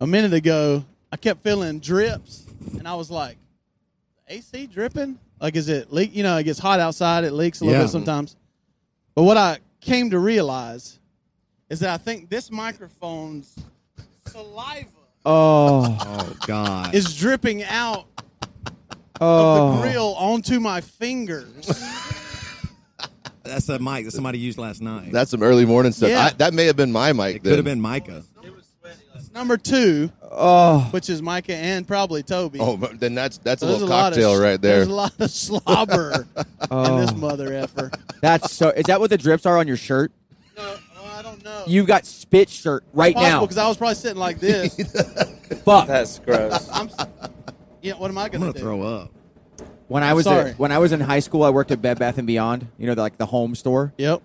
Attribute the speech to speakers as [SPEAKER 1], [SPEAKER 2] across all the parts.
[SPEAKER 1] a minute ago, I kept feeling drips, and I was like, AC dripping? Like, is it leak? You know, it gets hot outside, it leaks a little
[SPEAKER 2] Yeah.
[SPEAKER 1] bit sometimes. But what I came to realize is that I think this microphone's saliva
[SPEAKER 3] Oh,
[SPEAKER 2] Oh God.
[SPEAKER 1] is dripping out
[SPEAKER 3] oh.
[SPEAKER 1] the grill onto my fingers.
[SPEAKER 2] That's a mic that somebody used last night.
[SPEAKER 4] That's some early morning stuff.
[SPEAKER 1] Yeah.
[SPEAKER 4] I, that may have been my mic.
[SPEAKER 2] it could
[SPEAKER 4] then.
[SPEAKER 2] have been Micah.
[SPEAKER 1] Number two,
[SPEAKER 3] Oh,
[SPEAKER 1] which is Micah and probably Toby.
[SPEAKER 4] Oh, but then that's that's
[SPEAKER 1] So
[SPEAKER 4] a
[SPEAKER 1] there's
[SPEAKER 4] little
[SPEAKER 1] lot of-
[SPEAKER 4] cocktail right there.
[SPEAKER 1] There's a lot of slobber in this mother effer.
[SPEAKER 3] oh, that's so. Is that what the drips are on your shirt?
[SPEAKER 1] No, I don't know.
[SPEAKER 3] You've got spit shirt right now.
[SPEAKER 1] because I was probably sitting like this.
[SPEAKER 3] Fuck.
[SPEAKER 5] That's gross.
[SPEAKER 1] I'm, s- yeah, what am I
[SPEAKER 2] I'm
[SPEAKER 1] gonna,
[SPEAKER 2] gonna
[SPEAKER 1] do?
[SPEAKER 2] throw up.
[SPEAKER 3] When I was a,
[SPEAKER 1] Sorry.
[SPEAKER 3] when I was in high school, I worked at Bed Bath and Beyond. You know, the, like the home store,
[SPEAKER 1] Yep.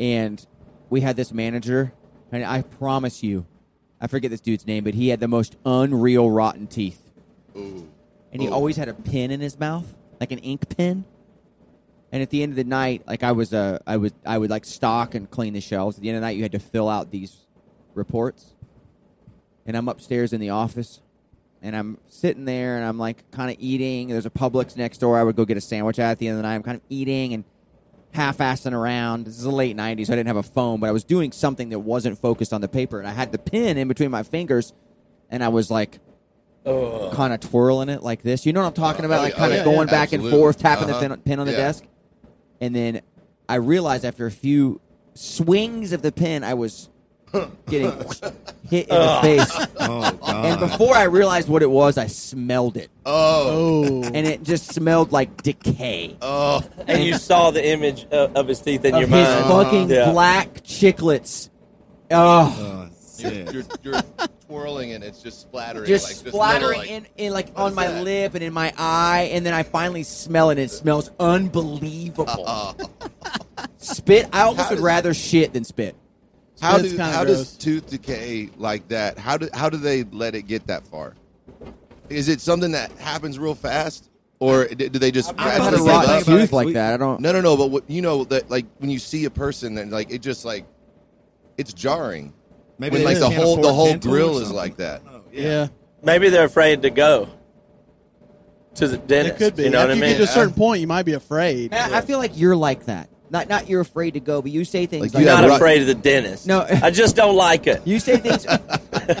[SPEAKER 3] and we had this manager, and I promise you, I forget this dude's name, but he had the most unreal rotten teeth,
[SPEAKER 4] Ooh.
[SPEAKER 3] and he
[SPEAKER 4] Ooh.
[SPEAKER 3] always had a pen in his mouth, like an ink pen. And at the end of the night, like I was, uh, I was, I would like stock and clean the shelves. At the end of the night, you had to fill out these reports. And I'm upstairs in the office, and I'm sitting there, and I'm like kind of eating. There's a Publix next door. I would go get a sandwich at, at the end of the night. I'm kind of eating and half-assing around. This is the late '90s. I didn't have a phone, but I was doing something that wasn't focused on the paper, and I had the pen in between my fingers, and I was like. Kind of twirling it like this, you know what I'm talking about,
[SPEAKER 4] Oh,
[SPEAKER 3] like
[SPEAKER 4] yeah,
[SPEAKER 3] kind
[SPEAKER 4] oh,
[SPEAKER 3] of
[SPEAKER 4] yeah,
[SPEAKER 3] going
[SPEAKER 4] yeah,
[SPEAKER 3] back and
[SPEAKER 4] absolutely.
[SPEAKER 3] forth, tapping
[SPEAKER 4] Uh-huh.
[SPEAKER 3] the pen, pen on the
[SPEAKER 4] Yeah.
[SPEAKER 3] desk, and then I realized after a few swings of the pen, I was getting hit in the face.
[SPEAKER 2] Oh God.
[SPEAKER 4] Uh.
[SPEAKER 3] And before I realized what it was, I smelled it,
[SPEAKER 1] Oh,
[SPEAKER 4] Oh.
[SPEAKER 3] and it just smelled like decay.
[SPEAKER 4] Oh.
[SPEAKER 5] And you saw the image of, of his teeth in
[SPEAKER 3] Of
[SPEAKER 5] your
[SPEAKER 3] his
[SPEAKER 5] mind.
[SPEAKER 3] fucking
[SPEAKER 5] Yeah.
[SPEAKER 3] black chiclets. Oh,
[SPEAKER 2] Oh,
[SPEAKER 4] You're,
[SPEAKER 2] shit.
[SPEAKER 4] you're, you're twirling and it's just splattering.
[SPEAKER 3] just
[SPEAKER 4] like, this
[SPEAKER 3] splattering
[SPEAKER 4] little, like,
[SPEAKER 3] in, in like
[SPEAKER 4] what
[SPEAKER 3] on
[SPEAKER 4] is
[SPEAKER 3] my
[SPEAKER 4] that?
[SPEAKER 3] lip and in my eye, and then I finally smell it. and It smells unbelievable.
[SPEAKER 4] uh,
[SPEAKER 3] spit. I almost
[SPEAKER 4] How
[SPEAKER 3] would
[SPEAKER 4] does-
[SPEAKER 3] rather shit than spit.
[SPEAKER 4] how
[SPEAKER 1] That's
[SPEAKER 4] do,
[SPEAKER 1] kinda
[SPEAKER 4] how
[SPEAKER 1] gross.
[SPEAKER 4] does tooth decay like that? How do how do they let it get that far? Is it something that happens real fast, or d- do they just
[SPEAKER 2] I
[SPEAKER 3] I've had
[SPEAKER 2] thought
[SPEAKER 3] a
[SPEAKER 4] gradually
[SPEAKER 2] the same
[SPEAKER 4] build
[SPEAKER 3] rotten
[SPEAKER 2] thing
[SPEAKER 4] up?
[SPEAKER 2] about
[SPEAKER 3] tooth
[SPEAKER 2] it.
[SPEAKER 3] like
[SPEAKER 2] We-
[SPEAKER 3] that. I don't.
[SPEAKER 4] No, no, no. But what, you know that like when you see a person, then like it just like it's jarring.
[SPEAKER 2] Maybe
[SPEAKER 4] when
[SPEAKER 2] they
[SPEAKER 4] like
[SPEAKER 2] just
[SPEAKER 4] the
[SPEAKER 2] can't
[SPEAKER 4] whole the
[SPEAKER 2] afford
[SPEAKER 4] whole
[SPEAKER 2] dental or
[SPEAKER 4] grill is
[SPEAKER 2] something.
[SPEAKER 4] like that.
[SPEAKER 2] Oh,
[SPEAKER 1] yeah.
[SPEAKER 5] Maybe they're afraid to go to the dentist.
[SPEAKER 1] It could be.
[SPEAKER 5] You know
[SPEAKER 1] After
[SPEAKER 5] what I
[SPEAKER 1] you
[SPEAKER 5] mean?
[SPEAKER 1] get to a certain point, you might be afraid.
[SPEAKER 3] I, I feel like you're like that. Not not you're afraid to go, but you say things
[SPEAKER 4] Like,
[SPEAKER 3] like
[SPEAKER 4] you
[SPEAKER 5] not
[SPEAKER 4] Yeah, right.
[SPEAKER 5] afraid of the dentist.
[SPEAKER 3] No.
[SPEAKER 5] I just don't like it.
[SPEAKER 3] You say things.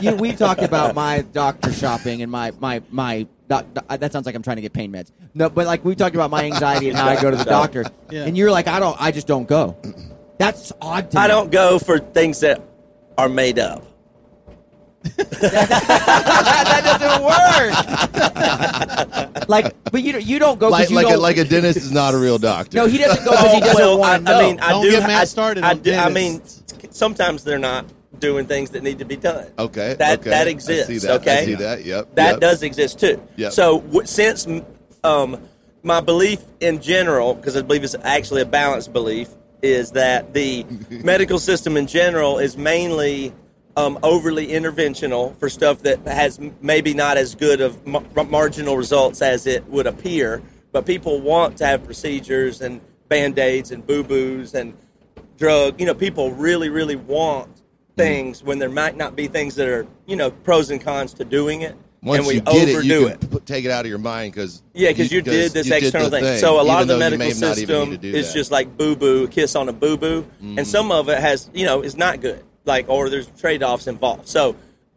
[SPEAKER 3] you, we talked about my doctor shopping and my my my. Doc, doc- that sounds like I'm trying to get pain meds. No, but like we talked about my anxiety and how I go to the doctor,
[SPEAKER 1] Yeah.
[SPEAKER 3] and you're like, I don't, I just don't go. That's odd. To
[SPEAKER 5] I
[SPEAKER 3] me.
[SPEAKER 5] don't go for things that are made up.
[SPEAKER 3] that doesn't work. like, but you don't- you don't go 'cause
[SPEAKER 4] Like
[SPEAKER 3] you
[SPEAKER 4] like a,
[SPEAKER 3] don't-
[SPEAKER 4] like a dentist is not a real doctor.
[SPEAKER 3] No, he doesn't go because he doesn't
[SPEAKER 5] Oh, I,
[SPEAKER 3] want to know.
[SPEAKER 5] I mean, I
[SPEAKER 1] Don't
[SPEAKER 5] do.
[SPEAKER 1] get Matt
[SPEAKER 5] I,
[SPEAKER 1] started
[SPEAKER 5] I,
[SPEAKER 1] on
[SPEAKER 5] do, I mean,
[SPEAKER 1] dentists.
[SPEAKER 5] sometimes they're not doing things that need to be done.
[SPEAKER 4] Okay.
[SPEAKER 5] That
[SPEAKER 4] okay.
[SPEAKER 5] that
[SPEAKER 4] I see
[SPEAKER 5] exists.
[SPEAKER 4] that.
[SPEAKER 5] Okay.
[SPEAKER 4] I see that. Yep.
[SPEAKER 5] That
[SPEAKER 4] yep.
[SPEAKER 5] does exist too.
[SPEAKER 4] Yep.
[SPEAKER 5] So w- since um, my belief in general, because I believe it's actually a balanced belief, is that the medical system in general is mainly um, overly interventional for stuff that has m- maybe not as good of mar- marginal results as it would appear. But people want to have procedures and band aids and boo boos and drug. You know, people really, really want
[SPEAKER 4] Mm-hmm.
[SPEAKER 5] things when there might not be things that are you know pros and cons to doing it,
[SPEAKER 4] Once
[SPEAKER 5] and we
[SPEAKER 4] you get it,
[SPEAKER 5] overdo
[SPEAKER 4] you
[SPEAKER 5] it.
[SPEAKER 4] can put- take it out of your mind because
[SPEAKER 5] Yeah, because you, did this external thing. So a lot of the medical system is just like boo boo, kiss on a boo boo, and some of it has you know is not good. Like or there's trade offs involved. So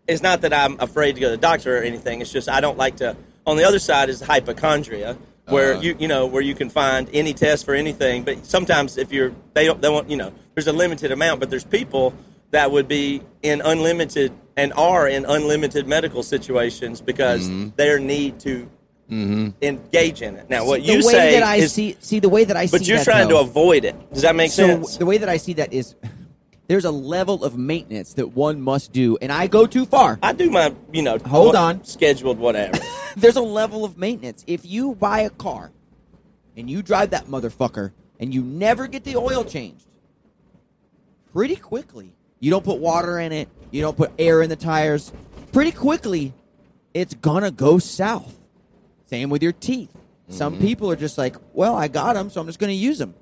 [SPEAKER 5] it's not that I'm afraid to go to the doctor or anything. It's just I don't like to. On the other side is hypochondria, where
[SPEAKER 4] Uh-huh.
[SPEAKER 5] you you know where you can find any test for anything. But sometimes if you're they don't they want you know there's a limited amount, but there's people that would be in unlimited and are in unlimited medical situations because their need to engage in it. Now, what you
[SPEAKER 3] the way
[SPEAKER 5] say
[SPEAKER 3] that I
[SPEAKER 5] is,
[SPEAKER 3] see, see the way that I see.
[SPEAKER 5] but you're
[SPEAKER 3] that,
[SPEAKER 5] trying
[SPEAKER 3] though,
[SPEAKER 5] to avoid it. Does that make
[SPEAKER 3] so
[SPEAKER 5] sense?
[SPEAKER 3] the way that I see that is, there's a level of maintenance that one must do, and I go too far.
[SPEAKER 5] I do my, you know,
[SPEAKER 3] Hold
[SPEAKER 5] what-
[SPEAKER 3] on.
[SPEAKER 5] scheduled whatever.
[SPEAKER 3] there's a level of maintenance. If you buy a car and you drive that motherfucker and you never get the oil changed, pretty quickly, you don't put water in it, you don't put air in the tires, pretty quickly, it's gonna go south. Same with your teeth. Some people are just like, well, I got them, so I'm just gonna use them.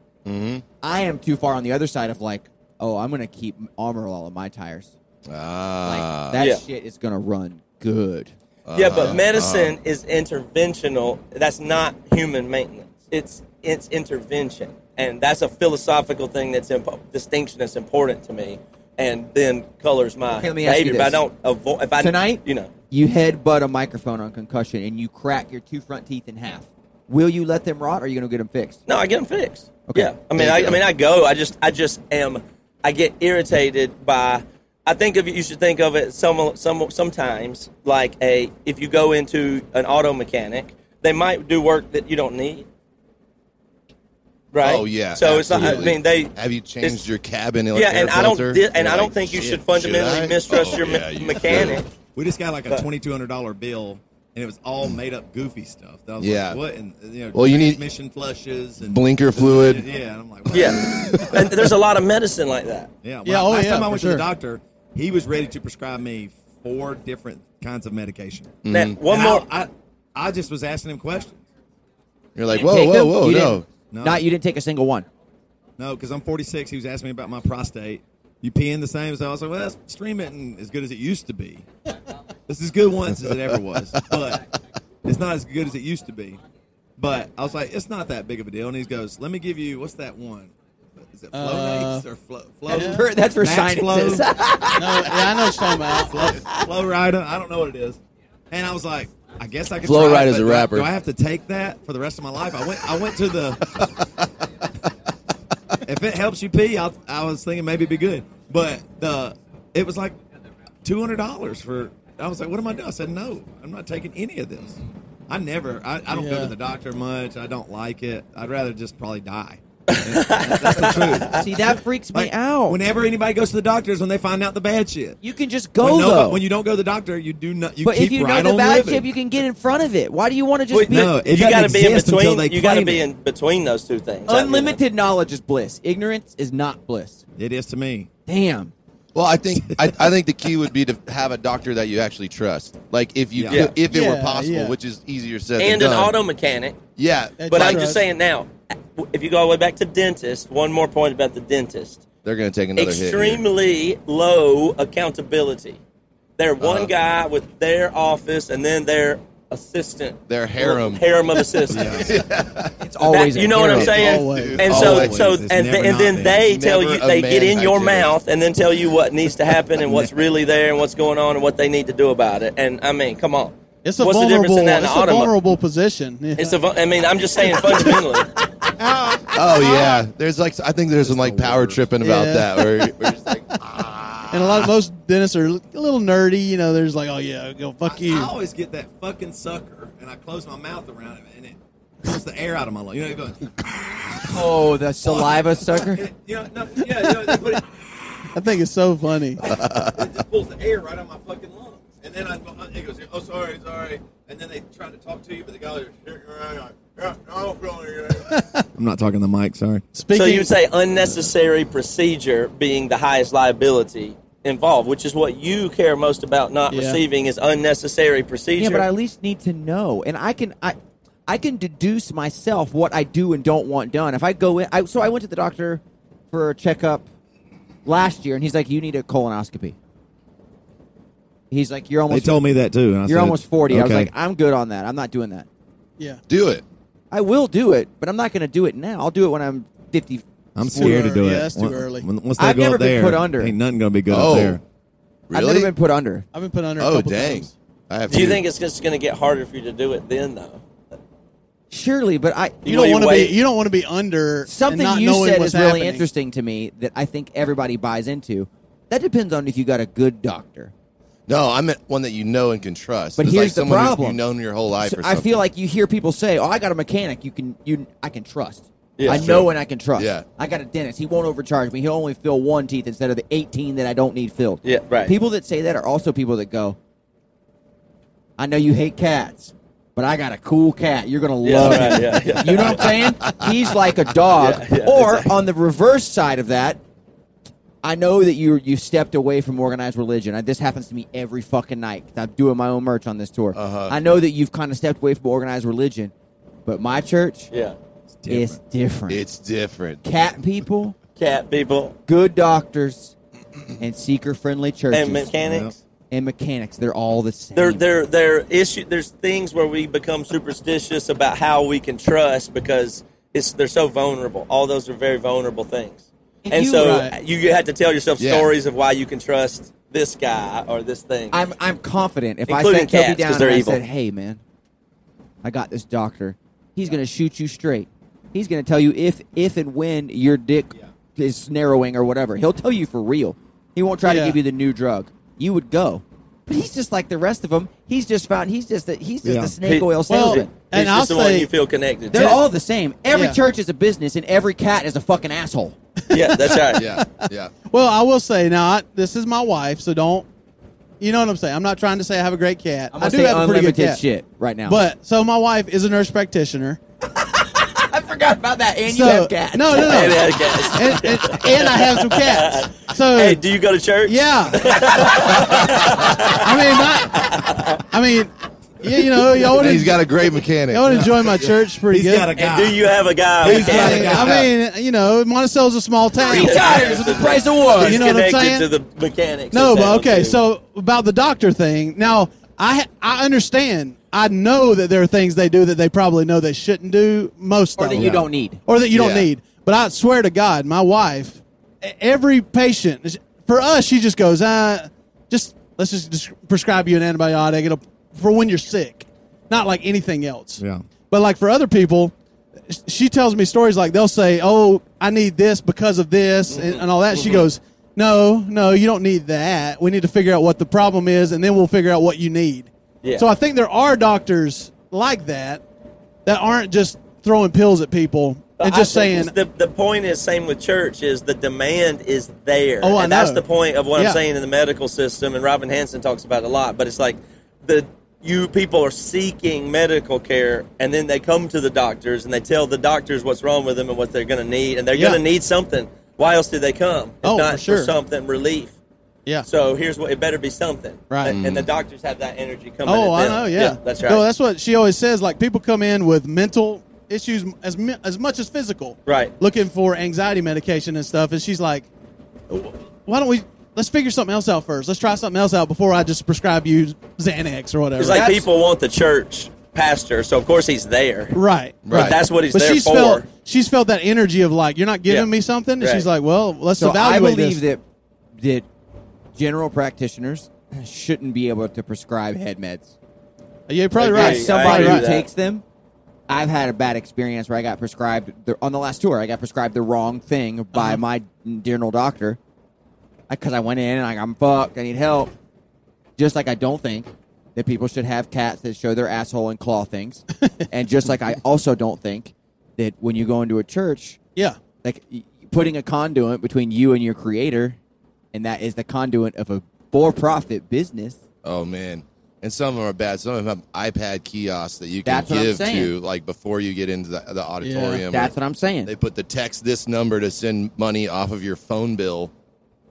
[SPEAKER 3] I am too far on the other side of like, oh, I'm gonna keep Armor all of my tires. Like,
[SPEAKER 4] ah, uh-huh.
[SPEAKER 3] that
[SPEAKER 5] Yeah.
[SPEAKER 3] shit is gonna run good.
[SPEAKER 5] yeah, but medicine is interventional. That's not human maintenance. It's it's intervention, and that's a philosophical thing that's impo- distinction that's important to me, and then colors my
[SPEAKER 3] Okay, let me ask you
[SPEAKER 5] behavior. But I
[SPEAKER 3] this.
[SPEAKER 5] don't avoid if I
[SPEAKER 3] Tonight?
[SPEAKER 5] you know.
[SPEAKER 3] You headbutt a microphone on concussion and you crack your two front teeth in half. Will you let them rot or are you going to get them fixed?
[SPEAKER 5] No, I get them fixed.
[SPEAKER 3] Okay.
[SPEAKER 5] Yeah, I mean,
[SPEAKER 4] There
[SPEAKER 5] I,
[SPEAKER 4] you
[SPEAKER 5] I
[SPEAKER 4] go.
[SPEAKER 5] mean, I go. I just, I just am. I get irritated by. I think of it. You should think of it some, some, sometimes like a. If you go into an auto mechanic, they might do work that you don't need. Right.
[SPEAKER 4] Oh yeah.
[SPEAKER 5] So it's not. I
[SPEAKER 4] absolutely.
[SPEAKER 5] mean, they.
[SPEAKER 4] have you changed your cabin. Air
[SPEAKER 5] Yeah, and I don't.
[SPEAKER 4] filter?
[SPEAKER 5] di- And I
[SPEAKER 4] You're
[SPEAKER 5] don't
[SPEAKER 4] like,
[SPEAKER 5] think you
[SPEAKER 4] "Shit,
[SPEAKER 5] should fundamentally
[SPEAKER 4] I?"
[SPEAKER 5] mistrust
[SPEAKER 4] Oh,
[SPEAKER 5] your me-
[SPEAKER 4] yeah, you
[SPEAKER 5] mechanic.
[SPEAKER 2] We just got like a
[SPEAKER 5] But-
[SPEAKER 2] twenty-two hundred dollar bill, and it was all made up goofy stuff. That I was
[SPEAKER 4] Yeah.
[SPEAKER 2] like, what? And you know,
[SPEAKER 4] Well, you need-
[SPEAKER 2] transmission flushes and
[SPEAKER 4] Blinker fluid.
[SPEAKER 2] Yeah, and I'm like, what?
[SPEAKER 5] Yeah, and there's a lot of medicine like that.
[SPEAKER 2] yeah.
[SPEAKER 1] Yeah,
[SPEAKER 2] yeah
[SPEAKER 1] oh,
[SPEAKER 2] last
[SPEAKER 1] yeah,
[SPEAKER 2] time I
[SPEAKER 1] for
[SPEAKER 2] went to
[SPEAKER 1] sure.
[SPEAKER 2] the doctor, he was ready to prescribe me four different kinds of medication.
[SPEAKER 5] Now,
[SPEAKER 4] Mm-hmm.
[SPEAKER 5] one
[SPEAKER 2] And
[SPEAKER 5] more.
[SPEAKER 2] I, I, I just was asking him questions.
[SPEAKER 4] You're like,
[SPEAKER 3] You
[SPEAKER 4] whoa,
[SPEAKER 3] take
[SPEAKER 4] whoa,
[SPEAKER 3] them?
[SPEAKER 4] whoa,
[SPEAKER 3] You
[SPEAKER 4] no.
[SPEAKER 3] didn't-
[SPEAKER 2] No.
[SPEAKER 3] Not you didn't take a single one.
[SPEAKER 2] No, because I'm 46. He was asking me about my prostate. You peeing the same? So I was like, well, that's stream isn't as good as it used to be. This is good once as it ever was, but it's not as good as it used to be. But I was like, it's not that big of a deal. And he goes, let me give you what's that one? Is it
[SPEAKER 1] Uh,
[SPEAKER 2] Flonase or Flo? Flo?
[SPEAKER 1] Yeah.
[SPEAKER 3] For- that's for
[SPEAKER 2] Max Flow?
[SPEAKER 3] sinuses.
[SPEAKER 1] No, yeah, I know what you're talking about.
[SPEAKER 2] Flow Rider. I don't know what it is. And I was like, I guess I could.
[SPEAKER 4] Flo
[SPEAKER 2] try it,
[SPEAKER 4] Rida's
[SPEAKER 2] but
[SPEAKER 4] a
[SPEAKER 2] do I-
[SPEAKER 4] rapper.
[SPEAKER 2] Do I have to take that for the rest of my life? I went. I went to the. if it helps you pee, I, I was thinking maybe it'd be good, but the it was like two hundred dollars for. I was like, what am I doing? I said, no, I'm not taking any of this. I never. I, I don't go
[SPEAKER 1] Yeah.
[SPEAKER 2] to the doctor much. I don't like it. I'd rather just probably die. That's the truth.
[SPEAKER 3] See, that freaks me
[SPEAKER 2] Like,
[SPEAKER 3] out.
[SPEAKER 2] Whenever anybody goes to the doctor is when they find out the bad shit.
[SPEAKER 3] you can just go
[SPEAKER 2] when, no-
[SPEAKER 3] though.
[SPEAKER 2] when you don't go to the doctor, you do not. You
[SPEAKER 3] but
[SPEAKER 2] keep
[SPEAKER 3] if you
[SPEAKER 2] right
[SPEAKER 3] know the
[SPEAKER 2] on
[SPEAKER 3] bad
[SPEAKER 2] living.
[SPEAKER 3] chip, you can get in front of it. Why do you want to just
[SPEAKER 5] Wait,
[SPEAKER 3] be
[SPEAKER 2] no, it
[SPEAKER 5] you
[SPEAKER 2] doesn't
[SPEAKER 5] got to be in
[SPEAKER 2] exist until
[SPEAKER 5] between.
[SPEAKER 2] they
[SPEAKER 5] You got to
[SPEAKER 2] claim
[SPEAKER 5] be
[SPEAKER 2] it.
[SPEAKER 5] in between those two things. I mean,
[SPEAKER 3] unlimited knowledge is bliss? Ignorance is not bliss.
[SPEAKER 2] It is to me.
[SPEAKER 3] Damn.
[SPEAKER 4] Well, I think I, I think the key would be to have a doctor that you actually trust. Like if you
[SPEAKER 2] Yeah.
[SPEAKER 4] could- if it were
[SPEAKER 1] Yeah,
[SPEAKER 4] possible,
[SPEAKER 1] yeah.
[SPEAKER 4] which is easier said
[SPEAKER 5] and
[SPEAKER 4] than
[SPEAKER 5] an
[SPEAKER 4] done.
[SPEAKER 5] auto mechanic.
[SPEAKER 4] Yeah,
[SPEAKER 1] That's
[SPEAKER 5] But
[SPEAKER 1] Right.
[SPEAKER 5] I'm just saying now, if you go all the way back to dentist, one more point about the dentist:
[SPEAKER 4] they're gonna take another hit. here.
[SPEAKER 5] extremely low accountability. They're one
[SPEAKER 4] Uh-huh.
[SPEAKER 5] guy with their office and then their assistant,
[SPEAKER 4] Their harem.
[SPEAKER 5] harem of assistants.
[SPEAKER 3] It's always
[SPEAKER 5] That- you know what I'm
[SPEAKER 3] error.
[SPEAKER 5] saying?
[SPEAKER 1] Always.
[SPEAKER 5] And so,
[SPEAKER 4] Always.
[SPEAKER 5] so,
[SPEAKER 2] It's
[SPEAKER 5] and,
[SPEAKER 2] never
[SPEAKER 5] th- and
[SPEAKER 2] not
[SPEAKER 5] then
[SPEAKER 2] been.
[SPEAKER 5] they
[SPEAKER 4] Never
[SPEAKER 5] too.
[SPEAKER 4] a
[SPEAKER 5] tell you, they
[SPEAKER 4] man
[SPEAKER 5] get in your
[SPEAKER 4] hygienist.
[SPEAKER 5] mouth and then tell you what needs to happen and what's really there and what's going on and what they need to do about it. And I mean, come on,
[SPEAKER 1] It's a
[SPEAKER 5] what's the
[SPEAKER 1] vulnerable.
[SPEAKER 5] difference in that? and
[SPEAKER 1] it's a
[SPEAKER 5] autom-
[SPEAKER 1] vulnerable position. Yeah.
[SPEAKER 5] It's a. vul- I mean, I'm just saying fundamentally.
[SPEAKER 4] Oh yeah, there's like I think there's some like
[SPEAKER 2] the
[SPEAKER 4] power
[SPEAKER 2] worst.
[SPEAKER 4] tripping about
[SPEAKER 1] Yeah.
[SPEAKER 4] that where we're just like
[SPEAKER 1] and a lot of
[SPEAKER 5] Ah.
[SPEAKER 1] most dentists are a little nerdy. You know, there's like, oh yeah, go fuck you.
[SPEAKER 2] I, I always get that fucking sucker, and I close my mouth around it, and it pulls the air out of my lung. You know, it goes.
[SPEAKER 3] Oh, the saliva sucker.
[SPEAKER 2] it- You know, no, yeah, you know, they put it,
[SPEAKER 1] I think it's so funny.
[SPEAKER 2] it just pulls the air right out of my fucking lungs, and then I go, it goes, oh sorry, sorry, and then they try to talk to you, but the guy is shaking around like, yeah, I don't feel anything." I'm not talking the mic, sorry.
[SPEAKER 1] Speaking,
[SPEAKER 5] So you would say unnecessary procedure being the highest liability involved, which is what you care most about not
[SPEAKER 1] Yeah.
[SPEAKER 5] receiving is unnecessary procedure.
[SPEAKER 3] Yeah, but I at least need to know, and I can I, I can deduce myself what I do and don't want done. If I go in, I, so I went to the doctor for a checkup last year, and he's like, "You need a colonoscopy." He's like, "You're
[SPEAKER 2] They
[SPEAKER 3] almost
[SPEAKER 2] told me that too. And I
[SPEAKER 3] you're
[SPEAKER 2] said,
[SPEAKER 3] almost 40. I was
[SPEAKER 2] okay.
[SPEAKER 3] like, "I'm good on that. I'm not doing that.
[SPEAKER 1] yeah,
[SPEAKER 4] do it.
[SPEAKER 3] I will do it, but I'm not going to do it now. I'll do it when I'm 50."
[SPEAKER 2] I'm
[SPEAKER 1] It's too
[SPEAKER 2] scared to do
[SPEAKER 1] early.
[SPEAKER 2] it.
[SPEAKER 1] Yeah, it's too
[SPEAKER 2] Once-
[SPEAKER 1] early.
[SPEAKER 2] when- Once they
[SPEAKER 3] I've
[SPEAKER 2] go
[SPEAKER 3] never
[SPEAKER 2] up
[SPEAKER 3] been
[SPEAKER 2] there,
[SPEAKER 3] put under.
[SPEAKER 2] Ain't nothing gonna be good
[SPEAKER 4] Oh.
[SPEAKER 2] up there.
[SPEAKER 4] Really?
[SPEAKER 3] I've never been put under.
[SPEAKER 1] I've been put under. A
[SPEAKER 4] oh
[SPEAKER 1] couple
[SPEAKER 4] dang!
[SPEAKER 1] times.
[SPEAKER 4] I have
[SPEAKER 5] do you
[SPEAKER 4] to-
[SPEAKER 5] think it's just going to get harder for you to do it then, though?
[SPEAKER 3] Surely, but I
[SPEAKER 1] You,
[SPEAKER 5] You
[SPEAKER 1] don't
[SPEAKER 5] know,
[SPEAKER 1] want to
[SPEAKER 5] you
[SPEAKER 1] be.
[SPEAKER 5] wait.
[SPEAKER 1] You don't want to be under. and
[SPEAKER 3] something
[SPEAKER 1] not
[SPEAKER 3] you
[SPEAKER 1] knowing
[SPEAKER 3] said
[SPEAKER 1] what's
[SPEAKER 3] is really
[SPEAKER 1] happening.
[SPEAKER 3] interesting to me that I think everybody buys into. That depends on if you got a good doctor.
[SPEAKER 4] No, I meant one that you know and can trust.
[SPEAKER 3] But
[SPEAKER 4] It's
[SPEAKER 3] here's
[SPEAKER 4] like
[SPEAKER 3] the
[SPEAKER 4] someone who's-
[SPEAKER 3] problem.
[SPEAKER 4] You've known your whole life.
[SPEAKER 3] So
[SPEAKER 4] or
[SPEAKER 3] I
[SPEAKER 4] something.
[SPEAKER 3] feel like you hear people say, "Oh, I got a mechanic. You can you I can trust.
[SPEAKER 5] Yeah,
[SPEAKER 3] I
[SPEAKER 5] sure.
[SPEAKER 3] know and I can trust.
[SPEAKER 4] Yeah.
[SPEAKER 3] I got a dentist. He won't overcharge me. He'll only fill one teeth instead of the 18 that I don't need filled."
[SPEAKER 5] Yeah, right.
[SPEAKER 3] People that say that are also people that go, "I know you hate cats, but I got a cool cat. You're going to
[SPEAKER 5] Yeah,
[SPEAKER 3] love
[SPEAKER 5] right,
[SPEAKER 3] him."
[SPEAKER 5] yeah, yeah.
[SPEAKER 3] You know what I'm saying? He's like a dog.
[SPEAKER 5] Yeah, yeah,
[SPEAKER 3] or
[SPEAKER 5] exactly.
[SPEAKER 3] on the reverse side of that, I know that you you stepped away from organized religion. I, this happens to me every fucking night. 'cause I'm doing my own merch on this tour.
[SPEAKER 4] Uh-huh.
[SPEAKER 3] I know that you've kind of stepped away from organized religion, but my church
[SPEAKER 5] Yeah.
[SPEAKER 3] is different.
[SPEAKER 4] it's different.
[SPEAKER 3] Cat people,
[SPEAKER 5] Cat people
[SPEAKER 3] good doctors, and seeker friendly churches.
[SPEAKER 5] and mechanics.
[SPEAKER 3] and mechanics, they're all the same.
[SPEAKER 5] there there there issue there's things where we become superstitious about how we can trust because it's they're so vulnerable all those are very vulnerable things and
[SPEAKER 3] You-
[SPEAKER 5] so
[SPEAKER 1] Right.
[SPEAKER 5] you, you had to tell yourself
[SPEAKER 4] Yeah.
[SPEAKER 5] stories of why you can trust this guy or this thing
[SPEAKER 3] I'm I'm confident if
[SPEAKER 5] Including
[SPEAKER 3] I sat Toby
[SPEAKER 5] cats, 'cause
[SPEAKER 3] down and
[SPEAKER 5] they're
[SPEAKER 3] I
[SPEAKER 5] evil.
[SPEAKER 3] said, "Hey, man, I got this doctor. He's gonna shoot you straight. He's gonna tell you if if and when your dick is narrowing or whatever. He'll tell you for real. He won't try
[SPEAKER 1] Yeah.
[SPEAKER 3] to give you the new drug. You would go." But he's just like the rest of them. He's just found. He's just a, he's just
[SPEAKER 2] Yeah.
[SPEAKER 3] a snake
[SPEAKER 5] He-
[SPEAKER 3] oil
[SPEAKER 1] Well,
[SPEAKER 3] salesman.
[SPEAKER 5] it's
[SPEAKER 1] and
[SPEAKER 5] just
[SPEAKER 1] I'll
[SPEAKER 5] the one
[SPEAKER 1] say,
[SPEAKER 5] you feel connected
[SPEAKER 3] They're
[SPEAKER 5] to
[SPEAKER 3] all the same. Every
[SPEAKER 1] Yeah.
[SPEAKER 3] church is a business, and every cat is a fucking asshole.
[SPEAKER 5] yeah that's right
[SPEAKER 4] Yeah, yeah.
[SPEAKER 1] well, I will say now. I, this is my wife, so don't. You know what I'm saying? I'm not trying to say I have a great cat.
[SPEAKER 3] I'm
[SPEAKER 1] I
[SPEAKER 3] gonna
[SPEAKER 1] do
[SPEAKER 3] say
[SPEAKER 1] have a pretty
[SPEAKER 3] unlimited
[SPEAKER 1] good cat.
[SPEAKER 3] shit right now.
[SPEAKER 1] But so my wife is a nurse practitioner.
[SPEAKER 3] I forgot about that. And
[SPEAKER 1] So-
[SPEAKER 3] you have cats.
[SPEAKER 1] No, no,
[SPEAKER 5] Hey,
[SPEAKER 1] no.
[SPEAKER 5] that guy-
[SPEAKER 1] and, and, and I have some cats. So
[SPEAKER 5] hey do you go to church
[SPEAKER 1] Yeah. I mean, not, I mean, yeah, you know, y'all would,
[SPEAKER 4] And he's
[SPEAKER 1] y'all
[SPEAKER 4] got a great mechanic.
[SPEAKER 1] would enjoy my church pretty
[SPEAKER 2] He's
[SPEAKER 1] good.
[SPEAKER 2] got a
[SPEAKER 5] and
[SPEAKER 2] guy.
[SPEAKER 5] do you have a guy
[SPEAKER 1] I
[SPEAKER 5] with-
[SPEAKER 1] mean, I mean, you know, Monticello's a small town.
[SPEAKER 3] Three tires for the price of one.
[SPEAKER 5] He's
[SPEAKER 1] You know what I'm
[SPEAKER 5] connected
[SPEAKER 1] saying?
[SPEAKER 5] to the mechanics
[SPEAKER 1] No,
[SPEAKER 5] of town,
[SPEAKER 1] but okay.
[SPEAKER 5] too.
[SPEAKER 1] So about the doctor thing. Now, I I understand. I know that there are things they do that they probably know they shouldn't do most
[SPEAKER 3] or
[SPEAKER 1] of
[SPEAKER 3] that
[SPEAKER 1] them.
[SPEAKER 3] you don't need.
[SPEAKER 1] or that you don't
[SPEAKER 4] Yeah.
[SPEAKER 1] need. But I swear to God, my wife, e- every patient for us, she just goes, uh, just let's just dis- prescribe you an antibiotic. It'll for when you're sick, not like anything else.
[SPEAKER 2] Yeah.
[SPEAKER 1] But like for other people, sh- she tells me stories like they'll say, "Oh, I need this because of this," and, and all that. She goes, "No, no, you don't need that. We need to figure out what the problem is, and then we'll figure out what you need."
[SPEAKER 5] Yeah.
[SPEAKER 1] So I think there are doctors like that that aren't just throwing pills at people
[SPEAKER 5] But
[SPEAKER 1] and
[SPEAKER 5] I
[SPEAKER 1] just
[SPEAKER 5] think
[SPEAKER 1] saying,
[SPEAKER 5] it's the, the point is same with church is the demand is there.
[SPEAKER 1] Oh, I
[SPEAKER 5] and that's
[SPEAKER 1] know.
[SPEAKER 5] the point of what
[SPEAKER 1] Yeah.
[SPEAKER 5] I'm saying in the medical system and Robin Hanson talks about it a lot, but it's like the you people are seeking medical care and then they come to the doctors and they tell the doctors what's wrong with them and what they're going to need and they're
[SPEAKER 1] Yeah.
[SPEAKER 5] going to need something. Why else did they come? If
[SPEAKER 1] Oh,
[SPEAKER 5] not
[SPEAKER 1] for sure.
[SPEAKER 5] something relief.
[SPEAKER 1] "Yeah,
[SPEAKER 5] So here's what it better be something.
[SPEAKER 1] Right.
[SPEAKER 5] And, and the doctors have that energy coming
[SPEAKER 1] oh,
[SPEAKER 5] at
[SPEAKER 1] I
[SPEAKER 5] them.
[SPEAKER 1] know, yeah.
[SPEAKER 5] that's right.
[SPEAKER 1] No, that's what she always says. Like people come in with mental issues as mi- as much as physical,
[SPEAKER 5] Right.
[SPEAKER 1] Looking for anxiety medication and stuff, and she's like, "Wh- "Why don't we?" Let's figure something else out first. Let's try something else out before I just prescribe you Xanax or whatever.
[SPEAKER 5] it's like
[SPEAKER 3] That's-
[SPEAKER 5] people want the church pastor, so of course he's there.
[SPEAKER 1] Right, right.
[SPEAKER 5] that's what he's
[SPEAKER 1] but
[SPEAKER 5] there
[SPEAKER 1] she's
[SPEAKER 5] for.
[SPEAKER 1] Felt, she's felt that energy of like, you're not giving
[SPEAKER 5] Yeah.
[SPEAKER 1] me something. And she's
[SPEAKER 5] Right.
[SPEAKER 1] like, well, let's
[SPEAKER 3] So I
[SPEAKER 1] evaluate
[SPEAKER 3] believe
[SPEAKER 1] this.
[SPEAKER 3] that that general practitioners shouldn't be able to prescribe head meds.
[SPEAKER 1] You're probably
[SPEAKER 5] Agree.
[SPEAKER 1] right.
[SPEAKER 3] As
[SPEAKER 5] I
[SPEAKER 3] somebody
[SPEAKER 5] agree
[SPEAKER 3] who
[SPEAKER 5] with that.
[SPEAKER 3] takes them, I've had a bad experience where I got prescribed the, on the last tour. I got prescribed the wrong thing by my general doctor because I went in and I, I'm fucked. I need help. Just like I don't think that people should have cats that show their asshole and claw things, and just like I also don't think that when you go into a church
[SPEAKER 1] Yeah.
[SPEAKER 3] like y- putting a conduit between you and your creator, and that is the conduit of a for-profit business.
[SPEAKER 4] Oh man. And some of them are bad. Some of them have iPad kiosks that you can
[SPEAKER 3] That's what I'm
[SPEAKER 4] give to,
[SPEAKER 3] saying.
[SPEAKER 4] like before you get into the, the auditorium. or
[SPEAKER 3] That's what I'm saying.
[SPEAKER 4] They put the text this number to send money off of your phone bill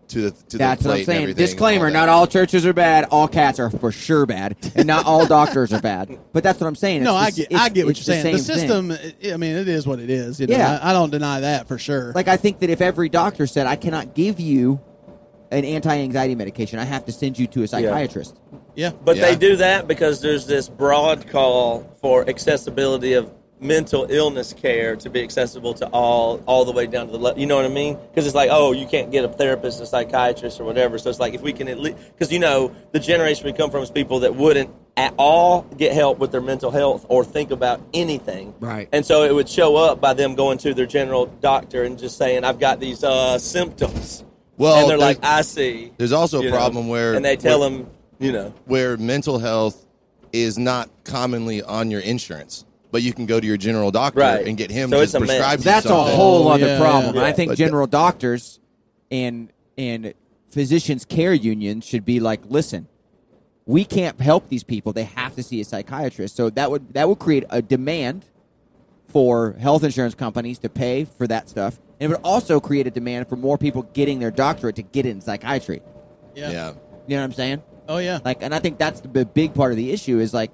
[SPEAKER 4] to the to
[SPEAKER 3] That's
[SPEAKER 4] the
[SPEAKER 3] what
[SPEAKER 4] plate
[SPEAKER 3] I'm
[SPEAKER 4] and
[SPEAKER 3] saying.
[SPEAKER 4] everything and
[SPEAKER 3] Disclaimer:
[SPEAKER 4] that.
[SPEAKER 3] Not all churches are bad. All cats are for sure bad, and not all doctors are bad. But that's what I'm saying.
[SPEAKER 1] no,
[SPEAKER 3] It's
[SPEAKER 1] I
[SPEAKER 3] the-
[SPEAKER 1] get,
[SPEAKER 3] it's-
[SPEAKER 1] I get what
[SPEAKER 3] it's
[SPEAKER 1] you're saying. The
[SPEAKER 3] same thing.
[SPEAKER 1] system, eh, i I mean, it is what it is. You know,
[SPEAKER 3] Yeah.
[SPEAKER 1] I, I don't deny that for sure.
[SPEAKER 3] Like I think that if every doctor said, "I cannot give you an anti-anxiety medication. I have to send you to a psychiatrist."
[SPEAKER 1] yeah.
[SPEAKER 5] But
[SPEAKER 4] Yeah.
[SPEAKER 5] they do that because there's this broad call for accessibility of mental illness care to be accessible to all, all the way down to the level. You know what I mean? Because it's like, oh, you can't get a therapist, a psychiatrist, or whatever. So it's like, if we can at least, because you know, the generation we come from is people that wouldn't at all get help with their mental health or think about anything.
[SPEAKER 3] Right.
[SPEAKER 5] And so it would show up by them going to their general doctor and just saying, I've got these uh, symptoms.
[SPEAKER 4] Well,
[SPEAKER 5] and they're
[SPEAKER 4] there's-
[SPEAKER 5] like, I see.
[SPEAKER 4] There's also a
[SPEAKER 5] you know,
[SPEAKER 4] problem where
[SPEAKER 5] and they tell them, you know,
[SPEAKER 4] where mental health is not commonly on your insurance, but you can go to your general doctor
[SPEAKER 5] Right.
[SPEAKER 4] and get him
[SPEAKER 5] So
[SPEAKER 4] to
[SPEAKER 5] it's a mess.
[SPEAKER 4] prescribe you
[SPEAKER 3] That's a
[SPEAKER 4] something.
[SPEAKER 3] whole
[SPEAKER 1] Oh,
[SPEAKER 3] other
[SPEAKER 1] yeah,
[SPEAKER 3] problem.
[SPEAKER 5] yeah.
[SPEAKER 3] I think
[SPEAKER 4] But th-
[SPEAKER 3] general doctors and and physicians care unions should be like, listen, we can't help these people. They have to see a psychiatrist. So that would that would create a demand for health insurance companies to pay for that stuff, and it would also create a demand for more people getting their doctorate to get in psychiatry.
[SPEAKER 1] yeah.
[SPEAKER 4] Yeah.
[SPEAKER 3] You know what I'm saying?
[SPEAKER 1] Oh, yeah.
[SPEAKER 3] Like, and I think that's the big part of the issue is like,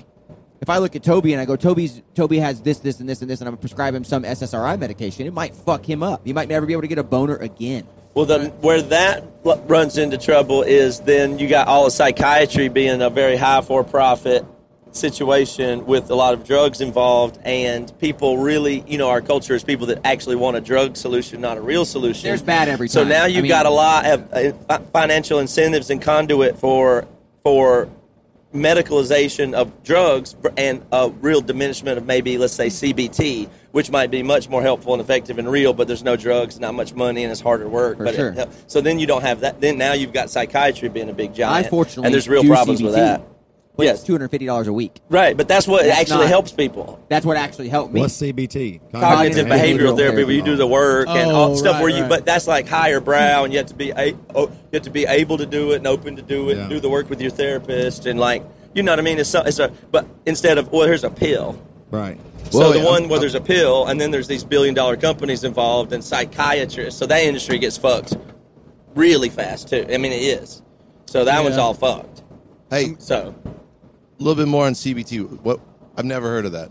[SPEAKER 3] if I look at Toby and I go, Toby's Toby has this, this, and this, and this, and I'm gonna prescribe him some SSRI medication, it might fuck him up. He might never be able to get a boner again.
[SPEAKER 5] Well, the, where that l- runs into trouble is then you got all of psychiatry being a very high for profit situation with a lot of drugs involved and people really you know our culture is people that actually want a drug solution not a real solution
[SPEAKER 3] There's bad every
[SPEAKER 5] so
[SPEAKER 3] time.
[SPEAKER 5] now
[SPEAKER 3] I
[SPEAKER 5] you've
[SPEAKER 3] mean-
[SPEAKER 5] got a lot of uh, fi- financial incentives and conduit for for medicalization of drugs br- and a real diminishment of maybe let's say CBT, which might be much more helpful and effective and real, but there's no drugs, not much money, and it's harder work.
[SPEAKER 3] For
[SPEAKER 5] but it
[SPEAKER 3] sure.
[SPEAKER 5] hel- so then you don't have that. Then now you've got psychiatry being a big giant,
[SPEAKER 3] I fortunately
[SPEAKER 5] and there's real
[SPEAKER 3] do
[SPEAKER 5] problems
[SPEAKER 3] CBT,
[SPEAKER 5] with that.
[SPEAKER 3] But
[SPEAKER 5] Yes.
[SPEAKER 3] it's two hundred fifty dollars a week.
[SPEAKER 5] Right, but that's what
[SPEAKER 3] That's
[SPEAKER 5] actually
[SPEAKER 3] not-
[SPEAKER 5] helps people.
[SPEAKER 3] That's what actually helped me.
[SPEAKER 2] What's CBT?
[SPEAKER 5] Cognitive
[SPEAKER 3] Cognitive
[SPEAKER 5] behavioral
[SPEAKER 3] behavioral
[SPEAKER 5] therapy, where you do the work and all
[SPEAKER 1] Oh,
[SPEAKER 5] stuff,
[SPEAKER 1] right,
[SPEAKER 5] where you,
[SPEAKER 1] right.
[SPEAKER 5] but that's like higher brow, and you have to be, a, oh, you have to be able to do it and open to do it,
[SPEAKER 2] Yeah.
[SPEAKER 5] and do the work with your therapist, and like, you know what I mean? It's, so, it's a, but instead of, well, here's a pill,
[SPEAKER 2] Right.
[SPEAKER 4] Well,
[SPEAKER 5] so the
[SPEAKER 4] yeah,
[SPEAKER 5] one
[SPEAKER 4] I'm-
[SPEAKER 5] where there's a pill, and then there's these billion dollar companies involved and psychiatrists. So that industry gets fucked really fast too. I mean, it is. So that one's
[SPEAKER 1] Yeah.
[SPEAKER 5] all fucked.
[SPEAKER 4] Hey,
[SPEAKER 5] So
[SPEAKER 4] a little bit more on CBT. What? I've never heard of that.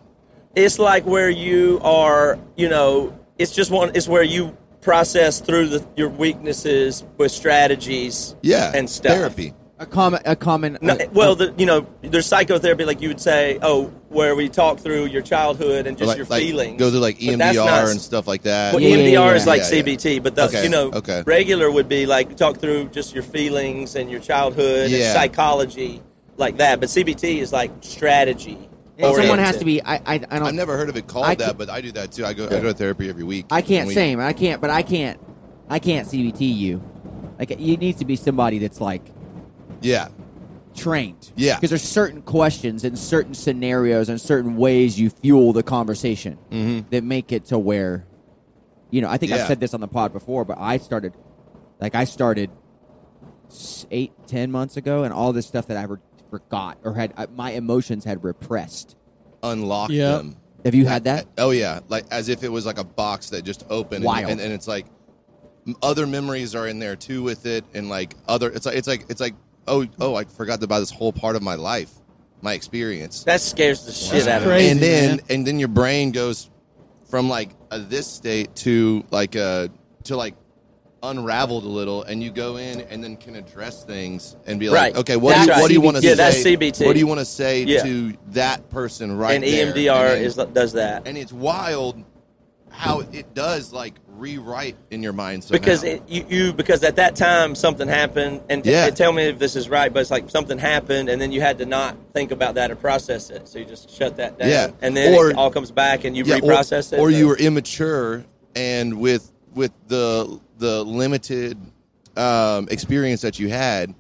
[SPEAKER 5] it's like where you are, you know, it's just one. It's where you process through the, your weaknesses with strategies.
[SPEAKER 4] Yeah,
[SPEAKER 5] and stuff.
[SPEAKER 4] therapy.
[SPEAKER 3] A common, a common.
[SPEAKER 5] No,
[SPEAKER 3] uh,
[SPEAKER 5] well, the, you know, there's psychotherapy, like you would say, oh, where we talk through your childhood and just
[SPEAKER 4] like,
[SPEAKER 5] your
[SPEAKER 4] like,
[SPEAKER 5] feelings.
[SPEAKER 4] Go through like E
[SPEAKER 5] But that's
[SPEAKER 4] EMDR
[SPEAKER 5] not-
[SPEAKER 4] and stuff like that.
[SPEAKER 5] Well, E
[SPEAKER 3] Yeah,
[SPEAKER 5] EMDR is
[SPEAKER 3] yeah,
[SPEAKER 5] like
[SPEAKER 4] yeah.
[SPEAKER 5] CBT, but the
[SPEAKER 4] Okay,
[SPEAKER 5] you know
[SPEAKER 4] okay.
[SPEAKER 5] regular would be like talk through just your feelings and your childhood and
[SPEAKER 4] Yeah.
[SPEAKER 5] psychology like that. But CBT is like strategy.
[SPEAKER 3] and someone
[SPEAKER 5] oriented.
[SPEAKER 3] has to be. I, I, I don't.
[SPEAKER 4] I've never heard of it called
[SPEAKER 3] I
[SPEAKER 4] that,
[SPEAKER 3] can't-
[SPEAKER 4] but I do that too. I go I go to therapy every week.
[SPEAKER 3] I can't
[SPEAKER 4] And we-
[SPEAKER 3] same. I can't, but I can't. I can't CBT you. Like you need to be somebody that's like
[SPEAKER 4] Yeah,
[SPEAKER 3] trained.
[SPEAKER 4] Yeah.
[SPEAKER 3] Because there's certain questions and certain scenarios and certain ways you fuel the conversation that make it to where, you know, I think
[SPEAKER 4] Mm-hmm. Yeah.
[SPEAKER 3] I've said this on the pod before, but I started, like, I started s- eight, ten months ago, and all this stuff that I re- forgot or had uh, my emotions had repressed.
[SPEAKER 4] unlock
[SPEAKER 1] Yeah.
[SPEAKER 4] them.
[SPEAKER 3] Have you had that?
[SPEAKER 4] Oh yeah, like as if it was like a box that just opened,
[SPEAKER 3] Wild.
[SPEAKER 4] And, and, and it's like m- other memories are in there too with it, and like other. It's like it's like it's like oh oh I forgot about this whole part of my life, my experience,
[SPEAKER 5] That scares the shit
[SPEAKER 1] That's
[SPEAKER 5] out of me.
[SPEAKER 1] crazy,
[SPEAKER 4] and then
[SPEAKER 1] man.
[SPEAKER 4] and then your brain goes from like a this state to like a to like unraveled a little, and you go in and then can address things and be like,
[SPEAKER 5] Right.
[SPEAKER 4] okay, what
[SPEAKER 5] That's
[SPEAKER 4] do, you-
[SPEAKER 5] right.
[SPEAKER 4] what do you want to say?
[SPEAKER 5] Yeah, that's CBT.
[SPEAKER 4] What do you want to say
[SPEAKER 5] Yeah.
[SPEAKER 4] to that person right
[SPEAKER 5] and E
[SPEAKER 4] there?
[SPEAKER 5] EMDR
[SPEAKER 4] And then-
[SPEAKER 5] is does that
[SPEAKER 4] and it's wild how it does like rewrite in your mind somehow.
[SPEAKER 5] because it, you, you because at that time something happened and
[SPEAKER 4] Yeah.
[SPEAKER 5] they tell me if this is right, but it's like something happened and then you had to not think about that or process it, so you just shut that down.
[SPEAKER 4] Yeah.
[SPEAKER 5] and then
[SPEAKER 4] Or-
[SPEAKER 5] it all comes back and you
[SPEAKER 4] Yeah, or-
[SPEAKER 5] reprocess it.
[SPEAKER 4] or you
[SPEAKER 5] but-
[SPEAKER 4] were immature and with with the the limited um, experience that you had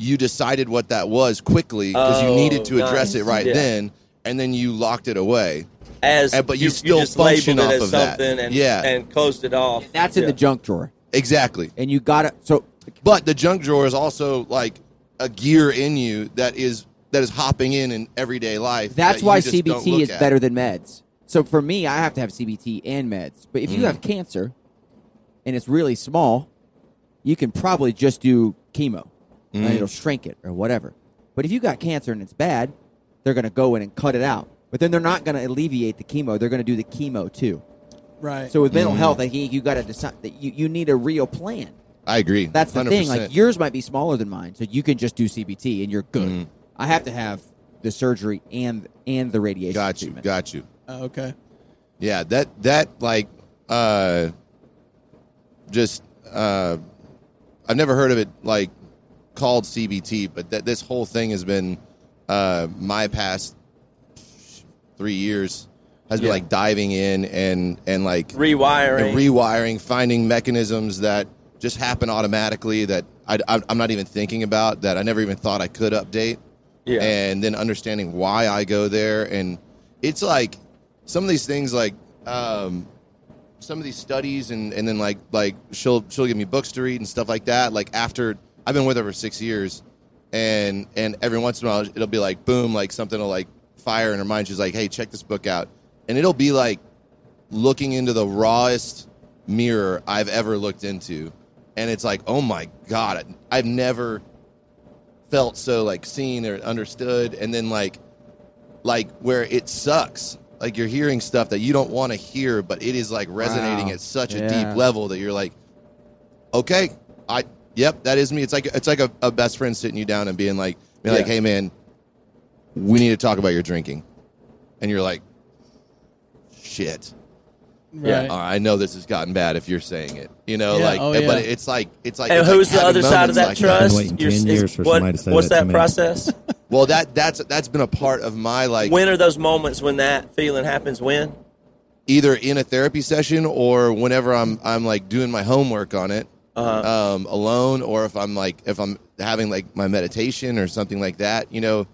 [SPEAKER 4] you decided what that was quickly because you
[SPEAKER 5] Oh,
[SPEAKER 4] needed to address
[SPEAKER 5] nice.
[SPEAKER 4] it right
[SPEAKER 5] Yeah.
[SPEAKER 4] then and then you locked it away
[SPEAKER 5] as
[SPEAKER 4] Uh, but you still
[SPEAKER 5] just labeled
[SPEAKER 4] function
[SPEAKER 5] it
[SPEAKER 4] off
[SPEAKER 5] as
[SPEAKER 4] of that.
[SPEAKER 5] something and
[SPEAKER 4] Yeah.
[SPEAKER 5] and closed it off.
[SPEAKER 3] That's in
[SPEAKER 5] Yeah.
[SPEAKER 3] the junk drawer.
[SPEAKER 4] exactly
[SPEAKER 3] And you got to, so
[SPEAKER 4] but the junk drawer is also like a gear in you that is that is hopping in in everyday life
[SPEAKER 3] That's
[SPEAKER 4] that
[SPEAKER 3] why
[SPEAKER 4] you just don't
[SPEAKER 3] CBT
[SPEAKER 4] look
[SPEAKER 3] is
[SPEAKER 4] at.
[SPEAKER 3] better than meds. So for me, I have to have CBT and meds. But
[SPEAKER 4] Mm.
[SPEAKER 3] if you have cancer and it's really small, you can probably just do chemo
[SPEAKER 4] Mm.
[SPEAKER 3] and it'll shrink it or whatever. But if you got cancer and it's bad, they're going to go in and cut it out. But then they're not going to alleviate the chemo. They're going to do the chemo too.
[SPEAKER 1] Right.
[SPEAKER 3] So with mental
[SPEAKER 4] Mm.
[SPEAKER 3] health, I think you got to decide that you, you need a real plan.
[SPEAKER 4] i agree
[SPEAKER 3] That's the thing.
[SPEAKER 4] 100%.
[SPEAKER 3] Like yours might be smaller than mine, so you can just do CBT and you're good.
[SPEAKER 4] Mm-hmm.
[SPEAKER 3] I have to have the surgery and and the radiation.
[SPEAKER 4] got you
[SPEAKER 3] treatment.
[SPEAKER 4] got you
[SPEAKER 1] Oh, okay.
[SPEAKER 4] yeah that that like uh just uh i've never heard of it like called cbt but that this whole thing has been uh my past three years has been
[SPEAKER 5] Yeah.
[SPEAKER 4] like diving in and and like
[SPEAKER 5] rewiring.
[SPEAKER 4] and rewiring finding mechanisms that just happen automatically that I, I, i'm not even thinking about that i never even thought i could update
[SPEAKER 5] yeah.
[SPEAKER 4] and then understanding why I go there. And it's like some of these things, like um, some of these studies, and, and then like like she'll she'll give me books to read and stuff like that. Like after I've been with her for six years, and and every once in a while it'll be like boom, like something will like fire in her mind. She's like, hey, check this book out, and it'll be like looking into the rawest mirror I've ever looked into. And it's like, oh my God, I've never felt so like seen or understood. And then like, like where it sucks, like you're hearing stuff that you don't want to hear, but it is like resonating
[SPEAKER 3] Wow.
[SPEAKER 4] at such a
[SPEAKER 3] Yeah.
[SPEAKER 4] deep level that you're like, okay, I, Yep, that is me. It's like it's like a, a best friend sitting you down and being like, being like,
[SPEAKER 5] Yeah.
[SPEAKER 4] hey man, we need to talk about your drinking, and you're like, shit.
[SPEAKER 5] Yeah.
[SPEAKER 1] Right.
[SPEAKER 4] All right, "Uh, I know this has gotten bad if you're saying it. You know,
[SPEAKER 1] Yeah,
[SPEAKER 4] like,
[SPEAKER 1] oh,
[SPEAKER 4] but
[SPEAKER 1] yeah.
[SPEAKER 4] it's like it's like.
[SPEAKER 5] And
[SPEAKER 4] it's
[SPEAKER 5] who's
[SPEAKER 4] like
[SPEAKER 5] the
[SPEAKER 4] having
[SPEAKER 5] other side
[SPEAKER 4] moments
[SPEAKER 5] of that
[SPEAKER 4] like
[SPEAKER 5] trust?
[SPEAKER 2] I've been waiting
[SPEAKER 5] You're-
[SPEAKER 2] 10
[SPEAKER 5] is-
[SPEAKER 2] years for
[SPEAKER 5] what-
[SPEAKER 2] somebody to say
[SPEAKER 5] what's
[SPEAKER 2] that
[SPEAKER 5] that,
[SPEAKER 2] to me.
[SPEAKER 5] process?
[SPEAKER 4] Well, that that's that's been a part of my like
[SPEAKER 5] when are those moments when that feeling happens? When?
[SPEAKER 4] either in a therapy session or whenever I'm I'm like doing my homework on it
[SPEAKER 5] Uh,
[SPEAKER 4] um, alone, or if I'm like if I'm having like my meditation or something like that. You know,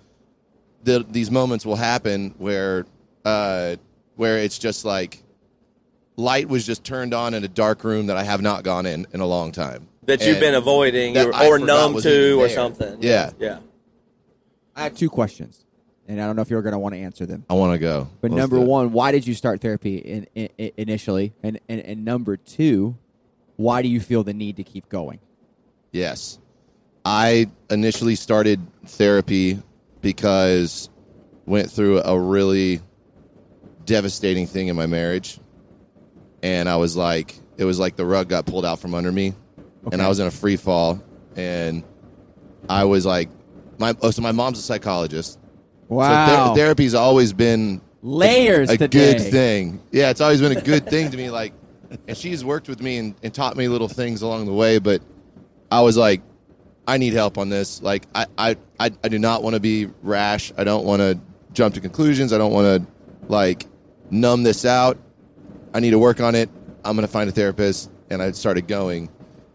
[SPEAKER 4] the, these moments will happen where uh, where it's just like light was just turned on in a dark room that I have not gone in in a long time.
[SPEAKER 5] that you've
[SPEAKER 4] And-
[SPEAKER 5] been avoiding
[SPEAKER 4] that
[SPEAKER 5] or,
[SPEAKER 4] I
[SPEAKER 5] or
[SPEAKER 4] forgot
[SPEAKER 5] numb
[SPEAKER 4] was
[SPEAKER 5] to
[SPEAKER 4] even
[SPEAKER 5] or
[SPEAKER 4] there.
[SPEAKER 5] something.
[SPEAKER 4] Yeah.
[SPEAKER 5] Yeah.
[SPEAKER 3] I have two questions, and I don't know if you're going to want to answer them.
[SPEAKER 4] I want to go.
[SPEAKER 3] But
[SPEAKER 4] Let's
[SPEAKER 3] number
[SPEAKER 4] do it.
[SPEAKER 3] one, why did you start therapy in, in, in- initially? And, and and number two, why do you feel the need to keep going?
[SPEAKER 4] Yes. I initially started therapy because went through a really devastating thing in my marriage and I was like it was like the rug got pulled out from under me and I was in a free fall and I was like my oh, so my mom's a psychologist. So
[SPEAKER 3] Wow,
[SPEAKER 4] ther- therapy's always been
[SPEAKER 3] layers
[SPEAKER 4] a
[SPEAKER 3] today.
[SPEAKER 4] good thing. Yeah, it's always been a good thing to me. Like, and she's worked with me and, and taught me little things along the way. But I was like, I need help on this. Like, I I I, I do not want to be rash. I don't want to jump to conclusions. I don't want to like numb this out. I need to work on it. I'm going to find a therapist. And I started going.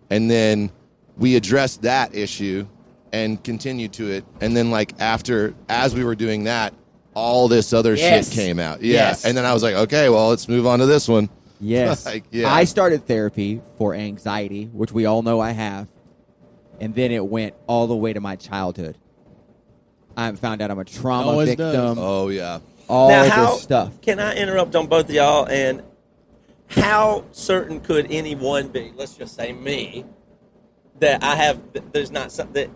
[SPEAKER 4] And then we addressed that issue and continued to it. And then, like, after, as we were doing that, all this other
[SPEAKER 3] Yes.
[SPEAKER 4] shit came out. Yeah.
[SPEAKER 3] Yes.
[SPEAKER 4] And then I was like, okay, well, let's move on to this one.
[SPEAKER 3] Yes.
[SPEAKER 4] Like, yeah.
[SPEAKER 3] I started therapy for anxiety, which we all know I have. And then it went all the way to my childhood. I found out I'm a trauma
[SPEAKER 1] Always
[SPEAKER 3] victim,
[SPEAKER 1] does.
[SPEAKER 5] Um,
[SPEAKER 4] Oh, yeah.
[SPEAKER 3] all
[SPEAKER 5] now,
[SPEAKER 3] this
[SPEAKER 5] how
[SPEAKER 3] stuff.
[SPEAKER 5] can I interrupt on both of y'all? And how certain could anyone be? Let's just say me that I have. That there's not something that.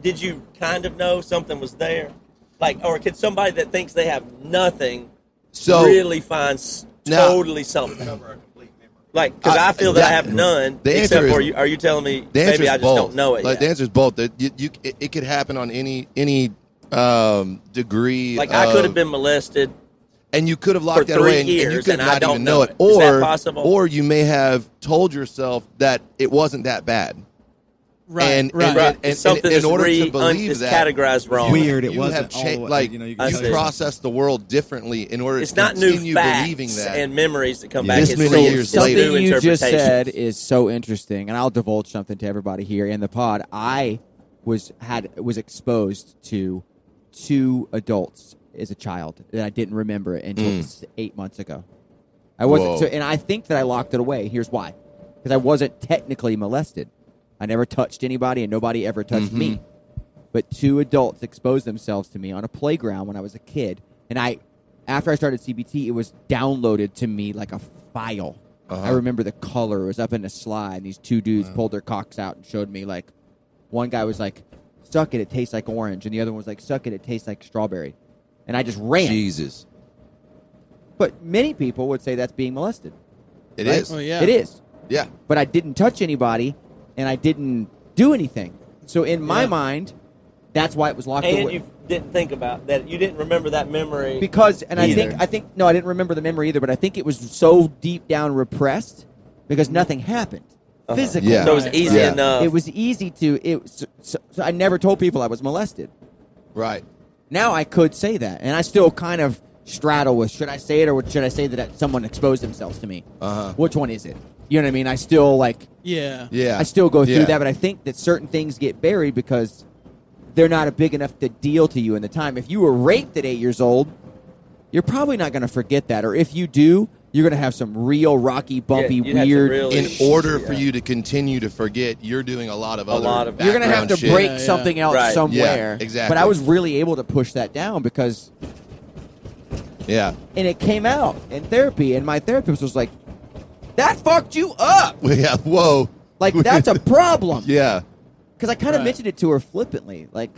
[SPEAKER 5] Did you kind of know something was there? Like, or could somebody that thinks they have nothing
[SPEAKER 4] So,
[SPEAKER 5] really find s-
[SPEAKER 4] Now-
[SPEAKER 5] totally something? Like, because I,
[SPEAKER 4] I-
[SPEAKER 5] feel that I
[SPEAKER 4] that-
[SPEAKER 5] have none.
[SPEAKER 4] the answer
[SPEAKER 5] except for
[SPEAKER 4] is-
[SPEAKER 5] you, are you telling me
[SPEAKER 4] the answer
[SPEAKER 5] maybe
[SPEAKER 4] is
[SPEAKER 5] I just
[SPEAKER 4] both.
[SPEAKER 5] don't know it?
[SPEAKER 4] Like,
[SPEAKER 5] yet?
[SPEAKER 4] the answer is both. That you, you, it, it could happen on any, any, um degree
[SPEAKER 5] Like I could
[SPEAKER 4] of-
[SPEAKER 5] have been molested.
[SPEAKER 4] and you could have locked
[SPEAKER 5] for
[SPEAKER 4] that away and,
[SPEAKER 5] three
[SPEAKER 4] and you
[SPEAKER 5] years,
[SPEAKER 4] could
[SPEAKER 5] and I
[SPEAKER 4] not
[SPEAKER 5] don't
[SPEAKER 4] even know
[SPEAKER 5] know
[SPEAKER 4] it.
[SPEAKER 5] it. Is
[SPEAKER 4] Or
[SPEAKER 5] that possible?
[SPEAKER 4] or you may have told yourself that it wasn't that bad.
[SPEAKER 1] Right.
[SPEAKER 4] and-
[SPEAKER 1] right.
[SPEAKER 4] and-
[SPEAKER 5] Right.
[SPEAKER 4] and-
[SPEAKER 5] something
[SPEAKER 4] in
[SPEAKER 5] that's
[SPEAKER 4] order to
[SPEAKER 5] re-
[SPEAKER 4] believe
[SPEAKER 5] it's
[SPEAKER 4] that,
[SPEAKER 5] categorized wrong.
[SPEAKER 2] Oh, Weird. it
[SPEAKER 4] you
[SPEAKER 2] wasn't
[SPEAKER 4] Have
[SPEAKER 2] all
[SPEAKER 4] cha-
[SPEAKER 2] the way-
[SPEAKER 4] like
[SPEAKER 2] you know, you
[SPEAKER 5] I see.
[SPEAKER 4] process the world differently in order
[SPEAKER 5] It's
[SPEAKER 4] to
[SPEAKER 5] not new
[SPEAKER 4] continue believing
[SPEAKER 5] facts
[SPEAKER 4] that.
[SPEAKER 5] and memories that come
[SPEAKER 2] Yeah.
[SPEAKER 5] back.
[SPEAKER 4] This
[SPEAKER 5] It's
[SPEAKER 4] many
[SPEAKER 5] real-
[SPEAKER 4] years
[SPEAKER 5] it's
[SPEAKER 3] something
[SPEAKER 4] later.
[SPEAKER 5] new
[SPEAKER 3] you just
[SPEAKER 5] interpretations.
[SPEAKER 3] said is so interesting, and I'll divulge something to everybody here in the pod. I was had was exposed to two adults as a child that I didn't remember it until s- eight months ago. I wasn't,
[SPEAKER 4] Mm. Whoa.
[SPEAKER 3] so, and I think that I locked it away. Here's why: because I wasn't technically molested. I never touched anybody, and nobody ever touched
[SPEAKER 4] Mm-hmm.
[SPEAKER 3] me. But two adults exposed themselves to me on a playground when I was a kid, and I, after I started CBT, it was downloaded to me like a file.
[SPEAKER 4] Uh-huh.
[SPEAKER 3] I remember the color it was up in a slide, and these two dudes pulled their cocks out and showed me like, one guy was like, "Suck it, it tastes like orange," and the other one was like, "Suck it, it tastes like strawberry," and I just ran.
[SPEAKER 4] Jesus.
[SPEAKER 3] But many people would say that's being molested.
[SPEAKER 4] it
[SPEAKER 3] right?
[SPEAKER 4] is.
[SPEAKER 1] Oh, yeah.
[SPEAKER 3] It is.
[SPEAKER 4] Yeah.
[SPEAKER 3] But I didn't touch anybody and I didn't do anything. So in my
[SPEAKER 1] Yeah.
[SPEAKER 3] mind, that's why it was locked
[SPEAKER 5] and
[SPEAKER 3] away.
[SPEAKER 5] you didn't think about that. You didn't remember that memory.
[SPEAKER 3] because and I
[SPEAKER 5] Either.
[SPEAKER 3] think I think no, I didn't remember the memory either, but I think it was so deep down repressed because nothing happened.
[SPEAKER 5] Uh-huh.
[SPEAKER 3] Physical.
[SPEAKER 4] Yeah.
[SPEAKER 5] so it was easy
[SPEAKER 4] Yeah.
[SPEAKER 5] enough.
[SPEAKER 3] It was easy to it so, so, so I never told people I was molested.
[SPEAKER 4] Right.
[SPEAKER 3] Now I could say that, and I still kind of straddle with should I say it or should I say that someone exposed themselves to me?
[SPEAKER 4] Uh-huh.
[SPEAKER 3] Which one is it? You know what I mean? I still like
[SPEAKER 1] yeah.
[SPEAKER 4] Yeah.
[SPEAKER 3] I still go through
[SPEAKER 4] Yeah.
[SPEAKER 3] that, but I think that certain things get buried because they're not a big enough to deal to you in the time. If you were raped at eight years old, you're probably not going to forget that, or if you do, you're going to have some real rocky, bumpy,
[SPEAKER 5] you'd have to
[SPEAKER 3] weird.
[SPEAKER 5] really-
[SPEAKER 4] in order
[SPEAKER 5] Yeah.
[SPEAKER 4] for you to continue to forget, you're doing a lot of
[SPEAKER 5] A
[SPEAKER 4] other
[SPEAKER 5] lot of-
[SPEAKER 3] you're going to have
[SPEAKER 4] background
[SPEAKER 3] to
[SPEAKER 4] shit.
[SPEAKER 3] break
[SPEAKER 1] Yeah, yeah.
[SPEAKER 3] something out
[SPEAKER 5] Right. Yeah,
[SPEAKER 3] somewhere.
[SPEAKER 4] exactly.
[SPEAKER 3] But I was really able to push that down because
[SPEAKER 4] Yeah.
[SPEAKER 3] and it came out in therapy, and my therapist was like, "That fucked you up.
[SPEAKER 4] Yeah. Whoa.
[SPEAKER 3] Like that's a problem."
[SPEAKER 4] Yeah.
[SPEAKER 3] Because I kind of
[SPEAKER 1] Right.
[SPEAKER 3] mentioned it to her flippantly, like,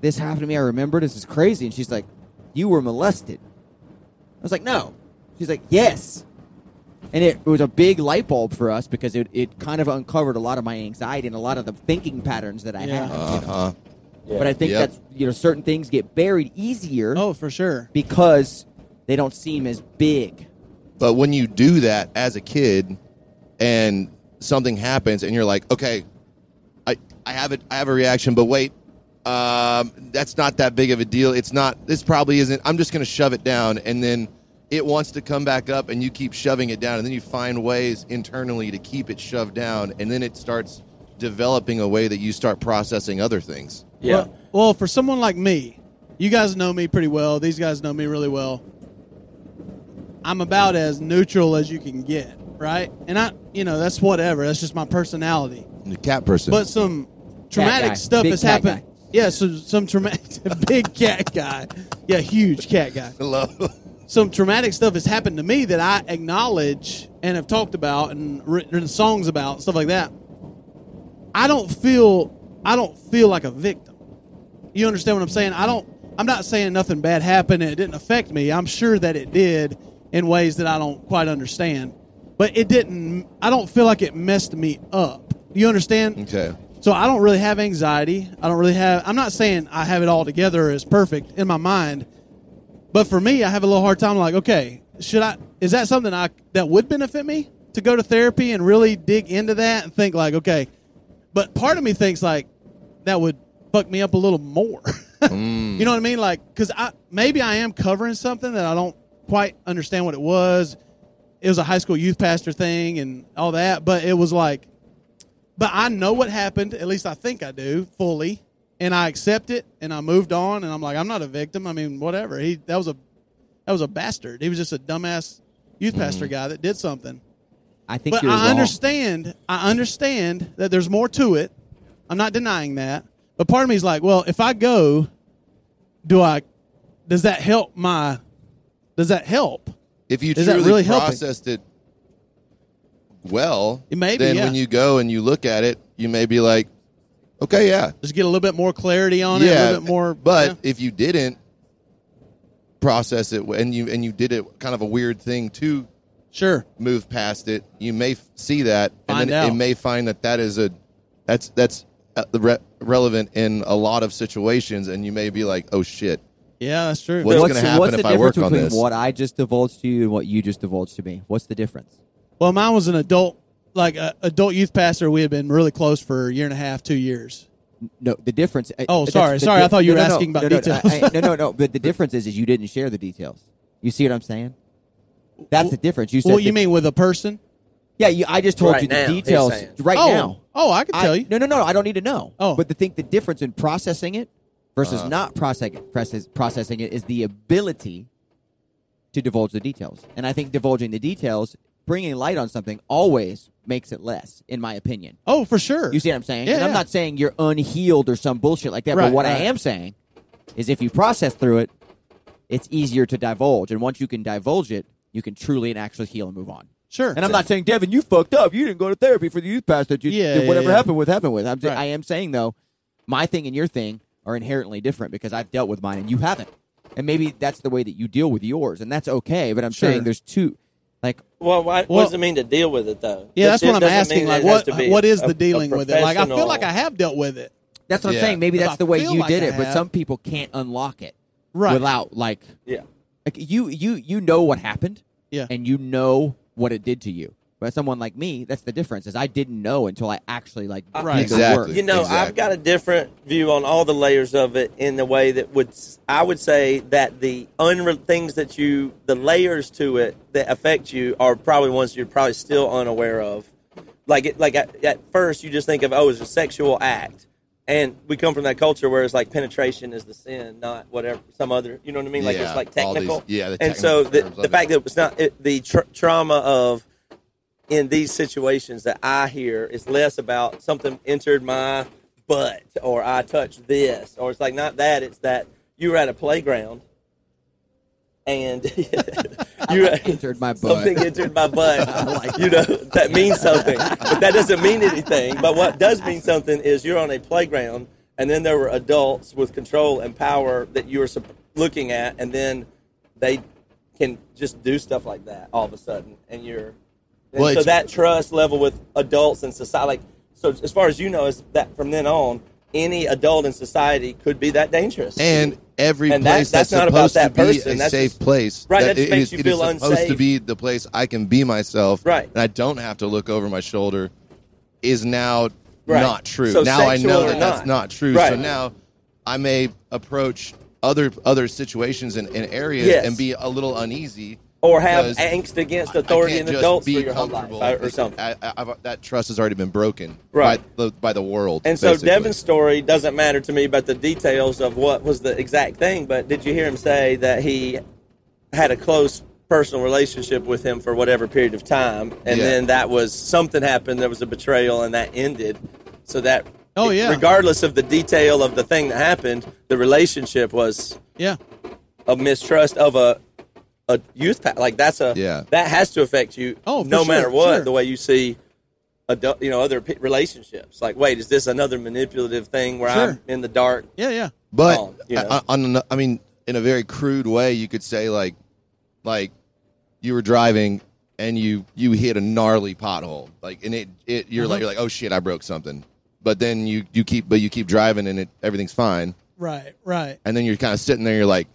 [SPEAKER 3] "This happened to me. I remember. This is crazy." And she's like, "You were molested." I was like, "No." She's like, "Yes." and it, was a big light bulb for us because it, it kind of uncovered a lot of my anxiety and a lot of the thinking patterns that I
[SPEAKER 1] Yeah.
[SPEAKER 3] had.
[SPEAKER 4] Uh huh.
[SPEAKER 5] Yeah.
[SPEAKER 3] But I think
[SPEAKER 4] Yep.
[SPEAKER 3] that's you know certain things get buried easier
[SPEAKER 1] Oh, for sure.
[SPEAKER 3] because they don't seem as big.
[SPEAKER 4] But when you do that as a kid, and something happens, and you're like, okay, I I have it, I have a reaction, but wait, um, that's not that big of a deal. It's not. This probably isn't. I'm just gonna shove it down, and then it wants to come back up, and you keep shoving it down, and then you find ways internally to keep it shoved down, and then it starts developing a way that you start processing other things.
[SPEAKER 5] yeah.
[SPEAKER 1] Well, well, for someone like me, you guys know me pretty well. These guys know me really well. I'm about as neutral as you can get, right? And I, you know, that's whatever. That's just my personality.
[SPEAKER 4] The cat person.
[SPEAKER 1] But some
[SPEAKER 3] guy.
[SPEAKER 1] traumatic stuff
[SPEAKER 3] Big
[SPEAKER 1] has
[SPEAKER 3] cat
[SPEAKER 1] happened.
[SPEAKER 3] guy.
[SPEAKER 1] Yeah, so some traumatic, big cat guy. Yeah, huge cat guy.
[SPEAKER 4] Hello.
[SPEAKER 1] Some traumatic stuff has happened to me that I acknowledge and have talked about and written songs about stuff like that. I don't feel, I don't feel like a victim. You understand what I'm saying? I don't. I'm not saying nothing bad happened and it didn't affect me. I'm sure that it did in ways that I don't quite understand. But it didn't. I don't feel like it messed me up. You understand?
[SPEAKER 4] okay.
[SPEAKER 1] So I don't really have anxiety. I don't really have. I'm not saying I have it all together as perfect in my mind, but for me, I have a little hard time. Like, okay, should I? Is that something I that would benefit me to go to therapy and really dig into that and think like, okay, but part of me thinks like that would fuck me up a little more. You know what I mean? Like, because I maybe I am covering something that I don't quite understand what it was. It was a high school youth pastor thing and all that, but it was like but I know what happened. At least I think I do fully, and I accept it, and I moved on, and I'm like, I'm not a victim. I mean, whatever. He that was a that was a bastard. He was just a dumbass youth pastor guy that did something.
[SPEAKER 3] Hmm. I think
[SPEAKER 1] But
[SPEAKER 3] you're
[SPEAKER 1] I
[SPEAKER 3] wrong.
[SPEAKER 1] understand. I understand that there's more to it. I'm not denying that. But part of me is like, well, if I go, do I? Does that help my? Does that help?
[SPEAKER 4] if you
[SPEAKER 1] Is that
[SPEAKER 4] truly
[SPEAKER 1] really helping?
[SPEAKER 4] processed it well,
[SPEAKER 1] It may be,
[SPEAKER 4] then
[SPEAKER 1] yeah.
[SPEAKER 4] when you go and you look at it, you may be like, okay, yeah,
[SPEAKER 1] Just get a little bit more clarity on it. A
[SPEAKER 4] yeah,
[SPEAKER 1] little bit more.
[SPEAKER 4] But
[SPEAKER 1] yeah.
[SPEAKER 4] if you didn't process it and you and you did it kind of a weird thing to
[SPEAKER 1] sure.
[SPEAKER 4] move past it, you may f- see that,
[SPEAKER 1] Find
[SPEAKER 4] and then
[SPEAKER 1] out.
[SPEAKER 4] it may find that that is a that's that's uh, re- relevant in a lot of situations, and you may be like, oh shit,
[SPEAKER 1] Yeah, that's true.
[SPEAKER 4] What's gonna happen
[SPEAKER 3] what's the
[SPEAKER 4] if I
[SPEAKER 3] difference
[SPEAKER 4] work on
[SPEAKER 3] between
[SPEAKER 4] this?
[SPEAKER 3] what I just divulged to you and what you just divulged to me? What's the difference?
[SPEAKER 1] Well, mine was an adult, like a adult youth pastor. We had been really close for a year and a half, two years.
[SPEAKER 3] No, the difference. uh,
[SPEAKER 1] Oh,
[SPEAKER 3] that's
[SPEAKER 1] sorry,
[SPEAKER 3] the
[SPEAKER 1] sorry, I thought you
[SPEAKER 3] no,
[SPEAKER 1] were
[SPEAKER 3] no, no,
[SPEAKER 1] asking about
[SPEAKER 3] no, no, no,
[SPEAKER 1] details.
[SPEAKER 3] I- I- No, no, no. But the difference is, is you didn't share the details. You see what I'm saying? That's the difference. You said.
[SPEAKER 1] Well, you
[SPEAKER 3] the-
[SPEAKER 1] mean with a person?
[SPEAKER 3] Yeah, you, I just told
[SPEAKER 5] Right
[SPEAKER 3] you the
[SPEAKER 5] now, he's
[SPEAKER 3] details
[SPEAKER 5] saying.
[SPEAKER 3] right
[SPEAKER 1] oh,
[SPEAKER 3] now.
[SPEAKER 1] oh, I could
[SPEAKER 3] I-
[SPEAKER 1] tell you.
[SPEAKER 3] No, no, no. I don't need to know.
[SPEAKER 1] Oh. Uh.
[SPEAKER 3] but to think the difference in processing it versus not process, process, processing it is the ability to divulge the details. And I think divulging the details, bringing light on something, always makes it less, in my opinion.
[SPEAKER 1] Oh, for sure.
[SPEAKER 3] You see what I'm saying?
[SPEAKER 1] Yeah,
[SPEAKER 3] and I'm
[SPEAKER 1] yeah.
[SPEAKER 3] not saying you're unhealed or some bullshit like that.
[SPEAKER 1] Right,
[SPEAKER 3] but what
[SPEAKER 1] right.
[SPEAKER 3] I am saying is, if you process through it, it's easier to divulge. And once you can divulge it, you can truly and actually heal and move on.
[SPEAKER 1] sure.
[SPEAKER 3] And I'm not saying, Devin, you fucked up. You didn't go to therapy for the youth pastor. You,
[SPEAKER 1] Yeah,
[SPEAKER 3] did
[SPEAKER 1] yeah,
[SPEAKER 3] whatever
[SPEAKER 1] yeah.
[SPEAKER 3] happened with happened with. I'm just,
[SPEAKER 1] Right.
[SPEAKER 3] I am saying though, my thing and your thing are inherently different because I've dealt with mine and you haven't. And maybe that's the way that you deal with yours, and that's okay. But I'm
[SPEAKER 1] Sure.
[SPEAKER 3] saying there's two, like
[SPEAKER 5] Well, why, what
[SPEAKER 1] Well-
[SPEAKER 5] does it mean to deal with it though?
[SPEAKER 1] Yeah,
[SPEAKER 5] That
[SPEAKER 1] that's
[SPEAKER 5] just
[SPEAKER 1] what I'm
[SPEAKER 5] doesn't
[SPEAKER 1] asking.
[SPEAKER 5] mean
[SPEAKER 1] Like,
[SPEAKER 5] it has
[SPEAKER 1] what
[SPEAKER 5] to be
[SPEAKER 1] what is
[SPEAKER 5] a-
[SPEAKER 1] the dealing
[SPEAKER 5] a
[SPEAKER 1] with it? Like, I feel like I
[SPEAKER 5] professional-
[SPEAKER 1] have dealt with it.
[SPEAKER 3] that's what
[SPEAKER 4] Yeah.
[SPEAKER 3] I'm saying. Maybe
[SPEAKER 1] But
[SPEAKER 3] that's
[SPEAKER 1] I
[SPEAKER 3] the way
[SPEAKER 1] feel
[SPEAKER 3] you
[SPEAKER 1] like
[SPEAKER 3] did
[SPEAKER 1] I
[SPEAKER 3] it, but
[SPEAKER 1] have.
[SPEAKER 3] some people can't unlock it
[SPEAKER 1] Right.
[SPEAKER 3] without like,
[SPEAKER 5] Yeah.
[SPEAKER 3] like you you you know what happened,
[SPEAKER 1] Yeah.
[SPEAKER 3] and you know what it did to you. But someone like me, that's the difference. Is I didn't know until I actually like
[SPEAKER 1] Right.
[SPEAKER 3] did the
[SPEAKER 4] Exactly.
[SPEAKER 3] work.
[SPEAKER 5] You know, I've
[SPEAKER 4] Exactly.
[SPEAKER 5] got a different view on all the layers of it in the way that would I would say that the unre- things that you the layers to it that affect you are probably ones you're probably still unaware of. Like it, like at, at first you just think of oh it's a sexual act, and we come from that culture where it's like penetration is the sin, not whatever some other. You know what I mean? Like
[SPEAKER 4] Yeah,
[SPEAKER 5] it's like
[SPEAKER 4] all these-
[SPEAKER 5] technical.
[SPEAKER 4] yeah, the
[SPEAKER 5] and so
[SPEAKER 4] technical
[SPEAKER 5] the,
[SPEAKER 4] terms
[SPEAKER 5] the
[SPEAKER 4] of it.
[SPEAKER 5] fact that it's not it, the tr trauma of in these situations that I hear is less about something entered my butt or I touched this or it's like not that it's that you were at a playground and you
[SPEAKER 3] entered my butt.
[SPEAKER 5] something entered my butt you know that means something but that doesn't mean anything but what does mean something is you're on a playground and then there were adults with control and power that you were sup- looking at and then they can just do stuff like that all of a sudden and you're And
[SPEAKER 4] Well,
[SPEAKER 5] so
[SPEAKER 4] it's-
[SPEAKER 5] that trust level with adults and society, like, so as far as you know, is that from then on, any adult in society could be that dangerous.
[SPEAKER 4] and every
[SPEAKER 5] And that-
[SPEAKER 4] place
[SPEAKER 5] that's
[SPEAKER 4] that's,
[SPEAKER 5] not about
[SPEAKER 4] supposed
[SPEAKER 5] that
[SPEAKER 4] to be
[SPEAKER 5] person.
[SPEAKER 4] a
[SPEAKER 5] That's
[SPEAKER 4] safe
[SPEAKER 5] just-
[SPEAKER 4] place.
[SPEAKER 5] Right,
[SPEAKER 4] That
[SPEAKER 5] that just
[SPEAKER 4] it
[SPEAKER 5] makes
[SPEAKER 4] is-
[SPEAKER 5] you
[SPEAKER 4] it is
[SPEAKER 5] feel
[SPEAKER 4] supposed to
[SPEAKER 5] unsafe.
[SPEAKER 4] be the place I can be myself.
[SPEAKER 5] Right.
[SPEAKER 4] And I don't have to look over my shoulder is now
[SPEAKER 5] Right.
[SPEAKER 4] not true.
[SPEAKER 5] So
[SPEAKER 4] now I
[SPEAKER 5] sexual
[SPEAKER 4] know
[SPEAKER 5] or
[SPEAKER 4] that that's
[SPEAKER 5] not.
[SPEAKER 4] not true. So
[SPEAKER 5] Right.
[SPEAKER 4] now I may approach other other situations and, and areas
[SPEAKER 5] Yes.
[SPEAKER 4] and be a little uneasy.
[SPEAKER 5] or have
[SPEAKER 4] because
[SPEAKER 5] angst against
[SPEAKER 4] I
[SPEAKER 5] authority
[SPEAKER 4] can't
[SPEAKER 5] and
[SPEAKER 4] just
[SPEAKER 5] adults for
[SPEAKER 4] be
[SPEAKER 5] your whole life
[SPEAKER 4] comfortable.
[SPEAKER 5] or- or something.
[SPEAKER 4] I, I, I've, that trust has already been broken
[SPEAKER 5] Right.
[SPEAKER 4] by, the, by the world.
[SPEAKER 5] And so
[SPEAKER 4] basically.
[SPEAKER 5] Devin's story doesn't matter to me about the details of what was the exact thing, but did you hear him say that he had a close personal relationship with him for whatever period of time and
[SPEAKER 4] Yeah.
[SPEAKER 5] then that was something happened there was a betrayal and that ended so that
[SPEAKER 1] Oh, yeah.
[SPEAKER 5] regardless of the detail of the thing that happened the relationship was
[SPEAKER 1] Yeah.
[SPEAKER 5] a mistrust of a a youth pa- like that's a
[SPEAKER 4] Yeah.
[SPEAKER 5] that has to affect you
[SPEAKER 1] Oh, for
[SPEAKER 5] no
[SPEAKER 1] sure,
[SPEAKER 5] matter what
[SPEAKER 1] sure.
[SPEAKER 5] the way you see adult you know other pe relationships like wait is this another manipulative thing where I'm
[SPEAKER 1] Sure.
[SPEAKER 5] in the dark
[SPEAKER 1] Yeah. Yeah.
[SPEAKER 4] But
[SPEAKER 5] Oh, you know.
[SPEAKER 4] I- I- on, an- I mean, in a very crude way, you could say like, like you were driving and you you hit a gnarly pothole, like, and it it you're like you're like oh shit, I broke something. But then you you keep but you keep driving and it everything's fine,
[SPEAKER 1] Right. Right.
[SPEAKER 4] and then you're kind of sitting there, you're like,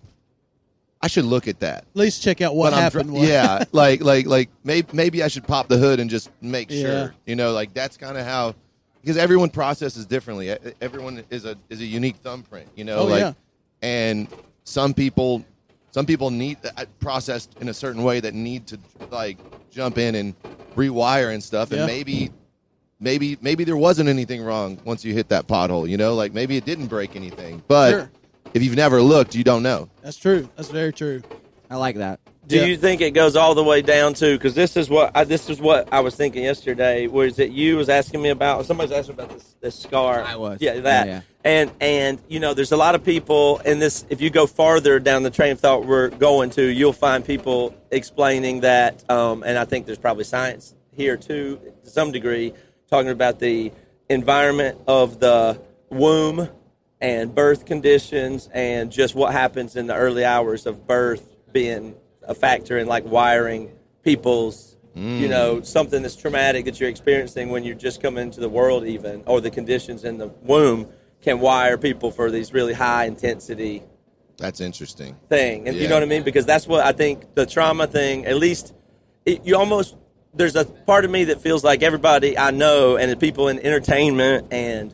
[SPEAKER 4] I should look at that.
[SPEAKER 1] At least check out what
[SPEAKER 4] But I'm dri-
[SPEAKER 1] happened. was.
[SPEAKER 4] yeah, like like like maybe maybe I should pop the hood and just make
[SPEAKER 1] Yeah.
[SPEAKER 4] sure. You know, like that's kind of how because everyone processes differently. E- Everyone is a is a unique thumbprint. You know,
[SPEAKER 1] Oh,
[SPEAKER 4] like
[SPEAKER 1] yeah.
[SPEAKER 4] and some people some people need uh, processed in a certain way that need to like jump in and rewire and stuff.
[SPEAKER 1] Yeah.
[SPEAKER 4] And maybe maybe maybe there wasn't anything wrong once you hit that pothole. You know, like maybe it didn't break anything, but.
[SPEAKER 1] Sure.
[SPEAKER 4] If you've never looked, you don't know.
[SPEAKER 1] That's true. That's very true.
[SPEAKER 3] I like that.
[SPEAKER 5] Do
[SPEAKER 1] Yeah.
[SPEAKER 5] you think it goes all the way down to? Because this is what I, this is what I was thinking yesterday. Was that you was asking me about? Somebody's asking about this, this scar.
[SPEAKER 3] I was.
[SPEAKER 5] Yeah, that.
[SPEAKER 3] Yeah, yeah.
[SPEAKER 5] And and you know, there's a lot of people in this. If you go farther down the train of thought we're going to, you'll find people explaining that. Um, and I think there's probably science here too, to some degree, talking about the environment of the womb and birth conditions and just what happens in the early hours of birth being a factor in like wiring people's you know something that's traumatic that you're experiencing when you just come into the world even or the conditions in the womb can wire people for these really high intensity
[SPEAKER 4] That's interesting.
[SPEAKER 5] thing. And you
[SPEAKER 4] Yeah.
[SPEAKER 5] know what I mean? Because that's what I think the trauma thing, at least it, you almost, there's a part of me that feels like everybody I know and the people in entertainment and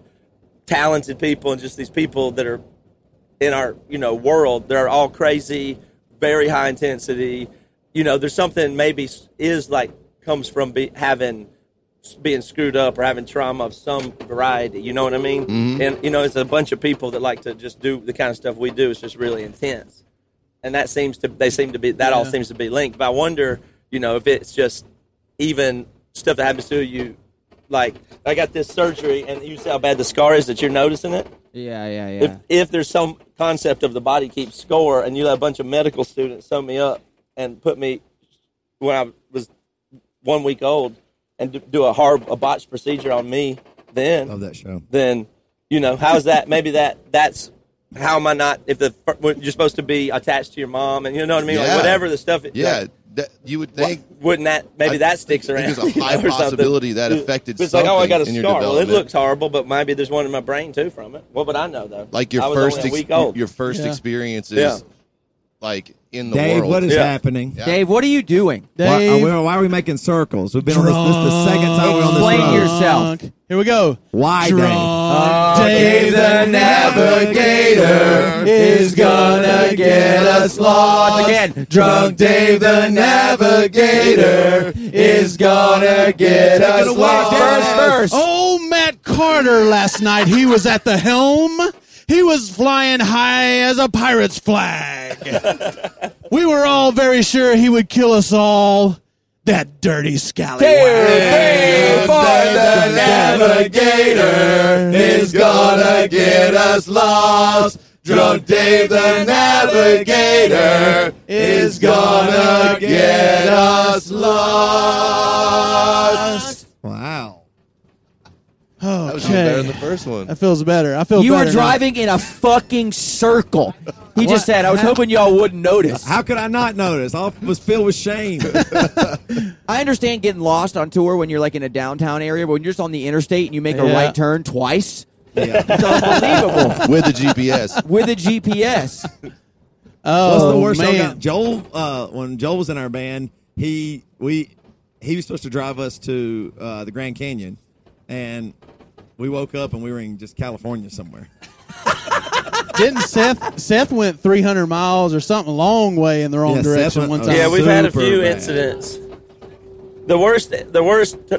[SPEAKER 5] talented people and just these people that are in our, you know, world, they're all crazy, very high intensity. You know, there's something maybe s- is like comes from be, having being screwed up or having trauma of some variety. You know what I mean? And you know, it's a bunch of people that like to just do the kind of stuff we do. It's just really intense, and that seems to they seem to be that all
[SPEAKER 1] Yeah.
[SPEAKER 5] seems to be linked. But I wonder, you know, if it's just even stuff that happens to you. Like I got this surgery, and you see how bad the scar is that you're noticing it.
[SPEAKER 3] Yeah, yeah, yeah.
[SPEAKER 5] If if there's some concept of the body keeps score, and you let a bunch of medical students sew me up and put me when I was one week old and do- do a hard a botched procedure on me, then
[SPEAKER 2] Love that show.
[SPEAKER 5] then you know how's that? Maybe that that's how am I not? If the fir- when you're supposed to be attached to your mom, and you know what I mean,
[SPEAKER 4] Yeah.
[SPEAKER 5] like whatever the stuff.
[SPEAKER 4] Yeah,
[SPEAKER 5] like,
[SPEAKER 4] that, you would
[SPEAKER 5] wha-
[SPEAKER 4] think
[SPEAKER 5] wouldn't that maybe
[SPEAKER 4] I
[SPEAKER 5] that sticks
[SPEAKER 4] think
[SPEAKER 5] around?
[SPEAKER 4] there's a
[SPEAKER 5] you know,
[SPEAKER 4] high
[SPEAKER 5] or something.
[SPEAKER 4] possibility that affected
[SPEAKER 5] It's like oh, I got a
[SPEAKER 4] something in your
[SPEAKER 5] scar. Well, it
[SPEAKER 4] development.
[SPEAKER 5] looks horrible, but maybe there's one in my brain too from it. What would I know though?
[SPEAKER 4] like your
[SPEAKER 5] I was
[SPEAKER 4] first
[SPEAKER 5] only a
[SPEAKER 4] ex-
[SPEAKER 5] week old.
[SPEAKER 4] your first
[SPEAKER 1] Yeah.
[SPEAKER 4] experiences
[SPEAKER 5] Yeah.
[SPEAKER 4] like in the
[SPEAKER 2] Dave,
[SPEAKER 4] world.
[SPEAKER 2] what is
[SPEAKER 5] Yeah.
[SPEAKER 2] happening?
[SPEAKER 4] Yeah.
[SPEAKER 3] Dave, what are you doing?
[SPEAKER 2] Why, are
[SPEAKER 1] Dave,
[SPEAKER 2] we, why are we making circles? We've been on this, this is the second time we're on this
[SPEAKER 3] Explain
[SPEAKER 2] road.
[SPEAKER 3] yourself.
[SPEAKER 1] drunk. Here we go.
[SPEAKER 2] Why, Dave? Uh,
[SPEAKER 1] drunk Dave the Navigator is gonna get us lost
[SPEAKER 3] Again.
[SPEAKER 1] Drunk Dave the Navigator is gonna get us
[SPEAKER 2] away,
[SPEAKER 1] lost.
[SPEAKER 2] Dennis.
[SPEAKER 3] Verse, verse.
[SPEAKER 1] Oh, Matt Carter last night. He was at the helm. He was flying high as a pirate's flag. we were all very sure he would kill us all. That dirty scallywag.
[SPEAKER 3] Dave,
[SPEAKER 4] the navigator is gonna get us lost. Drunk Dave the navigator is gonna get us lost.
[SPEAKER 2] Wow.
[SPEAKER 1] Oh,
[SPEAKER 4] That was even better than the
[SPEAKER 1] okay.
[SPEAKER 4] first one.
[SPEAKER 1] That feels better. I feel
[SPEAKER 3] you were
[SPEAKER 1] better now.
[SPEAKER 3] driving in a fucking circle. He
[SPEAKER 1] What
[SPEAKER 3] just said, "I was
[SPEAKER 1] happened?
[SPEAKER 3] hoping y'all wouldn't notice."
[SPEAKER 2] How could I not notice? I was filled with shame.
[SPEAKER 3] I understand getting lost on tour when you're like in a downtown area, but when you're just on the interstate and you make a
[SPEAKER 1] Yeah.
[SPEAKER 3] right turn twice,
[SPEAKER 2] Yeah.
[SPEAKER 3] it's unbelievable
[SPEAKER 4] with the GPS.
[SPEAKER 3] with a GPS.
[SPEAKER 1] Oh,
[SPEAKER 2] What's the worst? y'all
[SPEAKER 1] man.
[SPEAKER 2] got? Joel, uh, when Joel was in our band, he we he was supposed to drive us to uh, the Grand Canyon, and we woke up and we were in just California somewhere.
[SPEAKER 1] Didn't Seth Seth went 300 miles or something a long way in the wrong
[SPEAKER 2] Yeah, Seth
[SPEAKER 1] direction
[SPEAKER 2] went-
[SPEAKER 1] one
[SPEAKER 2] oh,
[SPEAKER 1] time?
[SPEAKER 5] yeah, we've had a
[SPEAKER 2] super
[SPEAKER 5] few
[SPEAKER 2] bad.
[SPEAKER 5] incidents. The worst, the worst t-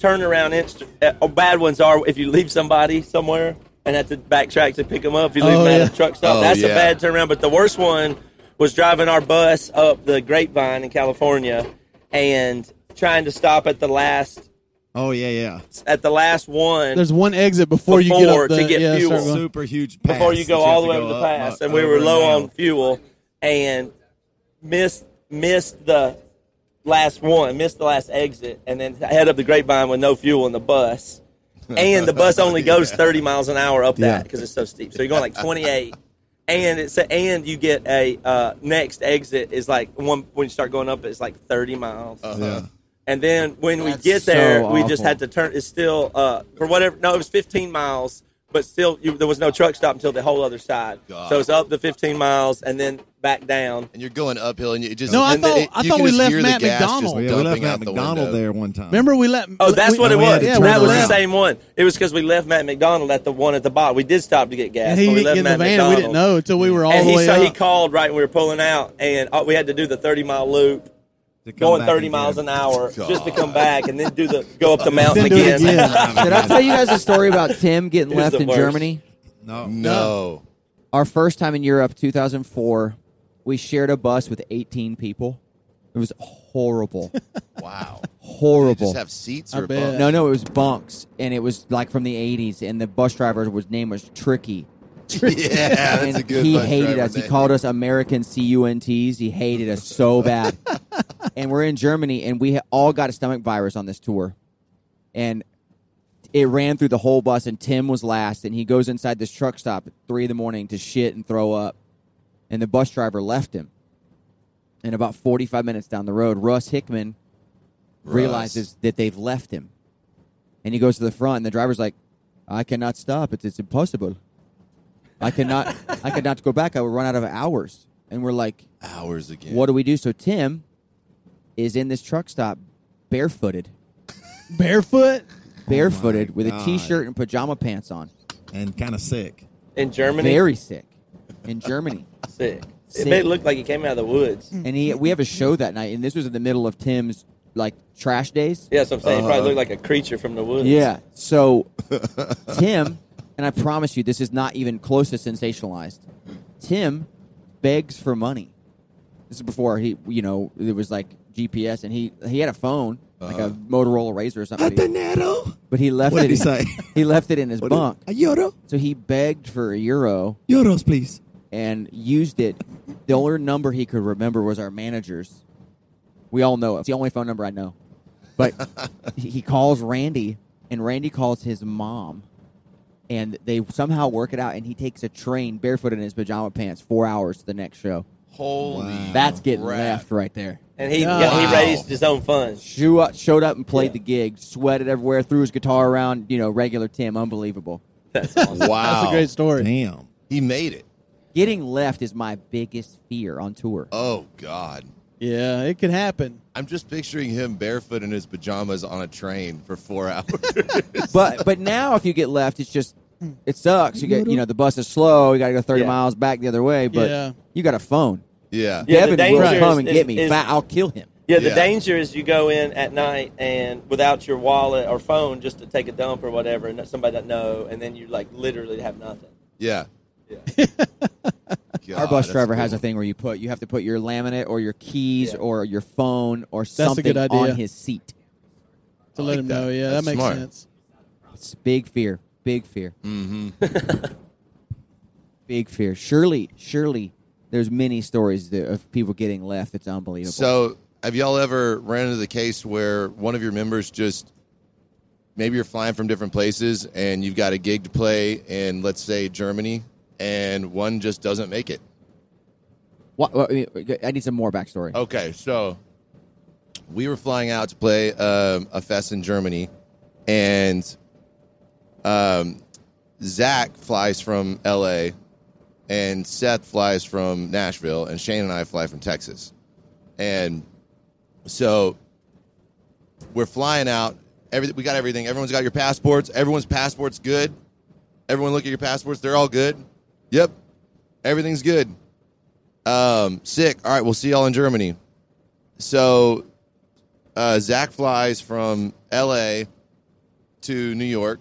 [SPEAKER 5] turnaround inst- uh, or bad ones are if you leave somebody somewhere and have to backtrack to pick them up. If you leave
[SPEAKER 1] Oh,
[SPEAKER 5] them
[SPEAKER 1] yeah.
[SPEAKER 5] at a truck stop,
[SPEAKER 4] Oh,
[SPEAKER 5] that's
[SPEAKER 4] yeah.
[SPEAKER 5] a bad turnaround. But the worst one was driving our bus up the Grapevine in California and trying to stop at the last
[SPEAKER 2] Oh yeah, yeah.
[SPEAKER 5] at the last one.
[SPEAKER 1] There's one exit before, you get
[SPEAKER 5] Before
[SPEAKER 1] up the,
[SPEAKER 5] to get
[SPEAKER 1] yeah,
[SPEAKER 5] fuel.
[SPEAKER 1] start going.
[SPEAKER 2] Super huge. Pass
[SPEAKER 5] before you
[SPEAKER 2] that
[SPEAKER 5] go all the
[SPEAKER 2] have
[SPEAKER 5] way
[SPEAKER 2] to
[SPEAKER 5] over
[SPEAKER 2] go
[SPEAKER 5] the
[SPEAKER 2] up,
[SPEAKER 5] pass,
[SPEAKER 2] up,
[SPEAKER 5] and we
[SPEAKER 2] over
[SPEAKER 5] were low
[SPEAKER 2] down.
[SPEAKER 5] on fuel and missed missed the last one, missed the last exit, and then head up the grapevine with no fuel in the bus. And the bus only goes thirty miles an hour up
[SPEAKER 2] Yeah.
[SPEAKER 5] that because it's so steep. So you're going like twenty eight. And it's a, and you get a uh, next exit is like one when you start going up it's like thirty miles
[SPEAKER 4] Uh-huh.
[SPEAKER 5] and then when we
[SPEAKER 3] That's
[SPEAKER 5] get there,
[SPEAKER 3] so
[SPEAKER 5] we just
[SPEAKER 3] awful.
[SPEAKER 5] had to turn. It's still uh, for whatever. No, it was 15 miles, but still you, there was no truck stop until the whole other side.
[SPEAKER 4] God.
[SPEAKER 5] So it's up the 15 miles and then back down.
[SPEAKER 4] And you're going uphill, and you it just
[SPEAKER 1] No, I
[SPEAKER 4] and the-
[SPEAKER 1] thought-
[SPEAKER 4] it-
[SPEAKER 1] I
[SPEAKER 4] you
[SPEAKER 1] thought
[SPEAKER 4] can
[SPEAKER 1] we
[SPEAKER 4] just
[SPEAKER 1] left
[SPEAKER 4] hear the
[SPEAKER 1] Matt
[SPEAKER 4] gas just
[SPEAKER 1] McDonald.
[SPEAKER 2] Yeah, we left
[SPEAKER 4] dumping
[SPEAKER 2] Matt
[SPEAKER 4] out the
[SPEAKER 2] McDonald
[SPEAKER 4] window.
[SPEAKER 2] there one time.
[SPEAKER 1] Remember we let
[SPEAKER 5] Oh, that's
[SPEAKER 1] we-
[SPEAKER 5] what it
[SPEAKER 2] and we had
[SPEAKER 5] was.
[SPEAKER 2] to turn
[SPEAKER 5] that was the
[SPEAKER 2] around.
[SPEAKER 5] same one. It was because we left Matt McDonald at the one at the bottom. We did stop to get gas.
[SPEAKER 1] And he
[SPEAKER 5] but we
[SPEAKER 1] didn't
[SPEAKER 5] left
[SPEAKER 1] get in the
[SPEAKER 5] Matt
[SPEAKER 1] van. We
[SPEAKER 5] McDonald.
[SPEAKER 1] didn't know until we were all
[SPEAKER 5] And
[SPEAKER 1] the
[SPEAKER 5] he
[SPEAKER 1] way
[SPEAKER 5] so he
[SPEAKER 1] up.
[SPEAKER 5] called right when we were pulling out, and uh, we had to do the 30 mile loop.
[SPEAKER 2] To come
[SPEAKER 5] Going
[SPEAKER 2] back
[SPEAKER 5] 30
[SPEAKER 2] again.
[SPEAKER 5] miles an hour just to
[SPEAKER 4] God.
[SPEAKER 5] come back and then do the go up the mountain
[SPEAKER 1] Then do it
[SPEAKER 5] again.
[SPEAKER 1] again.
[SPEAKER 3] Did I tell you guys a story about Tim getting
[SPEAKER 5] It was
[SPEAKER 3] left
[SPEAKER 5] the
[SPEAKER 3] in
[SPEAKER 5] worst.
[SPEAKER 3] Germany?
[SPEAKER 2] No.
[SPEAKER 4] No,
[SPEAKER 3] Our first time in Europe, 2004, we shared a bus with 18 people. It was horrible,
[SPEAKER 4] wow. They
[SPEAKER 3] horrible.
[SPEAKER 4] just have seats
[SPEAKER 1] I
[SPEAKER 4] or a
[SPEAKER 1] bet.
[SPEAKER 4] bunk?
[SPEAKER 3] No, no, it was bunks, and it was like from the 80s, and the bus driver was name was Tricky.
[SPEAKER 4] Yeah, that's
[SPEAKER 3] and
[SPEAKER 4] a good.
[SPEAKER 3] he
[SPEAKER 4] bus
[SPEAKER 3] hated
[SPEAKER 4] driver
[SPEAKER 3] us. He
[SPEAKER 4] name.
[SPEAKER 3] called us American CUNTs. He hated us so bad. and we're in Germany, and we ha- all got a stomach virus on this tour, and it ran through the whole bus. And Tim was last, and he goes inside this truck stop at three in the morning to shit and throw up, and the bus driver left him. And about forty-five minutes down the road, Russ Hickman
[SPEAKER 4] Russ.
[SPEAKER 3] realizes that they've left him, and he goes to the front, and the driver's like, "I cannot stop. It's, it's impossible." I could not. I could not go back. I would run out of hours. And we're like,
[SPEAKER 4] hours again.
[SPEAKER 3] what do we do? So Tim is in this truck stop, barefooted,
[SPEAKER 1] barefoot.
[SPEAKER 3] barefooted with a
[SPEAKER 2] God.
[SPEAKER 3] t-shirt and pajama pants on.
[SPEAKER 2] And kind of sick.
[SPEAKER 5] In Germany.
[SPEAKER 3] Very sick in Germany.
[SPEAKER 5] Sick.
[SPEAKER 3] Sick.
[SPEAKER 5] It made it look like he came out of the woods.
[SPEAKER 3] and he, we have a show that night, and this was in the middle of Tim's like trash days.
[SPEAKER 5] Yeah, so I'm saying. He
[SPEAKER 4] Uh-huh.
[SPEAKER 5] probably looked like a creature from the woods.
[SPEAKER 3] Yeah. So Tim, and I promise you, this is not even close to sensationalized. Tim begs for money. This is before he, you know, it was like GPS, and he he had a phone, like a Motorola Razor or something.
[SPEAKER 2] Habanero?
[SPEAKER 3] But he left
[SPEAKER 2] Uh-huh. What
[SPEAKER 3] it.
[SPEAKER 2] did he
[SPEAKER 3] in-
[SPEAKER 2] say?
[SPEAKER 3] He left it in his
[SPEAKER 2] What is-
[SPEAKER 3] bunk.
[SPEAKER 2] A euro?
[SPEAKER 3] So he begged for a euro
[SPEAKER 2] Euros, please.
[SPEAKER 3] and used it. The only number he could remember was our manager's. We all know it. It's the only phone number I know. But he he calls Randy, and Randy calls his mom, and they somehow work it out. And he takes a train barefoot in his pajama pants four hours to the next show.
[SPEAKER 4] Holy,
[SPEAKER 2] Wow.
[SPEAKER 3] That's getting
[SPEAKER 4] crap.
[SPEAKER 3] left right there.
[SPEAKER 5] And he
[SPEAKER 1] Wow.
[SPEAKER 5] yeah, he raised his own funds.
[SPEAKER 3] Show up, showed up and played
[SPEAKER 5] Yeah.
[SPEAKER 3] the gig, sweated everywhere, threw his guitar around. You know, regular Tim, unbelievable.
[SPEAKER 4] Wow,
[SPEAKER 1] That's a great story.
[SPEAKER 2] Damn.
[SPEAKER 4] He made it.
[SPEAKER 3] Getting left is my biggest fear on tour.
[SPEAKER 4] Oh God.
[SPEAKER 1] Yeah, it could happen.
[SPEAKER 4] I'm just picturing him barefoot in his pajamas on a train for four hours.
[SPEAKER 3] but but now if you get left, it's just it sucks. You get you know the bus is slow. You got to go thirty
[SPEAKER 5] Yeah.
[SPEAKER 3] miles back the other way. But
[SPEAKER 1] Yeah.
[SPEAKER 3] you got a phone.
[SPEAKER 4] yeah.
[SPEAKER 5] Yeah, the
[SPEAKER 3] Devin will
[SPEAKER 5] danger
[SPEAKER 3] come
[SPEAKER 5] is-
[SPEAKER 3] and
[SPEAKER 5] is-
[SPEAKER 3] get me.
[SPEAKER 5] is-
[SPEAKER 3] Fa- I'll kill him.
[SPEAKER 5] Yeah, the
[SPEAKER 4] Yeah.
[SPEAKER 5] danger is you go in at night and without your wallet or phone just to take a dump or whatever, and somebody doesn't know, and then you like literally have nothing.
[SPEAKER 4] Yeah.
[SPEAKER 5] Yeah.
[SPEAKER 3] Our bus driver has a
[SPEAKER 4] thing.
[SPEAKER 3] thing where you put you have to put your laminate or your keys
[SPEAKER 5] Yeah.
[SPEAKER 3] or your phone or
[SPEAKER 1] a
[SPEAKER 3] something
[SPEAKER 1] good idea.
[SPEAKER 3] on his seat.
[SPEAKER 1] To
[SPEAKER 4] I
[SPEAKER 1] let
[SPEAKER 4] like
[SPEAKER 1] him
[SPEAKER 4] that.
[SPEAKER 1] know. Yeah,
[SPEAKER 4] That's
[SPEAKER 1] that makes
[SPEAKER 4] smart.
[SPEAKER 1] sense.
[SPEAKER 3] It's a big fear. Big fear.
[SPEAKER 4] Mm-hmm.
[SPEAKER 3] Big fear. Surely, surely, there's many stories that, of people getting left. It's unbelievable.
[SPEAKER 4] So, have y'all ever ran into the case where one of your members just maybe you're flying from different places and you've got a gig to play in, let's say, Germany, and one just doesn't make it.
[SPEAKER 3] Wha- wha- I mean, I need some more backstory.
[SPEAKER 4] Okay, so we were flying out to play um, a fest in Germany, and um, Zach flies from LA, and Seth flies from Nashville, and Shane and I fly from Texas. And so we're flying out. Every, we got everything. Everyone's got your passports. Everyone's passport's good. Everyone look at your passports. They're all good. Yep. Everything's good. Um, sick. All right, we'll see y'all in Germany. So uh, Zach flies from L.A. to New York,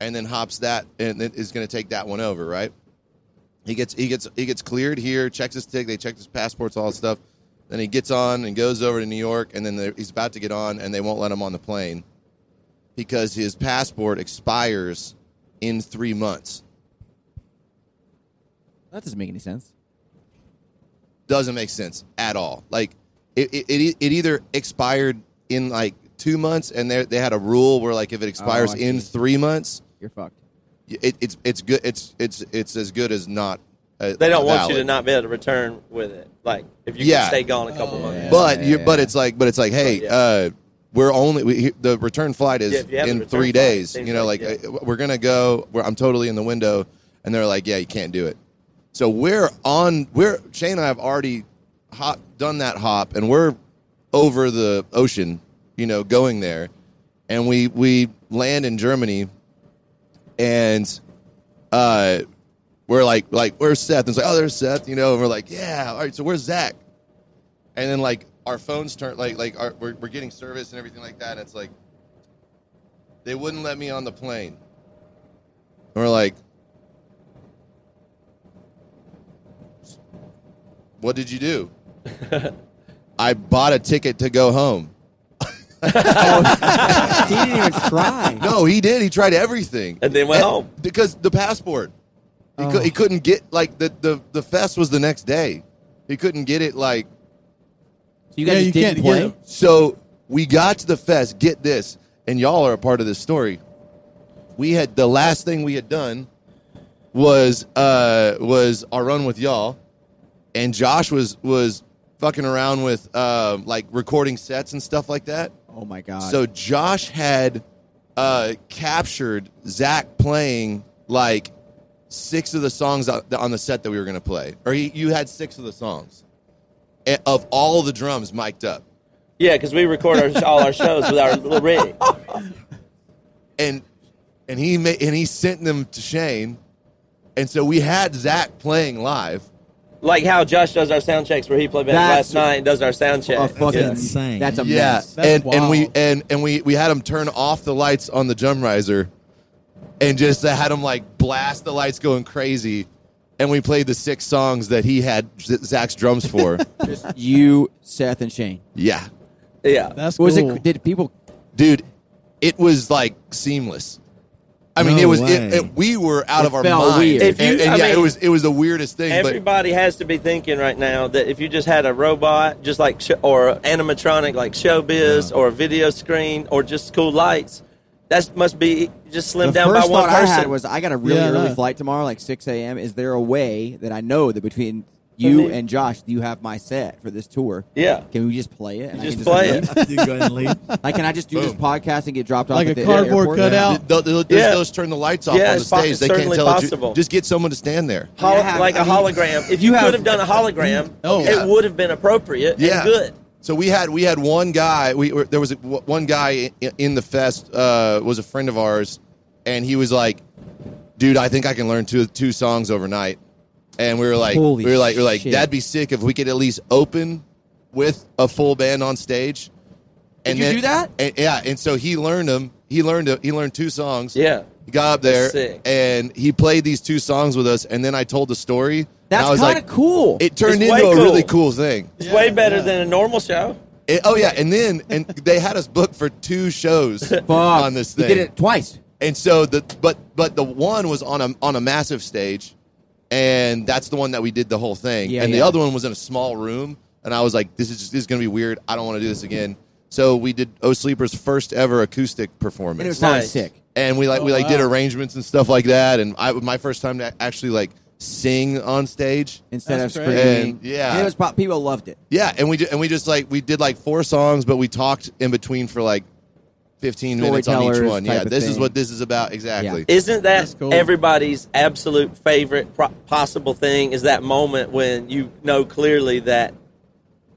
[SPEAKER 4] and then hops that and then is going to take that one over, right? He gets he gets he gets cleared here. Checks his ticket. They check his passports, all that stuff. Then he gets on and goes over to New York, and then they're- he's about to get on, and they won't let him on the plane because his passport expires in three months.
[SPEAKER 3] That doesn't make any sense.
[SPEAKER 4] doesn't make sense at all. Like it, it, it, it either expired in like two months, and they they had a rule where like if it expires
[SPEAKER 3] Oh, I
[SPEAKER 4] in
[SPEAKER 3] see.
[SPEAKER 4] three months,
[SPEAKER 3] You're fucked.
[SPEAKER 4] it, it's it's good. It's it's it's as good as not. Uh,
[SPEAKER 5] They don't want you to
[SPEAKER 4] valid.
[SPEAKER 5] not be able to return with it. Like if you
[SPEAKER 4] Yeah.
[SPEAKER 5] can stay gone a couple
[SPEAKER 1] Oh,
[SPEAKER 5] months.
[SPEAKER 3] yeah.
[SPEAKER 4] But you
[SPEAKER 3] Yeah.
[SPEAKER 4] but it's like but it's like hey,
[SPEAKER 5] yeah.
[SPEAKER 4] uh, we're only we, the return flight is
[SPEAKER 5] Yeah, if you have the
[SPEAKER 4] in
[SPEAKER 5] return
[SPEAKER 4] three
[SPEAKER 5] flight,
[SPEAKER 4] days.
[SPEAKER 5] things
[SPEAKER 4] You know, like
[SPEAKER 5] like-
[SPEAKER 4] uh, we're gonna go. We're, I'm totally in the window, and they're like, yeah, you can't do it. So we're on. We're Shane and I have already hop, done that hop, and we're over the ocean. You know, going there, and we we land in Germany, and uh, we're like like where's Seth? And it's like oh there's Seth, you know. And we're like yeah, all right. So where's Zach? And then like our phones turn like like our, we're we're getting service and everything like that. And it's like they wouldn't let me on the plane. And we're like, what did you do? I bought a ticket to go home.
[SPEAKER 3] he didn't even try.
[SPEAKER 4] No, he did. He tried everything.
[SPEAKER 5] And then went home.
[SPEAKER 4] Because the passport. He, cou- he couldn't get, like, the, the, the fest was the next day. He couldn't get it, like,
[SPEAKER 3] So you guys
[SPEAKER 1] Yeah,
[SPEAKER 3] just
[SPEAKER 1] you
[SPEAKER 3] didn't
[SPEAKER 1] can't
[SPEAKER 3] play.
[SPEAKER 1] get him.
[SPEAKER 4] So we got to the fest. Get this, and y'all are a part of this story. We had the last thing we had done was uh, was our run with y'all, and Josh was was fucking around with um, like recording sets and stuff like that.
[SPEAKER 3] Oh my god.
[SPEAKER 4] So Josh had uh, captured Zach playing like six of the songs on on the set that we were going to play, or he, you had six of the songs eh, of all the drums mic'd up.
[SPEAKER 5] Yeah, because we record our, all our shows with our little rig.
[SPEAKER 4] and and he ma- and he sent them to Shane, and so we had Zach playing live.
[SPEAKER 5] Like how Josh does our sound checks, where he played back
[SPEAKER 3] That's-
[SPEAKER 5] last night and does our sound check.
[SPEAKER 3] a fucking
[SPEAKER 5] Yeah.
[SPEAKER 2] insane.
[SPEAKER 3] That's a
[SPEAKER 4] yeah,
[SPEAKER 3] mess.
[SPEAKER 1] That's
[SPEAKER 4] and and we
[SPEAKER 1] wild.
[SPEAKER 4] and and we we had him turn off the lights on the drum riser, and just had him like blast the lights going crazy, and we played the six songs that he had Z- Zach's drums for.
[SPEAKER 3] Just you, Seth, and Shane.
[SPEAKER 4] yeah,
[SPEAKER 5] Yeah.
[SPEAKER 1] That's cool.
[SPEAKER 3] Was it? Did people?
[SPEAKER 4] dude, it was like seamless. I mean,
[SPEAKER 2] No
[SPEAKER 4] it was.
[SPEAKER 2] way.
[SPEAKER 4] It, it- we were out
[SPEAKER 3] It
[SPEAKER 4] of our
[SPEAKER 3] felt
[SPEAKER 4] mind,
[SPEAKER 3] weird.
[SPEAKER 5] If you-
[SPEAKER 4] and, and
[SPEAKER 5] I
[SPEAKER 4] yeah, it
[SPEAKER 5] mean,
[SPEAKER 4] was. It was the weirdest thing. but
[SPEAKER 5] Everybody has to be thinking right now that if you just had a robot, just like sh- or animatronic like Showbiz, or a video screen, or just cool lights, that must be just slimmed
[SPEAKER 3] The
[SPEAKER 5] down by
[SPEAKER 3] first
[SPEAKER 5] one
[SPEAKER 3] thought I
[SPEAKER 5] person.
[SPEAKER 3] had was I got a really
[SPEAKER 1] Yeah,
[SPEAKER 3] early
[SPEAKER 1] no.
[SPEAKER 3] flight tomorrow, like six a.m. Is there a way that I know that between you
[SPEAKER 5] me.
[SPEAKER 3] and Josh, you have my set for this tour?
[SPEAKER 5] yeah,
[SPEAKER 3] Can we just play it? And
[SPEAKER 5] just
[SPEAKER 3] can
[SPEAKER 5] play
[SPEAKER 3] leave?
[SPEAKER 5] it.
[SPEAKER 2] you can go ahead and leave.
[SPEAKER 3] Like, can I just do this
[SPEAKER 4] Boom.
[SPEAKER 3] podcast and get dropped off
[SPEAKER 1] Like
[SPEAKER 3] at
[SPEAKER 1] a
[SPEAKER 3] the
[SPEAKER 1] cardboard
[SPEAKER 3] airport?
[SPEAKER 1] cutout?
[SPEAKER 4] Th- th- they'll,
[SPEAKER 5] Oh. Yeah.
[SPEAKER 4] they'll just turn the lights off on
[SPEAKER 5] Yeah,
[SPEAKER 4] the
[SPEAKER 5] it's po-
[SPEAKER 4] stage.
[SPEAKER 5] it's
[SPEAKER 4] They can't
[SPEAKER 5] certainly
[SPEAKER 4] tell it. Ju-
[SPEAKER 5] possible.
[SPEAKER 4] Just get someone to stand there.
[SPEAKER 5] Hol-
[SPEAKER 3] Yeah,
[SPEAKER 5] like
[SPEAKER 3] I
[SPEAKER 5] a
[SPEAKER 3] mean,
[SPEAKER 5] hologram. If
[SPEAKER 3] you
[SPEAKER 5] you,
[SPEAKER 3] have-
[SPEAKER 5] could have done a hologram,
[SPEAKER 1] Oh,
[SPEAKER 4] yeah.
[SPEAKER 5] it would have been appropriate
[SPEAKER 4] Yeah,
[SPEAKER 5] and good.
[SPEAKER 4] So we had we had one guy. We were, there was a, w- one guy in, in the fest uh, was a friend of ours, and he was like, "Dude, I think I can learn two two songs overnight." And we were like,
[SPEAKER 3] Holy
[SPEAKER 4] we were like, we were like,
[SPEAKER 3] shit.
[SPEAKER 4] that'd be sick if we could at least open with a full band on stage. And
[SPEAKER 3] you do that?
[SPEAKER 4] and- yeah. And so he learned them. He learned a, he learned two songs.
[SPEAKER 5] Yeah,
[SPEAKER 4] He got up
[SPEAKER 5] That's
[SPEAKER 4] there
[SPEAKER 5] sick.
[SPEAKER 4] and he played these two songs with us, and then I told the story. and I
[SPEAKER 3] That's
[SPEAKER 4] was
[SPEAKER 3] kind
[SPEAKER 4] like,
[SPEAKER 3] of cool.
[SPEAKER 4] It turned
[SPEAKER 5] It's
[SPEAKER 4] into
[SPEAKER 5] way
[SPEAKER 4] a
[SPEAKER 5] cool.
[SPEAKER 4] really cool thing.
[SPEAKER 5] it's way better
[SPEAKER 1] yeah.
[SPEAKER 5] than a normal show.
[SPEAKER 4] It- oh yeah, and then and they had us booked for two shows
[SPEAKER 3] Fuck.
[SPEAKER 4] on this thing.
[SPEAKER 3] You did it twice.
[SPEAKER 4] And so the but but the one was on a on a massive stage, and that's the one that we did the whole thing.
[SPEAKER 3] Yeah,
[SPEAKER 4] and the
[SPEAKER 3] yeah.
[SPEAKER 4] other one was in a small room, and I was like, this is just, this is gonna be weird. I don't want to do this again. So we did O Sleeper's first ever acoustic performance
[SPEAKER 3] And it was kind of
[SPEAKER 5] Nice.
[SPEAKER 3] sick.
[SPEAKER 4] and we like
[SPEAKER 1] Oh,
[SPEAKER 4] we like did
[SPEAKER 1] wow.
[SPEAKER 4] arrangements and stuff like that. And I my first time to actually like sing on stage.
[SPEAKER 3] Instead
[SPEAKER 1] That's
[SPEAKER 3] of
[SPEAKER 1] great.
[SPEAKER 3] screaming,
[SPEAKER 4] And, yeah.
[SPEAKER 3] And it was pop- people loved it.
[SPEAKER 4] Yeah, and we did, and we just like we did like four songs, but we talked in between for like fifteen minutes on each
[SPEAKER 3] Storytellers
[SPEAKER 4] one.
[SPEAKER 3] type
[SPEAKER 4] Yeah,
[SPEAKER 3] of
[SPEAKER 4] this is
[SPEAKER 3] thing.
[SPEAKER 4] what this is about exactly.
[SPEAKER 5] Isn't
[SPEAKER 1] That's
[SPEAKER 5] that
[SPEAKER 1] cool.
[SPEAKER 5] everybody's absolute favorite pro- possible thing? Is that moment when you know clearly that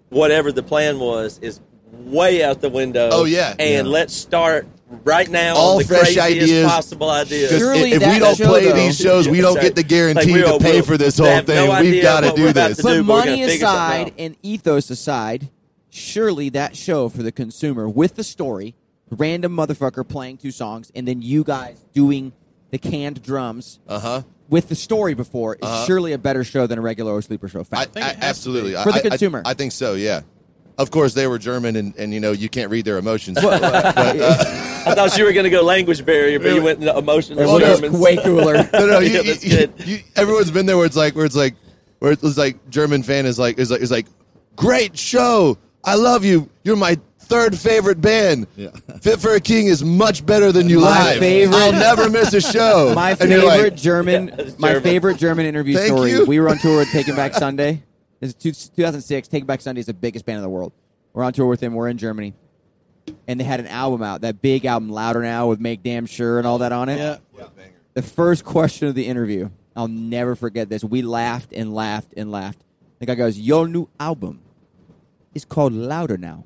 [SPEAKER 5] whatever the plan was is way out the window.
[SPEAKER 4] Oh, yeah.
[SPEAKER 5] and
[SPEAKER 4] Yeah.
[SPEAKER 5] let's start right now.
[SPEAKER 4] All
[SPEAKER 5] on the
[SPEAKER 4] fresh
[SPEAKER 5] craziest
[SPEAKER 4] ideas.
[SPEAKER 5] possible ideas.
[SPEAKER 4] 'Cause
[SPEAKER 3] Surely
[SPEAKER 4] if, if we
[SPEAKER 3] that
[SPEAKER 4] don't
[SPEAKER 3] show,
[SPEAKER 4] play
[SPEAKER 3] though-
[SPEAKER 4] these shows, we don't
[SPEAKER 5] Sorry.
[SPEAKER 4] get the guarantee
[SPEAKER 5] Like, we
[SPEAKER 4] to
[SPEAKER 5] all-
[SPEAKER 4] pay
[SPEAKER 5] we'll-
[SPEAKER 4] for this
[SPEAKER 5] they
[SPEAKER 4] whole
[SPEAKER 5] have no
[SPEAKER 4] thing. We've
[SPEAKER 5] idea
[SPEAKER 4] got to
[SPEAKER 5] what we're
[SPEAKER 4] do
[SPEAKER 5] about
[SPEAKER 4] this.
[SPEAKER 5] to
[SPEAKER 3] But
[SPEAKER 5] do, but we're gonna
[SPEAKER 3] money
[SPEAKER 5] figure something
[SPEAKER 3] aside
[SPEAKER 5] out.
[SPEAKER 3] and ethos aside, surely that show for the consumer with the story, random motherfucker playing two songs, and then you guys doing the canned drums
[SPEAKER 4] Uh huh.
[SPEAKER 3] with the story before is
[SPEAKER 4] Uh-huh.
[SPEAKER 3] surely a better show than a regular or sleeper show.
[SPEAKER 4] I,
[SPEAKER 3] Fact.
[SPEAKER 4] I- absolutely
[SPEAKER 3] For the
[SPEAKER 4] I- I-
[SPEAKER 3] consumer.
[SPEAKER 4] I, think so. Yeah. Of course, they were German, and, and you know you can't read their emotions.
[SPEAKER 5] I thought you were going to go language barrier, but you went into emotional
[SPEAKER 3] It was
[SPEAKER 5] German.
[SPEAKER 3] way cooler.
[SPEAKER 4] No, no,
[SPEAKER 5] Yeah,
[SPEAKER 4] you,
[SPEAKER 5] that's
[SPEAKER 4] you-
[SPEAKER 5] good.
[SPEAKER 4] you- everyone's been there where it's like where it's like where it's like German fan is like is like is like great show. I love you. You're my third favorite band.
[SPEAKER 2] Yeah.
[SPEAKER 4] Fit for a King is much better than you
[SPEAKER 3] My
[SPEAKER 4] live.
[SPEAKER 3] favorite-
[SPEAKER 4] I'll never miss a show.
[SPEAKER 3] My
[SPEAKER 4] And you're
[SPEAKER 3] favorite
[SPEAKER 4] like,
[SPEAKER 3] German,
[SPEAKER 5] Yeah, it's
[SPEAKER 3] my
[SPEAKER 5] German.
[SPEAKER 3] favorite German interview
[SPEAKER 4] Thank
[SPEAKER 3] story.
[SPEAKER 4] you.
[SPEAKER 3] We were on tour with Taking Back Sunday. This is two- 2006. Taking Back Sunday is the biggest band in the world. We're on tour with them. We're in Germany, and they had an album out, that big album, Louder Now, with Make Damn Sure and all that on it.
[SPEAKER 1] Yeah.
[SPEAKER 3] The first question of the interview, I'll never forget this. We laughed and laughed and laughed. The guy goes, "Your new album is called Louder Now,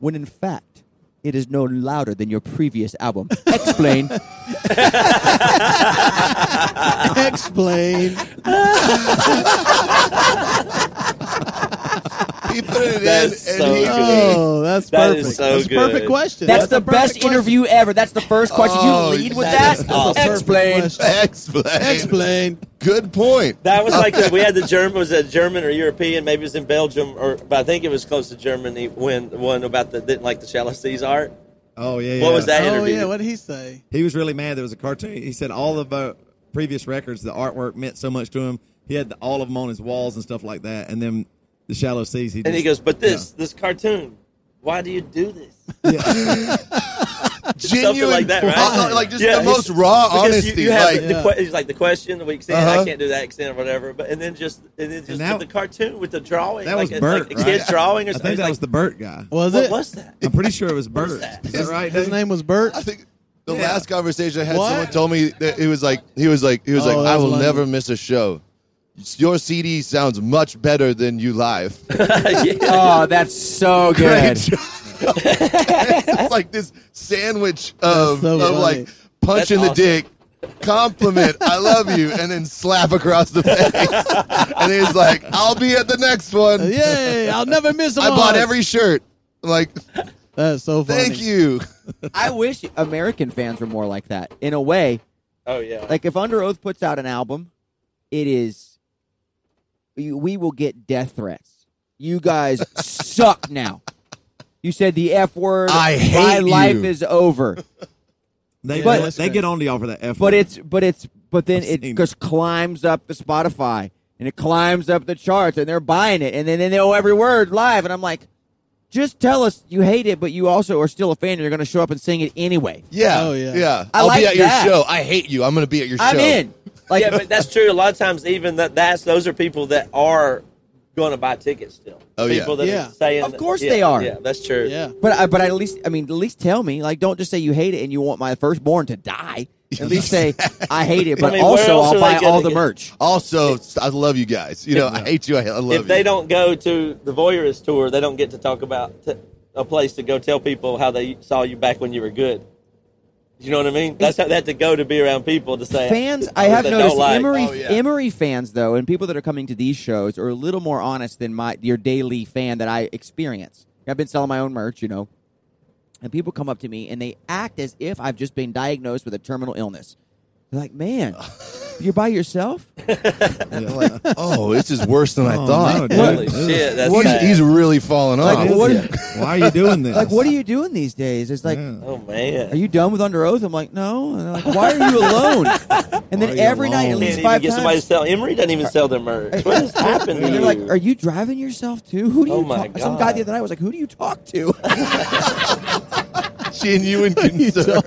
[SPEAKER 3] when in fact." It is no louder than your previous album. Explain.
[SPEAKER 1] Explain.
[SPEAKER 4] he put it in, and
[SPEAKER 5] That's so
[SPEAKER 4] he,
[SPEAKER 5] good.
[SPEAKER 1] Oh, that's
[SPEAKER 5] That
[SPEAKER 1] perfect.
[SPEAKER 5] is so
[SPEAKER 1] that's a perfect
[SPEAKER 5] good.
[SPEAKER 1] question.
[SPEAKER 3] That's, the,
[SPEAKER 1] a perfect
[SPEAKER 3] best
[SPEAKER 1] question.
[SPEAKER 3] interview ever. That's the first question.
[SPEAKER 4] Oh,
[SPEAKER 3] you lead with
[SPEAKER 5] that
[SPEAKER 3] that?
[SPEAKER 5] is awesome.
[SPEAKER 1] That's a perfect
[SPEAKER 3] Explain.
[SPEAKER 1] question.
[SPEAKER 4] explain.
[SPEAKER 1] Explain.
[SPEAKER 4] Good point.
[SPEAKER 5] That was like the, we had the German was that German or European? Maybe it was in Belgium, or but I think it was close to Germany when one about the didn't like the shallow seas art.
[SPEAKER 2] Oh yeah.
[SPEAKER 5] What
[SPEAKER 2] yeah.
[SPEAKER 5] was that
[SPEAKER 1] Oh
[SPEAKER 5] interview?
[SPEAKER 1] yeah, what did he say?
[SPEAKER 2] He was really mad. There was a cartoon. He said all of uh, previous records, the artwork meant so much to him. He had the, all of them on his walls and stuff like that. And then the shallow seas. He
[SPEAKER 5] and he goes,
[SPEAKER 2] just-
[SPEAKER 5] "But this this cartoon, why do you do this?"
[SPEAKER 4] Genuine,
[SPEAKER 5] like that, right?
[SPEAKER 4] uh, like just
[SPEAKER 5] Yeah,
[SPEAKER 4] the
[SPEAKER 5] it's-
[SPEAKER 4] most raw
[SPEAKER 5] Because
[SPEAKER 4] honesty.
[SPEAKER 5] you, you have
[SPEAKER 4] like,
[SPEAKER 5] the, the, que- it's like the question, the weak scene,
[SPEAKER 4] Uh-huh.
[SPEAKER 5] I can't do the accent or whatever. But and then just and then just
[SPEAKER 2] that-
[SPEAKER 5] the cartoon with the drawing,
[SPEAKER 2] That
[SPEAKER 5] like,
[SPEAKER 2] was
[SPEAKER 5] a,
[SPEAKER 2] Bert,
[SPEAKER 5] like a kid
[SPEAKER 2] right?
[SPEAKER 5] drawing or
[SPEAKER 2] I
[SPEAKER 5] something.
[SPEAKER 2] think that was the Burt guy.
[SPEAKER 1] Was
[SPEAKER 5] what
[SPEAKER 1] it?
[SPEAKER 5] was that?
[SPEAKER 2] I'm pretty sure it was Burt.
[SPEAKER 5] that?
[SPEAKER 2] Is that right?
[SPEAKER 1] His
[SPEAKER 2] dude?
[SPEAKER 1] name was Bert.
[SPEAKER 4] I think the
[SPEAKER 2] Yeah.
[SPEAKER 4] last conversation I had,
[SPEAKER 1] What?
[SPEAKER 4] someone told me that he was like, he was like, he was
[SPEAKER 1] Oh,
[SPEAKER 4] like,
[SPEAKER 1] that
[SPEAKER 4] I
[SPEAKER 1] was
[SPEAKER 4] will
[SPEAKER 1] London.
[SPEAKER 4] never miss a show. Your CD sounds much better than you live.
[SPEAKER 5] yeah.
[SPEAKER 3] Oh, that's so good.
[SPEAKER 4] it's like this sandwich of,
[SPEAKER 1] so
[SPEAKER 4] of
[SPEAKER 1] funny.
[SPEAKER 4] like punch
[SPEAKER 5] That's
[SPEAKER 4] in the
[SPEAKER 5] awesome.
[SPEAKER 4] dick, compliment, I love you, and then slap across the face. and he's like, I'll be at the next one.
[SPEAKER 1] Yay! I'll never miss him.
[SPEAKER 4] I bought every shirt. I'm like,
[SPEAKER 1] That's so funny.
[SPEAKER 4] thank you.
[SPEAKER 1] Oh,
[SPEAKER 3] I wish American fans were more like that. In a way,
[SPEAKER 5] Oh yeah.
[SPEAKER 3] like if Under Oath puts out an album, it is you- we will get death threats. You guys suck now. You said the F word.
[SPEAKER 4] I hate
[SPEAKER 3] My life
[SPEAKER 4] you.
[SPEAKER 3] is over.
[SPEAKER 2] They,
[SPEAKER 1] But-
[SPEAKER 2] they, they get on to y'all for that effort.
[SPEAKER 3] But it's but it's but then
[SPEAKER 2] I've
[SPEAKER 3] it
[SPEAKER 2] seen it.
[SPEAKER 3] just climbs up the Spotify and it climbs up the charts and they're buying it and then they know every word live and I'm like, just tell us you hate it, but you also are still a fan and you're gonna show up and sing it anyway.
[SPEAKER 4] Yeah.
[SPEAKER 1] Oh, yeah.
[SPEAKER 3] I
[SPEAKER 4] I'll
[SPEAKER 3] like
[SPEAKER 4] be at
[SPEAKER 3] that.
[SPEAKER 4] your show. I hate you. I'm going to be at your
[SPEAKER 3] I'm
[SPEAKER 4] show.
[SPEAKER 3] in. Like
[SPEAKER 5] yeah, but that's true. A lot of times, even that that's those are people that are going to buy tickets still.
[SPEAKER 4] Oh, yeah.
[SPEAKER 5] people that
[SPEAKER 1] Yeah.
[SPEAKER 5] are saying,
[SPEAKER 3] Of course
[SPEAKER 5] yeah,
[SPEAKER 3] they are.
[SPEAKER 5] Yeah, that's true.
[SPEAKER 1] Yeah.
[SPEAKER 3] But I, but I at least I mean at least tell me like don't just say you hate it and you want my firstborn to die. At least say I hate it, but
[SPEAKER 5] I mean, where
[SPEAKER 3] also
[SPEAKER 5] else
[SPEAKER 3] I'll
[SPEAKER 5] are
[SPEAKER 3] buy
[SPEAKER 5] they
[SPEAKER 3] all
[SPEAKER 5] gonna
[SPEAKER 3] the
[SPEAKER 5] get-
[SPEAKER 3] merch.
[SPEAKER 4] Also, I love you guys. You know, I hate you. I, I love you.
[SPEAKER 5] if they don't go to the voyeurist tour, they don't get to talk about t- a place to go tell people how they saw you back when you were good. You know what I mean? That's how they have to go to be around people to say
[SPEAKER 3] fans i
[SPEAKER 5] that
[SPEAKER 3] have
[SPEAKER 5] they don't
[SPEAKER 3] noticed
[SPEAKER 5] like.
[SPEAKER 3] emory
[SPEAKER 4] Oh, yeah.
[SPEAKER 3] emory fans though and people that are coming to these shows are a little more honest than my your daily fan that i experience i've been selling my own merch you know and people come up to me and they act as if i've just been diagnosed with a terminal illness they're like man You're by yourself?
[SPEAKER 4] I'm like, oh, this is worse than I thought.
[SPEAKER 2] no,
[SPEAKER 5] Holy
[SPEAKER 2] dude. Ugh.
[SPEAKER 5] shit, that's
[SPEAKER 4] He's-
[SPEAKER 5] sad.
[SPEAKER 4] he's really falling off.
[SPEAKER 3] Like, what-
[SPEAKER 2] Why are you doing this?
[SPEAKER 3] Like, what are you doing these days? It's like,
[SPEAKER 2] Yeah.
[SPEAKER 5] Oh man.
[SPEAKER 3] are you done with Under Oath? I'm like, no. And they're like, why are you alone? And
[SPEAKER 2] Why are
[SPEAKER 3] then
[SPEAKER 2] you
[SPEAKER 3] every night, at
[SPEAKER 2] alone?
[SPEAKER 5] can't
[SPEAKER 3] least
[SPEAKER 5] even
[SPEAKER 3] five
[SPEAKER 5] get somebody
[SPEAKER 3] times,
[SPEAKER 5] to sell. Emory doesn't even sell their merch. What has happened to
[SPEAKER 3] And they're
[SPEAKER 5] you?
[SPEAKER 3] like, "Are you driving yourself too? Who do you
[SPEAKER 5] Oh my
[SPEAKER 3] talk?" Some guy
[SPEAKER 5] God.
[SPEAKER 3] the other night was like, "Who do you talk to?"
[SPEAKER 4] Genuine concern.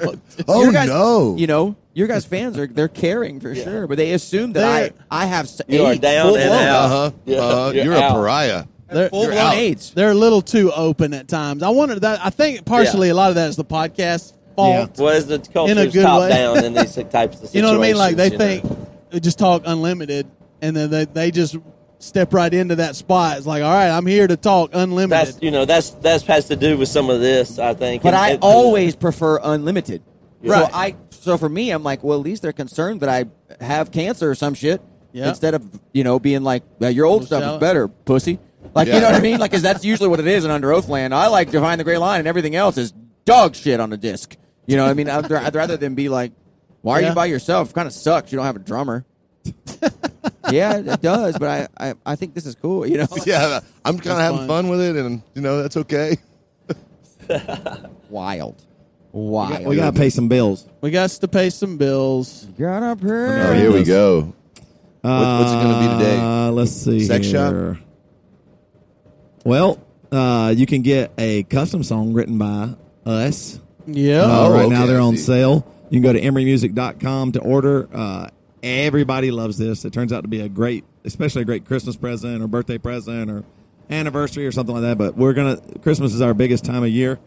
[SPEAKER 4] oh
[SPEAKER 3] Your guys-
[SPEAKER 4] no!
[SPEAKER 3] You know, your guys' fans are they're caring for sure, but they assume that
[SPEAKER 1] They're-
[SPEAKER 3] I I have s-
[SPEAKER 5] You are
[SPEAKER 3] AIDS,
[SPEAKER 5] down
[SPEAKER 3] full
[SPEAKER 5] and
[SPEAKER 3] blown.
[SPEAKER 5] out.
[SPEAKER 4] uh-huh.
[SPEAKER 5] Yeah,
[SPEAKER 4] uh,
[SPEAKER 5] you're
[SPEAKER 4] you're,
[SPEAKER 5] out.
[SPEAKER 4] a pariah.
[SPEAKER 1] They're,
[SPEAKER 3] Full
[SPEAKER 4] You're
[SPEAKER 3] blown
[SPEAKER 4] out.
[SPEAKER 3] AIDS.
[SPEAKER 1] they're a little too open at times. I wonder that. I think partially a lot of that is the podcast fault.
[SPEAKER 5] What is the culture
[SPEAKER 1] In a
[SPEAKER 5] is
[SPEAKER 1] good
[SPEAKER 5] top
[SPEAKER 1] way.
[SPEAKER 5] down in these types of situations?
[SPEAKER 1] You know what I mean? Like they
[SPEAKER 5] you know?
[SPEAKER 1] think they just talk unlimited, and then they, they just step right into that spot. It's like, all right, I'm here to talk unlimited.
[SPEAKER 5] that's you know that's that's has to do with some of this. I think.
[SPEAKER 3] But
[SPEAKER 5] And
[SPEAKER 3] I
[SPEAKER 5] it-
[SPEAKER 3] always prefer unlimited.
[SPEAKER 5] Yeah.
[SPEAKER 3] So I so for me, I'm like, well, at least they're concerned that I have cancer or some shit.
[SPEAKER 1] Yeah.
[SPEAKER 3] Instead of you know being like, well, your old
[SPEAKER 1] We'll
[SPEAKER 3] stuff
[SPEAKER 1] sell it.
[SPEAKER 3] is better, pussy. Like
[SPEAKER 4] Yeah.
[SPEAKER 3] you know what I mean? Like, 'cause that's usually what it is in Under Oath Land. I like Define the Gray Line, and everything else is dog shit on a disc. You know what I mean? I'd, I'd rather than be like, why are
[SPEAKER 1] Yeah.
[SPEAKER 3] you by yourself? Kind of sucks. You don't have a drummer. yeah, it does. But I, I I think this is cool. You know.
[SPEAKER 4] Yeah, I'm kind of
[SPEAKER 1] That's
[SPEAKER 4] having
[SPEAKER 1] fine.
[SPEAKER 4] fun with it, and you know that's okay.
[SPEAKER 3] Wild. Wild.
[SPEAKER 2] We gotta pay some bills.
[SPEAKER 1] we got to pay some bills.
[SPEAKER 3] Gotta pray.
[SPEAKER 4] Oh, here we go. what's it gonna be today?
[SPEAKER 2] Uh, let's see.
[SPEAKER 4] Sex shop?
[SPEAKER 2] here. Well, uh, you can get a custom song written by us.
[SPEAKER 1] Yeah.
[SPEAKER 2] Uh,
[SPEAKER 4] Oh,
[SPEAKER 2] right
[SPEAKER 4] okay,
[SPEAKER 2] now they're
[SPEAKER 4] I
[SPEAKER 2] on
[SPEAKER 4] see.
[SPEAKER 2] sale. You can go to emerymusic.com to order. Uh, everybody loves this. It turns out to be a great, especially a great Christmas present or birthday present or anniversary or something like that. But we're gonna Christmas is our biggest time of year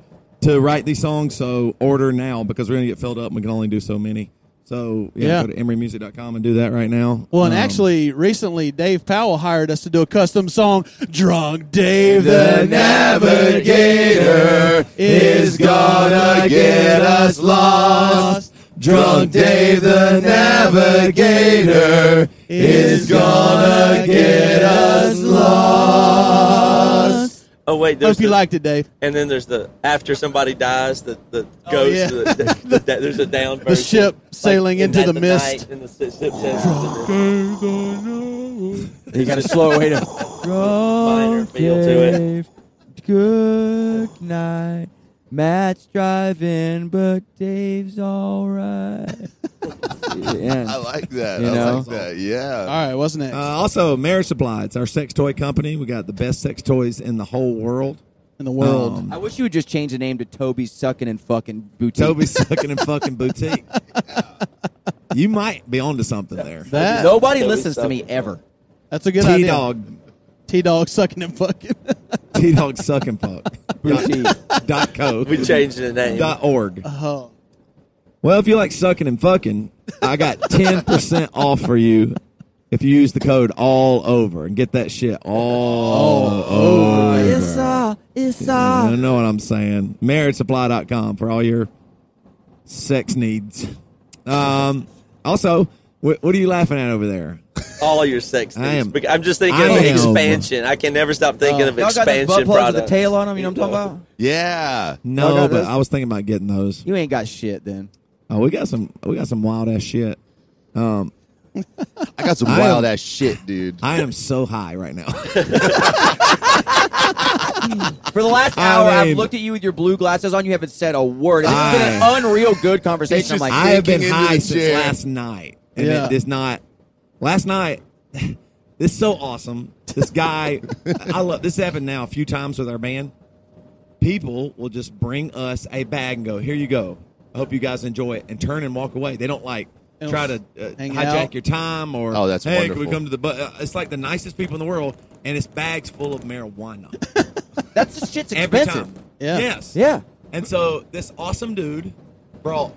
[SPEAKER 2] to write these songs. So order now because we're gonna get filled up. and We can only do so many. So yeah,
[SPEAKER 1] Yeah.
[SPEAKER 2] go to emerymusic.com and do that right now.
[SPEAKER 1] Well, and
[SPEAKER 2] Um,
[SPEAKER 1] actually, recently Dave Powell hired us to do a custom song. Drunk Dave the Navigator is gonna get us lost.
[SPEAKER 4] Drunk Dave the Navigator
[SPEAKER 1] Is gonna get us lost.
[SPEAKER 5] Oh wait, there's
[SPEAKER 1] Hope you
[SPEAKER 5] the-
[SPEAKER 1] liked it, Dave.
[SPEAKER 5] And then there's the after somebody dies, the the ghost.
[SPEAKER 2] Oh,
[SPEAKER 1] yeah.
[SPEAKER 5] the, the, the- there's a down. Version.
[SPEAKER 1] ship sailing
[SPEAKER 5] in
[SPEAKER 1] into
[SPEAKER 5] that
[SPEAKER 1] the mist.
[SPEAKER 5] night, and the si- ship sails into
[SPEAKER 3] You got a slow way to
[SPEAKER 5] Minor feel to it.
[SPEAKER 3] Dave, Good night. Matt's driving, but Dave's all right.
[SPEAKER 4] I
[SPEAKER 3] yeah.
[SPEAKER 4] like that.
[SPEAKER 3] You
[SPEAKER 4] I
[SPEAKER 3] know?
[SPEAKER 4] like that. Yeah.
[SPEAKER 1] All right, what's next
[SPEAKER 2] Uh, also, Marriage Supply. It's our sex toy company. We got the best sex toys in the whole world.
[SPEAKER 1] in the world?
[SPEAKER 2] Um,
[SPEAKER 3] I wish you would just change the name to Toby's Sucking and Fucking Boutique.
[SPEAKER 2] Toby's sucking and fucking boutique. You might be onto something there.
[SPEAKER 1] that
[SPEAKER 3] Nobody
[SPEAKER 5] Toby's
[SPEAKER 3] listens to me ever.
[SPEAKER 1] that's a good
[SPEAKER 2] T
[SPEAKER 1] idea.
[SPEAKER 2] dog,
[SPEAKER 1] T dog sucking and fucking.
[SPEAKER 2] T dog sucking fuck.
[SPEAKER 3] Boutique.
[SPEAKER 2] dot co.
[SPEAKER 5] We changed the name.
[SPEAKER 2] dot org.
[SPEAKER 1] oh,
[SPEAKER 2] Well, if you like sucking and fucking, I got ten percent off for you if you use the code all over and get that shit all
[SPEAKER 1] Oh,
[SPEAKER 2] over.
[SPEAKER 3] it's all. It's all.
[SPEAKER 2] You know what I'm saying. MarriageSupply.com for all your sex needs. Um, also, wh- what are you laughing at over there?
[SPEAKER 5] all your sex
[SPEAKER 2] I am-
[SPEAKER 5] things. Bec- I'm just thinking
[SPEAKER 2] I
[SPEAKER 5] of
[SPEAKER 2] am- Oh.
[SPEAKER 5] expansion. I can never stop thinking of
[SPEAKER 3] Y'all got those
[SPEAKER 5] expansion
[SPEAKER 3] butt plugs
[SPEAKER 5] products.
[SPEAKER 3] with the tail on them. You know what I'm talking about?
[SPEAKER 4] Yeah.
[SPEAKER 2] No,
[SPEAKER 3] Y'all got
[SPEAKER 2] but
[SPEAKER 3] those?
[SPEAKER 2] I was thinking about getting those.
[SPEAKER 3] You ain't got shit then.
[SPEAKER 2] Oh, we got some. We got some wild ass shit.
[SPEAKER 4] I got some
[SPEAKER 2] I am-
[SPEAKER 4] wild ass shit, dude.
[SPEAKER 2] I am so high right now.
[SPEAKER 3] For the last
[SPEAKER 2] I
[SPEAKER 3] hour,
[SPEAKER 2] mean-
[SPEAKER 3] I've looked at you with your blue glasses on. You haven't said a word. It's been an
[SPEAKER 2] I-
[SPEAKER 3] unreal good conversation. I'm like,
[SPEAKER 2] I have been
[SPEAKER 4] sinking into
[SPEAKER 2] high
[SPEAKER 4] the
[SPEAKER 2] since
[SPEAKER 4] chair.
[SPEAKER 2] last night, and
[SPEAKER 1] Yeah.
[SPEAKER 2] it is not. Last night, this is so awesome. This guy, I love. This happened now a few times with our band. People will just bring us a bag and go, "Here you go. I hope you guys enjoy it," and turn and walk away. They don't like
[SPEAKER 1] They don't
[SPEAKER 2] try to uh,
[SPEAKER 1] s- hang
[SPEAKER 2] hijack
[SPEAKER 1] out.
[SPEAKER 2] your time or
[SPEAKER 4] Oh, that's
[SPEAKER 2] hey, can
[SPEAKER 4] wonderful.
[SPEAKER 2] we come to the? Bu-? uh, It's like the nicest people in the world, and it's bags full of marijuana
[SPEAKER 3] that's just shit's
[SPEAKER 2] every
[SPEAKER 3] expensive.
[SPEAKER 2] time.
[SPEAKER 1] Yeah.
[SPEAKER 2] Yes.
[SPEAKER 3] Yeah.
[SPEAKER 2] And so this awesome dude brought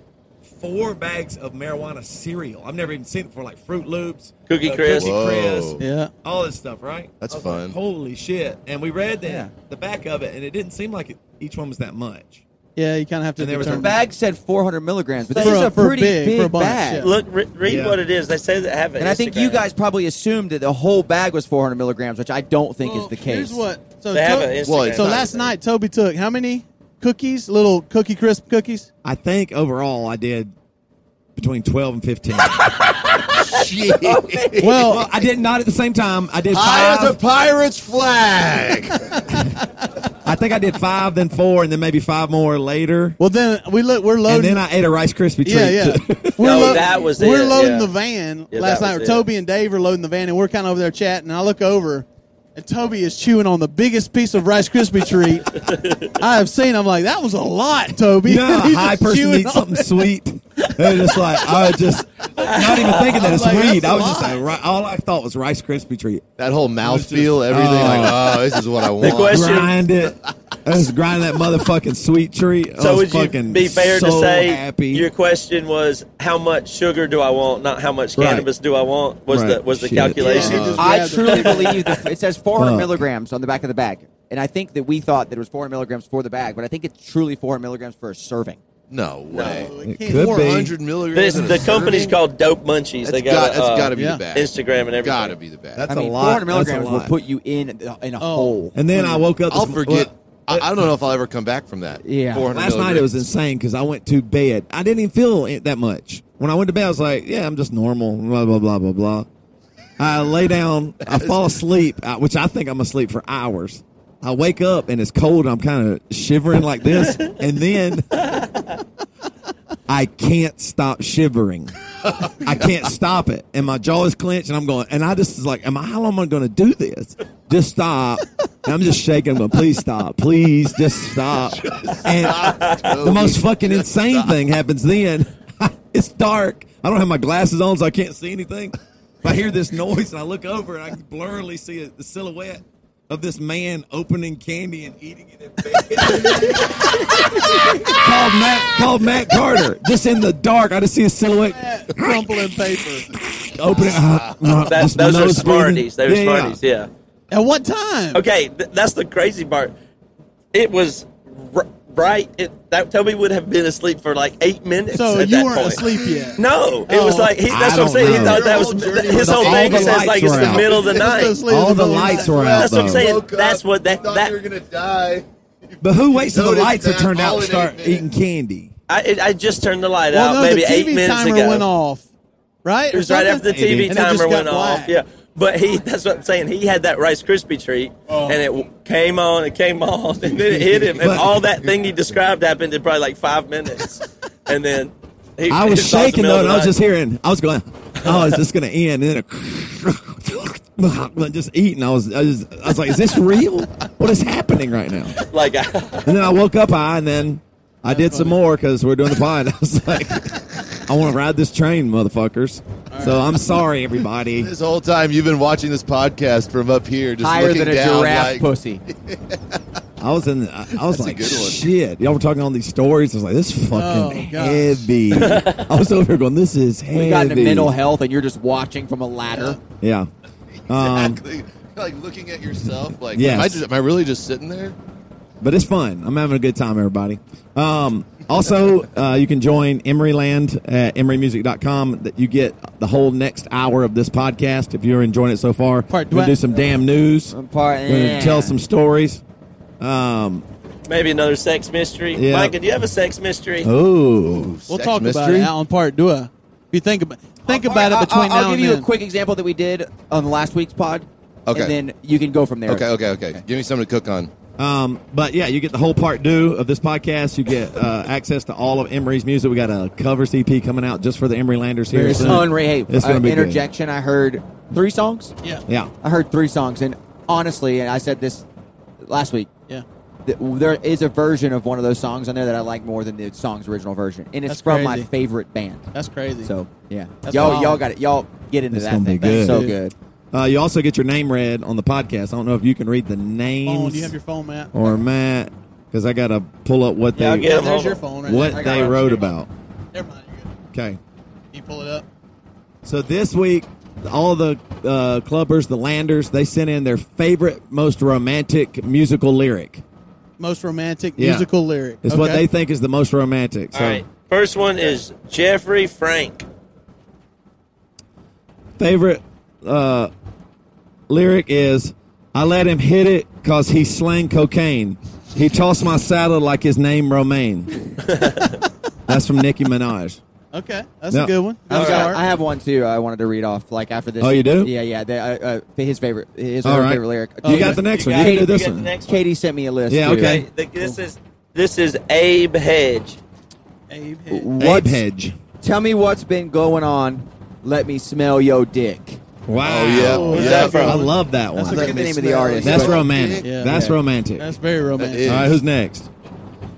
[SPEAKER 2] four bags of marijuana cereal. I've never even seen it before, like Fruit Loops,
[SPEAKER 5] Cookie
[SPEAKER 2] uh,
[SPEAKER 5] Crisp.
[SPEAKER 4] Whoa.
[SPEAKER 2] Cookie Crisp,
[SPEAKER 1] yeah.
[SPEAKER 2] all this stuff, right?
[SPEAKER 4] That's
[SPEAKER 2] I was like,
[SPEAKER 4] fun.
[SPEAKER 2] Holy shit! And we read the,
[SPEAKER 3] Yeah.
[SPEAKER 2] the back of it, and it didn't seem like it, each one was that much.
[SPEAKER 1] Yeah, you kind of have to.
[SPEAKER 2] And there was a
[SPEAKER 1] determine.
[SPEAKER 3] bag said 400 milligrams, but this
[SPEAKER 1] For
[SPEAKER 3] is
[SPEAKER 1] a-
[SPEAKER 3] a,
[SPEAKER 1] for
[SPEAKER 3] pretty
[SPEAKER 1] big,
[SPEAKER 3] big,
[SPEAKER 1] for a bunch,
[SPEAKER 3] bag.
[SPEAKER 1] yeah.
[SPEAKER 5] Look, re- read
[SPEAKER 2] Yeah.
[SPEAKER 5] what it is. They say that have it.
[SPEAKER 3] And I think you guys probably assumed that the whole bag was 400 milligrams, which I don't think
[SPEAKER 1] Well,
[SPEAKER 3] is the case.
[SPEAKER 1] Here's what. So,
[SPEAKER 5] They have
[SPEAKER 1] To-
[SPEAKER 5] an Instagram.
[SPEAKER 4] Well, it's
[SPEAKER 1] so
[SPEAKER 4] not-
[SPEAKER 1] last night Toby took how many cookies? Little cookie crisp cookies.
[SPEAKER 2] I think overall I did between 12 and 15.
[SPEAKER 4] Shit.
[SPEAKER 2] well,
[SPEAKER 1] Well,
[SPEAKER 2] I did not at the same time. I did
[SPEAKER 4] High as a
[SPEAKER 2] five.
[SPEAKER 4] pirate's flag.
[SPEAKER 2] I think I did five, then four, and then maybe five more later.
[SPEAKER 1] well then we look. We're
[SPEAKER 2] And
[SPEAKER 1] loading.
[SPEAKER 2] then I ate a Rice Krispie treat.
[SPEAKER 1] yeah, yeah.
[SPEAKER 2] too.
[SPEAKER 1] We're
[SPEAKER 5] No, that was
[SPEAKER 1] We're
[SPEAKER 5] it,
[SPEAKER 1] loading
[SPEAKER 5] yeah.
[SPEAKER 1] the van
[SPEAKER 5] Yeah,
[SPEAKER 1] last
[SPEAKER 5] that
[SPEAKER 1] night.
[SPEAKER 5] was it.
[SPEAKER 1] Toby and Dave are loading the van, and we're kind of over there chatting. And I look over, and Toby is chewing on the biggest piece of Rice Krispie treat I have seen. I'm like, that was a lot, Toby.
[SPEAKER 2] You know how a
[SPEAKER 1] He's
[SPEAKER 2] high
[SPEAKER 1] just
[SPEAKER 2] person
[SPEAKER 1] chewing
[SPEAKER 2] eats
[SPEAKER 1] on
[SPEAKER 2] something
[SPEAKER 1] it.
[SPEAKER 2] sweet? They're just like, I was just not even thinking that
[SPEAKER 1] I'm
[SPEAKER 2] it's
[SPEAKER 1] like,
[SPEAKER 2] weed.
[SPEAKER 1] that's
[SPEAKER 2] I was
[SPEAKER 1] a
[SPEAKER 2] just
[SPEAKER 1] lot.
[SPEAKER 2] like, ri- all I thought was Rice Krispie treat.
[SPEAKER 4] That whole mouth feel, everything.
[SPEAKER 2] oh.
[SPEAKER 4] Like, oh, this is what I want.
[SPEAKER 5] question- That's your-
[SPEAKER 2] Grind it. I was grinding that motherfucking sweet treat. I
[SPEAKER 5] So
[SPEAKER 2] was
[SPEAKER 5] would you
[SPEAKER 2] fucking
[SPEAKER 5] be fair
[SPEAKER 2] so
[SPEAKER 5] to say
[SPEAKER 2] happy.
[SPEAKER 5] your question was how much sugar do I want, not how much
[SPEAKER 2] Right.
[SPEAKER 5] cannabis do I want? Was
[SPEAKER 2] Right.
[SPEAKER 5] the was the
[SPEAKER 2] Shit.
[SPEAKER 5] calculation?
[SPEAKER 1] Yeah, he just
[SPEAKER 3] Uh, I
[SPEAKER 1] grabbed it.
[SPEAKER 3] truly believe the, it says 400
[SPEAKER 2] Fuck.
[SPEAKER 3] milligrams on the back of the bag, and I think that we thought that it was 400 milligrams for the bag, but I think it's truly 400 milligrams for a serving.
[SPEAKER 4] No way.
[SPEAKER 1] No,
[SPEAKER 2] It
[SPEAKER 1] can't-
[SPEAKER 2] could be.
[SPEAKER 4] 400 milligrams.
[SPEAKER 5] This,
[SPEAKER 4] in a
[SPEAKER 5] the company's
[SPEAKER 4] serving?
[SPEAKER 5] called Dope Munchies.
[SPEAKER 4] That's
[SPEAKER 5] they
[SPEAKER 4] got,
[SPEAKER 5] got,
[SPEAKER 4] that's
[SPEAKER 5] uh,
[SPEAKER 4] gotta be
[SPEAKER 1] yeah.
[SPEAKER 4] the bag.
[SPEAKER 5] Instagram and everything.
[SPEAKER 4] Gotta be the bag.
[SPEAKER 2] That's
[SPEAKER 3] I mean,
[SPEAKER 2] a lot.
[SPEAKER 3] 400
[SPEAKER 2] That's a
[SPEAKER 3] milligrams will
[SPEAKER 2] lot.
[SPEAKER 3] put you in a- in a
[SPEAKER 1] Oh.
[SPEAKER 3] hole.
[SPEAKER 2] And then I woke up.
[SPEAKER 4] I'll
[SPEAKER 2] this mo-
[SPEAKER 4] forget.
[SPEAKER 2] well,
[SPEAKER 4] I, I don't know if I'll ever come back from that.
[SPEAKER 3] Yeah.
[SPEAKER 4] 400
[SPEAKER 2] Last night it was
[SPEAKER 4] milligrams.
[SPEAKER 2] insane because I went to bed. I didn't even feel it that much. When I went to bed, I was like, "Yeah, I'm just normal." Blah blah blah blah blah. I lay down. I fall asleep, uh, which I think I'm asleep for hours. I wake up and it's cold. I'm kind of shivering like this, and then I can't stop shivering. I can't stop it, and my jaw is clenched, and I'm going. And I just is like, "Am I? How long am I going to do this? Just stop." And I'm just shaking. I'm going, "Please stop. Please just stop." and the most fucking insane thing happens then. it's dark. I don't have my glasses on, so I can't see anything. I hear this noise, and I look over, and I can blurrily see a, the silhouette of this man opening candy and eating it. In bed. called Matt, called Matt Carter. Just in the dark, I just see a silhouette
[SPEAKER 1] Crumpling paper.
[SPEAKER 2] opening.
[SPEAKER 5] That,
[SPEAKER 2] That's
[SPEAKER 5] those are smarties. They were smarties. Yeah.
[SPEAKER 1] At what time?
[SPEAKER 5] Okay, th- that's the crazy part. It was r- right. It, that Toby would have been asleep for like eight minutes.
[SPEAKER 1] So
[SPEAKER 5] at
[SPEAKER 1] you
[SPEAKER 5] that
[SPEAKER 1] weren't
[SPEAKER 5] point.
[SPEAKER 1] asleep yet.
[SPEAKER 5] No, it
[SPEAKER 1] Oh.
[SPEAKER 5] was like he, that's
[SPEAKER 2] I
[SPEAKER 5] what I'm
[SPEAKER 2] don't
[SPEAKER 5] saying. He
[SPEAKER 2] know.
[SPEAKER 5] thought
[SPEAKER 4] Your
[SPEAKER 5] that was
[SPEAKER 4] whole journey
[SPEAKER 5] his
[SPEAKER 4] was
[SPEAKER 5] whole
[SPEAKER 4] all
[SPEAKER 5] thing
[SPEAKER 4] the
[SPEAKER 5] says like
[SPEAKER 2] lights
[SPEAKER 5] it's
[SPEAKER 2] were
[SPEAKER 5] the
[SPEAKER 2] out.
[SPEAKER 5] middle of the
[SPEAKER 1] It's
[SPEAKER 5] night.
[SPEAKER 1] asleep in
[SPEAKER 2] All the
[SPEAKER 1] middle of
[SPEAKER 2] lights
[SPEAKER 1] night.
[SPEAKER 2] were out,
[SPEAKER 5] That's what I'm
[SPEAKER 2] though.
[SPEAKER 5] saying.
[SPEAKER 4] Woke up,
[SPEAKER 5] That's what that
[SPEAKER 4] thought
[SPEAKER 5] that
[SPEAKER 4] you were gonna die.
[SPEAKER 2] But who waits till the
[SPEAKER 4] Notice
[SPEAKER 2] lights are
[SPEAKER 4] that
[SPEAKER 2] turned out to
[SPEAKER 4] all in eight
[SPEAKER 2] start
[SPEAKER 4] minutes.
[SPEAKER 2] eating candy?
[SPEAKER 5] I, it- I just turned the light
[SPEAKER 1] Well,
[SPEAKER 5] out
[SPEAKER 1] no,
[SPEAKER 5] maybe
[SPEAKER 1] the
[SPEAKER 5] eight
[SPEAKER 1] TV
[SPEAKER 5] minutes
[SPEAKER 1] timer
[SPEAKER 5] ago.
[SPEAKER 1] went off. Right?
[SPEAKER 5] It was right after the TV
[SPEAKER 1] And it just
[SPEAKER 5] timer
[SPEAKER 1] got
[SPEAKER 5] went
[SPEAKER 1] black.
[SPEAKER 5] off. Yeah, but he—that's what I'm saying. He had that Rice Krispie treat, and it w- came on, it came on, and then it hit him, and
[SPEAKER 2] But-
[SPEAKER 5] all that thing he described happened in probably like five minutes, and then he,
[SPEAKER 2] I was
[SPEAKER 5] his thoughts
[SPEAKER 2] shaking
[SPEAKER 5] in the
[SPEAKER 2] though,
[SPEAKER 5] middle
[SPEAKER 2] and
[SPEAKER 5] of
[SPEAKER 2] I was
[SPEAKER 5] the
[SPEAKER 2] just
[SPEAKER 5] night.
[SPEAKER 2] hearing. I was going, "Oh, is this going to end?" And then a just eating. I was, I was, I was like, "Is this real? What is happening right now?"
[SPEAKER 5] like, I,
[SPEAKER 2] And then I woke up high, and then I did some more because we're doing the pod. I was like, "I want to ride this train, motherfuckers." So I'm sorry, everybody.
[SPEAKER 4] This whole time you've been watching this podcast from up here, just
[SPEAKER 3] Higher
[SPEAKER 4] looking
[SPEAKER 3] than a
[SPEAKER 4] down,
[SPEAKER 3] giraffe
[SPEAKER 4] like,
[SPEAKER 3] pussy.
[SPEAKER 2] I was in. I, I was
[SPEAKER 4] That's a
[SPEAKER 2] like,
[SPEAKER 4] good one.
[SPEAKER 2] "Shit!" Y'all were talking all these stories. I was like, "This is
[SPEAKER 1] Oh,
[SPEAKER 2] fucking
[SPEAKER 1] gosh.
[SPEAKER 2] heavy." I was over here going, "This is heavy."
[SPEAKER 3] We got into mental health, and you're just watching from a ladder.
[SPEAKER 2] Yeah. Um,
[SPEAKER 4] Exactly. like looking at yourself. Like,
[SPEAKER 2] Yes.
[SPEAKER 4] am, I just, am I really just sitting there?
[SPEAKER 2] but it's fun. I'm having a good time, everybody. Um, also, uh, you can join Emeryland at emerymusic.com. That you get the whole next hour of this podcast if you're enjoying it so far.
[SPEAKER 1] Part
[SPEAKER 2] we're gonna
[SPEAKER 1] two.
[SPEAKER 2] do some damn news.
[SPEAKER 3] Um, part-
[SPEAKER 2] We're gonna
[SPEAKER 3] yeah.
[SPEAKER 2] tell some stories. Um,
[SPEAKER 5] maybe another sex mystery.
[SPEAKER 2] Yeah.
[SPEAKER 5] Micah, do you have a sex mystery?
[SPEAKER 2] oh,
[SPEAKER 1] We'll
[SPEAKER 4] Sex
[SPEAKER 1] talk about
[SPEAKER 4] mystery?
[SPEAKER 1] it out on part two. If you think about think about
[SPEAKER 3] I'll-
[SPEAKER 1] it between
[SPEAKER 3] I'll,
[SPEAKER 1] now
[SPEAKER 3] I'll
[SPEAKER 1] and
[SPEAKER 3] give you
[SPEAKER 1] then.
[SPEAKER 3] a quick example that we did on the last week's pod.
[SPEAKER 4] Okay.
[SPEAKER 3] And then you can go from there.
[SPEAKER 4] Okay, okay, okay, Give me something to cook on.
[SPEAKER 2] Um, but yeah, you get the whole part due of this podcast. You get uh, access to all of Emery's music. We got a cover CP coming out just for the Emery Landers here.
[SPEAKER 3] It's
[SPEAKER 2] soon.
[SPEAKER 3] unre- hey,
[SPEAKER 2] It's gonna
[SPEAKER 3] uh,
[SPEAKER 2] be good.
[SPEAKER 3] interjection. I heard three songs.
[SPEAKER 1] Yeah.
[SPEAKER 2] Yeah,
[SPEAKER 3] I heard three songs, and honestly, and I said this last week.
[SPEAKER 1] Yeah.
[SPEAKER 3] th- There is a version of one of those songs on there that I like more than the song's original version, and it's
[SPEAKER 1] That's
[SPEAKER 3] from my
[SPEAKER 1] crazy.
[SPEAKER 3] favorite band.
[SPEAKER 1] That's crazy.
[SPEAKER 3] So yeah,
[SPEAKER 1] That's
[SPEAKER 3] y'all
[SPEAKER 1] wild.
[SPEAKER 3] y'all got it. Y'all get into
[SPEAKER 2] It's
[SPEAKER 3] that.
[SPEAKER 2] gonna be
[SPEAKER 3] thing. That's
[SPEAKER 2] good.
[SPEAKER 3] So good.
[SPEAKER 2] uh, you also get your name read on the podcast. I don't know if you can read the names
[SPEAKER 1] phone, do you have your phone, Matt?
[SPEAKER 2] or Matt because I got to pull up what
[SPEAKER 5] Yeah, I'll
[SPEAKER 2] they
[SPEAKER 5] get 'em.
[SPEAKER 1] There's
[SPEAKER 5] hold
[SPEAKER 1] your
[SPEAKER 5] on.
[SPEAKER 1] phone right
[SPEAKER 2] what
[SPEAKER 1] there.
[SPEAKER 2] they wrote about.
[SPEAKER 1] Never mind. You're good.
[SPEAKER 2] Okay,
[SPEAKER 1] Can you pull it up?
[SPEAKER 2] so this week all the uh, clubbers, the Landers, they sent in their favorite, most romantic musical lyric.
[SPEAKER 1] Most romantic
[SPEAKER 2] Yeah.
[SPEAKER 1] musical lyric.
[SPEAKER 2] It's what
[SPEAKER 1] Okay.
[SPEAKER 2] they think is the most romantic. So.
[SPEAKER 5] All right, first one is Jeffrey Frank.
[SPEAKER 2] favorite uh, lyric is I let him hit it because he slang cocaine. He tossed my salad like his name Romaine. That's from Nicki Minaj.
[SPEAKER 1] Okay, that's
[SPEAKER 2] No.
[SPEAKER 1] a good one. Good
[SPEAKER 3] I've got-
[SPEAKER 1] start.
[SPEAKER 3] I have one too. I wanted to read off like after this.
[SPEAKER 2] Oh, you do?
[SPEAKER 3] Yeah, yeah. They, uh, uh, his favorite, his
[SPEAKER 2] All
[SPEAKER 3] her
[SPEAKER 2] right.
[SPEAKER 3] favorite lyric.
[SPEAKER 2] You got the next
[SPEAKER 5] You
[SPEAKER 2] one.
[SPEAKER 5] got
[SPEAKER 2] You
[SPEAKER 5] it.
[SPEAKER 2] can do
[SPEAKER 5] You
[SPEAKER 2] this
[SPEAKER 5] got
[SPEAKER 2] one.
[SPEAKER 5] the next one.
[SPEAKER 3] Katie sent me a list.
[SPEAKER 2] Yeah,
[SPEAKER 3] dude.
[SPEAKER 2] okay.
[SPEAKER 5] The- This is this is Abe Hedge.
[SPEAKER 1] Abe Hick.
[SPEAKER 2] Abe
[SPEAKER 3] What's-
[SPEAKER 2] Hedge.
[SPEAKER 3] Tell me what's been going on. Let me smell yo dick.
[SPEAKER 2] Wow.
[SPEAKER 4] Oh, yeah.
[SPEAKER 1] Oh,
[SPEAKER 4] yeah.
[SPEAKER 5] is that
[SPEAKER 2] I
[SPEAKER 5] from?
[SPEAKER 2] love that
[SPEAKER 3] I
[SPEAKER 2] one.
[SPEAKER 3] forget
[SPEAKER 4] Let
[SPEAKER 3] the
[SPEAKER 4] me
[SPEAKER 3] name of the
[SPEAKER 4] smell
[SPEAKER 3] artist.
[SPEAKER 4] your
[SPEAKER 2] That's
[SPEAKER 4] dick.
[SPEAKER 2] romantic.
[SPEAKER 1] Yeah.
[SPEAKER 2] That's romantic.
[SPEAKER 1] That's very romantic.
[SPEAKER 4] That is.
[SPEAKER 2] All right, who's next?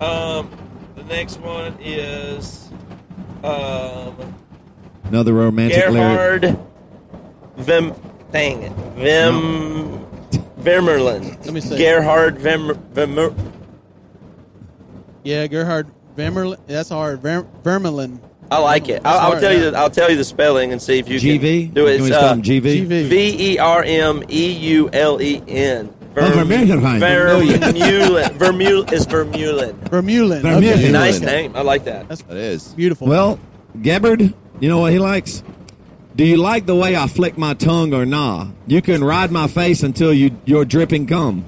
[SPEAKER 5] Um, the next one is um,
[SPEAKER 2] Another romantic lyric.
[SPEAKER 5] Gerhard Vim. Dang it, Vim Vimmerlin.
[SPEAKER 1] Let me see.
[SPEAKER 5] Gerhard Vim Vimmer.
[SPEAKER 1] Yeah, Gerhard Vermerlin. That's hard. Ver- Vermerlin.
[SPEAKER 5] I like it. I'll, I'll
[SPEAKER 1] Sorry,
[SPEAKER 5] tell you.
[SPEAKER 1] yeah.
[SPEAKER 5] The, I'll tell you the spelling and see if you
[SPEAKER 2] GV.
[SPEAKER 5] can do it.
[SPEAKER 2] Can we
[SPEAKER 5] It's,
[SPEAKER 2] spell
[SPEAKER 5] uh,
[SPEAKER 2] him
[SPEAKER 1] GV.
[SPEAKER 2] GV?
[SPEAKER 5] V e r m e u l e n.
[SPEAKER 2] Oh, Vermeulen.
[SPEAKER 5] Vermeulen. Vermeulen is Vermeulen.
[SPEAKER 1] Vermeulen.
[SPEAKER 2] Vermeulen.
[SPEAKER 1] Okay.
[SPEAKER 4] Nice.
[SPEAKER 5] Nice name. I like that.
[SPEAKER 1] That's
[SPEAKER 4] That is.
[SPEAKER 1] beautiful.
[SPEAKER 2] Well, Gabbard, you know what he likes? Do you like the way I flick my tongue or nah? You can ride my face until you you're dripping cum.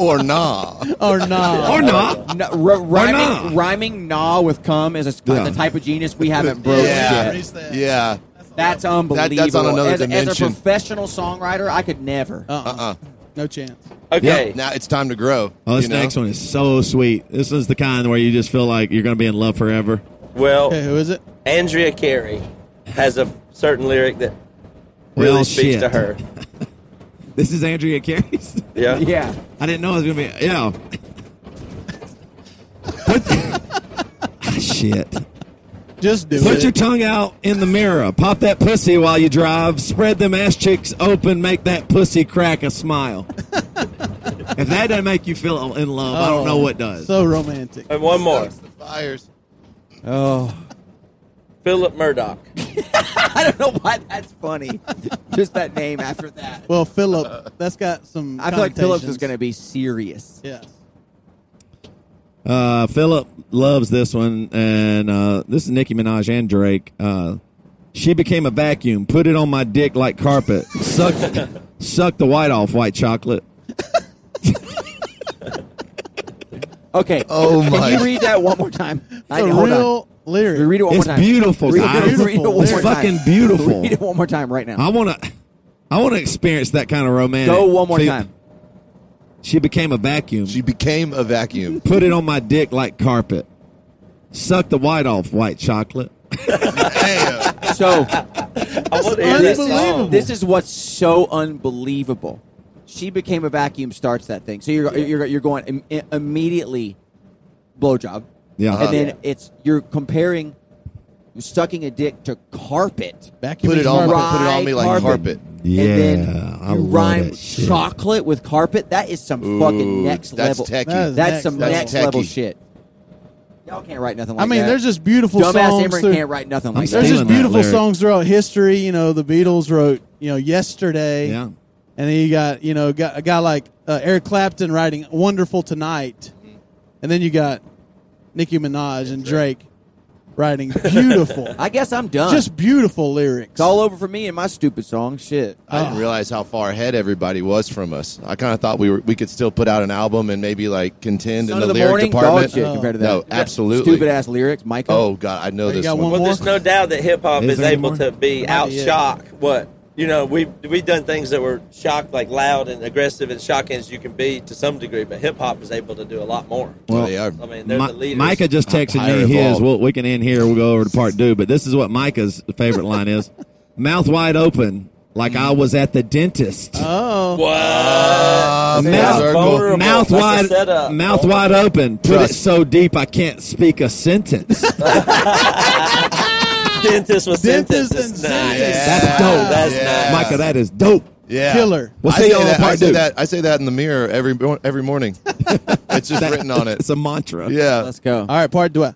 [SPEAKER 4] Or nah.
[SPEAKER 1] or not.
[SPEAKER 2] Or not.
[SPEAKER 3] No, Uh, r- rhyming,
[SPEAKER 2] nah.
[SPEAKER 3] rhyming nah with cum is a, is
[SPEAKER 2] Yeah.
[SPEAKER 3] the type of genius we haven't broke
[SPEAKER 4] Yeah.
[SPEAKER 3] yet.
[SPEAKER 4] Yeah.
[SPEAKER 3] That's unbelievable.
[SPEAKER 4] another
[SPEAKER 3] as, as a
[SPEAKER 4] dimension.
[SPEAKER 3] professional songwriter, I could never.
[SPEAKER 1] Uh-uh.
[SPEAKER 4] Uh-uh.
[SPEAKER 1] No chance.
[SPEAKER 5] Okay.
[SPEAKER 4] Now it's time to grow.
[SPEAKER 2] Oh, this
[SPEAKER 4] you know?
[SPEAKER 2] next one is so sweet. This is the kind where you just feel like you're going to be in love forever.
[SPEAKER 1] Okay,
[SPEAKER 5] Well,
[SPEAKER 1] who is it?
[SPEAKER 5] Andrea Carey has a certain lyric that really
[SPEAKER 2] Well,
[SPEAKER 5] speaks
[SPEAKER 2] shit.
[SPEAKER 5] to her.
[SPEAKER 2] This is Andrea Carey's.
[SPEAKER 5] Yeah.
[SPEAKER 3] yeah.
[SPEAKER 2] I didn't know it was going to be. Yeah. Put- Ah, shit.
[SPEAKER 1] Just do
[SPEAKER 2] Put
[SPEAKER 1] it.
[SPEAKER 2] your tongue out in the mirror. Pop that pussy while you drive. Spread them ass cheeks open. Make that pussy crack a smile. if that doesn't make you feel in love, I don't know what does.
[SPEAKER 1] Oh, So romantic.
[SPEAKER 5] And one more.
[SPEAKER 4] That's the fires.
[SPEAKER 3] Oh,
[SPEAKER 5] Philip Murdoch.
[SPEAKER 3] I don't know why that's funny. Just that name after that.
[SPEAKER 1] Well, Philip, that's got some.
[SPEAKER 3] I feel like Phillips is going to
[SPEAKER 1] connotations.
[SPEAKER 3] be serious.
[SPEAKER 1] Yes.
[SPEAKER 2] Uh, Philip loves this one, and uh, this is Nicki Minaj and Drake. Uh, she became a vacuum. Put it on my dick like carpet. Suck, suck the white off white chocolate.
[SPEAKER 3] Okay.
[SPEAKER 4] Oh,
[SPEAKER 3] can
[SPEAKER 4] my.
[SPEAKER 3] you read that one more time? I,
[SPEAKER 1] The
[SPEAKER 3] hold on.
[SPEAKER 1] real lyric.
[SPEAKER 3] Read it one
[SPEAKER 2] It's
[SPEAKER 3] more time.
[SPEAKER 2] beautiful,
[SPEAKER 3] Read,
[SPEAKER 2] guys.
[SPEAKER 3] read it one
[SPEAKER 1] It's
[SPEAKER 3] more
[SPEAKER 2] fucking
[SPEAKER 3] time.
[SPEAKER 2] beautiful.
[SPEAKER 3] Read it one more time right now.
[SPEAKER 2] I want to, I want to experience that kind of romantic.
[SPEAKER 3] Go one more
[SPEAKER 2] feel-
[SPEAKER 3] time.
[SPEAKER 2] She became a vacuum.
[SPEAKER 4] She became a vacuum.
[SPEAKER 2] Put it on my dick like carpet. Suck the white off white chocolate.
[SPEAKER 4] Damn.
[SPEAKER 3] So
[SPEAKER 5] I want to hear that
[SPEAKER 3] this
[SPEAKER 5] song.
[SPEAKER 1] Unbelievable.
[SPEAKER 3] is, this is what's so unbelievable. She became a vacuum. Starts that thing. So you're you're, you're going im- i- immediately blowjob,
[SPEAKER 2] Yeah.
[SPEAKER 4] Oh,
[SPEAKER 3] and then it's you're comparing sucking a dick to carpet.
[SPEAKER 1] Back
[SPEAKER 4] Put it on.
[SPEAKER 3] Dry
[SPEAKER 4] Put it on me like
[SPEAKER 3] carpet.
[SPEAKER 4] carpet.
[SPEAKER 2] Yeah,
[SPEAKER 3] and
[SPEAKER 2] I
[SPEAKER 3] then you
[SPEAKER 2] love
[SPEAKER 3] rhyme
[SPEAKER 2] that shit.
[SPEAKER 3] chocolate with carpet. That is some fucking
[SPEAKER 4] Ooh,
[SPEAKER 3] next
[SPEAKER 4] that's
[SPEAKER 3] level.
[SPEAKER 4] techie.
[SPEAKER 1] That is-
[SPEAKER 3] That's
[SPEAKER 1] Next
[SPEAKER 3] some
[SPEAKER 1] level.
[SPEAKER 3] next level
[SPEAKER 4] That's techie.
[SPEAKER 3] shit. Y'all can't write nothing like
[SPEAKER 1] I mean,
[SPEAKER 3] that.
[SPEAKER 1] there's just beautiful
[SPEAKER 3] dumbass
[SPEAKER 1] songs.
[SPEAKER 3] Emmerich
[SPEAKER 1] through-
[SPEAKER 3] can't write nothing like
[SPEAKER 1] there's
[SPEAKER 2] I'm
[SPEAKER 3] that.
[SPEAKER 2] stealing
[SPEAKER 1] just
[SPEAKER 2] that
[SPEAKER 1] beautiful
[SPEAKER 2] lyric.
[SPEAKER 1] songs throughout history. You know, the Beatles wrote, you know, yesterday.
[SPEAKER 2] Yeah.
[SPEAKER 1] And then you got, you know, got a guy like uh, Eric Clapton writing "Wonderful Tonight," and then you got Nicki Minaj and Drake writing beautiful,
[SPEAKER 3] I guess I'm done.
[SPEAKER 1] just beautiful lyrics.
[SPEAKER 3] it's all over for me and my stupid song. Shit.
[SPEAKER 4] I didn't realize how far ahead everybody was from us. I kind of thought we were we could still put out an album and maybe like contend
[SPEAKER 3] Son
[SPEAKER 4] in
[SPEAKER 3] of
[SPEAKER 4] the,
[SPEAKER 3] the
[SPEAKER 4] lyric
[SPEAKER 3] morning, dog
[SPEAKER 4] department.
[SPEAKER 3] shit compared to that.
[SPEAKER 4] No, absolutely.
[SPEAKER 3] Stupid ass lyrics, Micah.
[SPEAKER 4] Oh god, I know
[SPEAKER 1] You
[SPEAKER 4] this
[SPEAKER 1] got
[SPEAKER 4] one.
[SPEAKER 1] one
[SPEAKER 5] Well, there's no doubt that hip hop
[SPEAKER 2] Is
[SPEAKER 5] is,
[SPEAKER 2] there any
[SPEAKER 5] able
[SPEAKER 2] more?
[SPEAKER 5] to be
[SPEAKER 1] Might
[SPEAKER 5] out
[SPEAKER 1] be it.
[SPEAKER 5] shock what you know. We've we've done things that were shock like loud and aggressive and shocking as you can be to some degree, but hip hop is able to do a lot more.
[SPEAKER 4] Well, they are.
[SPEAKER 5] I mean, they're
[SPEAKER 2] Mi-
[SPEAKER 5] the leaders.
[SPEAKER 2] Micah just texted
[SPEAKER 4] Higher
[SPEAKER 2] me his.
[SPEAKER 4] evolved.
[SPEAKER 2] We'll, we can end here. We'll go over to part two. But this is what Micah's favorite line is: "Mouth wide open, like I was at the dentist."
[SPEAKER 1] Oh,
[SPEAKER 5] What?
[SPEAKER 4] Uh,
[SPEAKER 5] See,
[SPEAKER 2] mouth-
[SPEAKER 5] that's vulnerable.
[SPEAKER 2] mouth
[SPEAKER 5] That's a setup.
[SPEAKER 2] wide, mouth wide open. Put it
[SPEAKER 4] Trust.
[SPEAKER 2] so deep I can't speak a sentence.
[SPEAKER 5] Dentist with
[SPEAKER 1] Dentist
[SPEAKER 5] dentist.
[SPEAKER 1] and
[SPEAKER 5] That's nice.
[SPEAKER 1] dentist.
[SPEAKER 2] That's
[SPEAKER 4] Yeah.
[SPEAKER 2] dope.
[SPEAKER 5] That's
[SPEAKER 4] Yeah.
[SPEAKER 5] nice.
[SPEAKER 2] Micah, that is dope.
[SPEAKER 4] Yeah.
[SPEAKER 1] Killer.
[SPEAKER 2] We'll
[SPEAKER 4] I
[SPEAKER 2] see
[SPEAKER 4] say,
[SPEAKER 2] y'all in
[SPEAKER 4] that, I
[SPEAKER 2] part
[SPEAKER 4] say
[SPEAKER 2] two.
[SPEAKER 4] that. I say that in the mirror every every morning. it's just written on it.
[SPEAKER 2] It's a mantra.
[SPEAKER 4] Yeah.
[SPEAKER 3] Let's go.
[SPEAKER 1] All right, part two.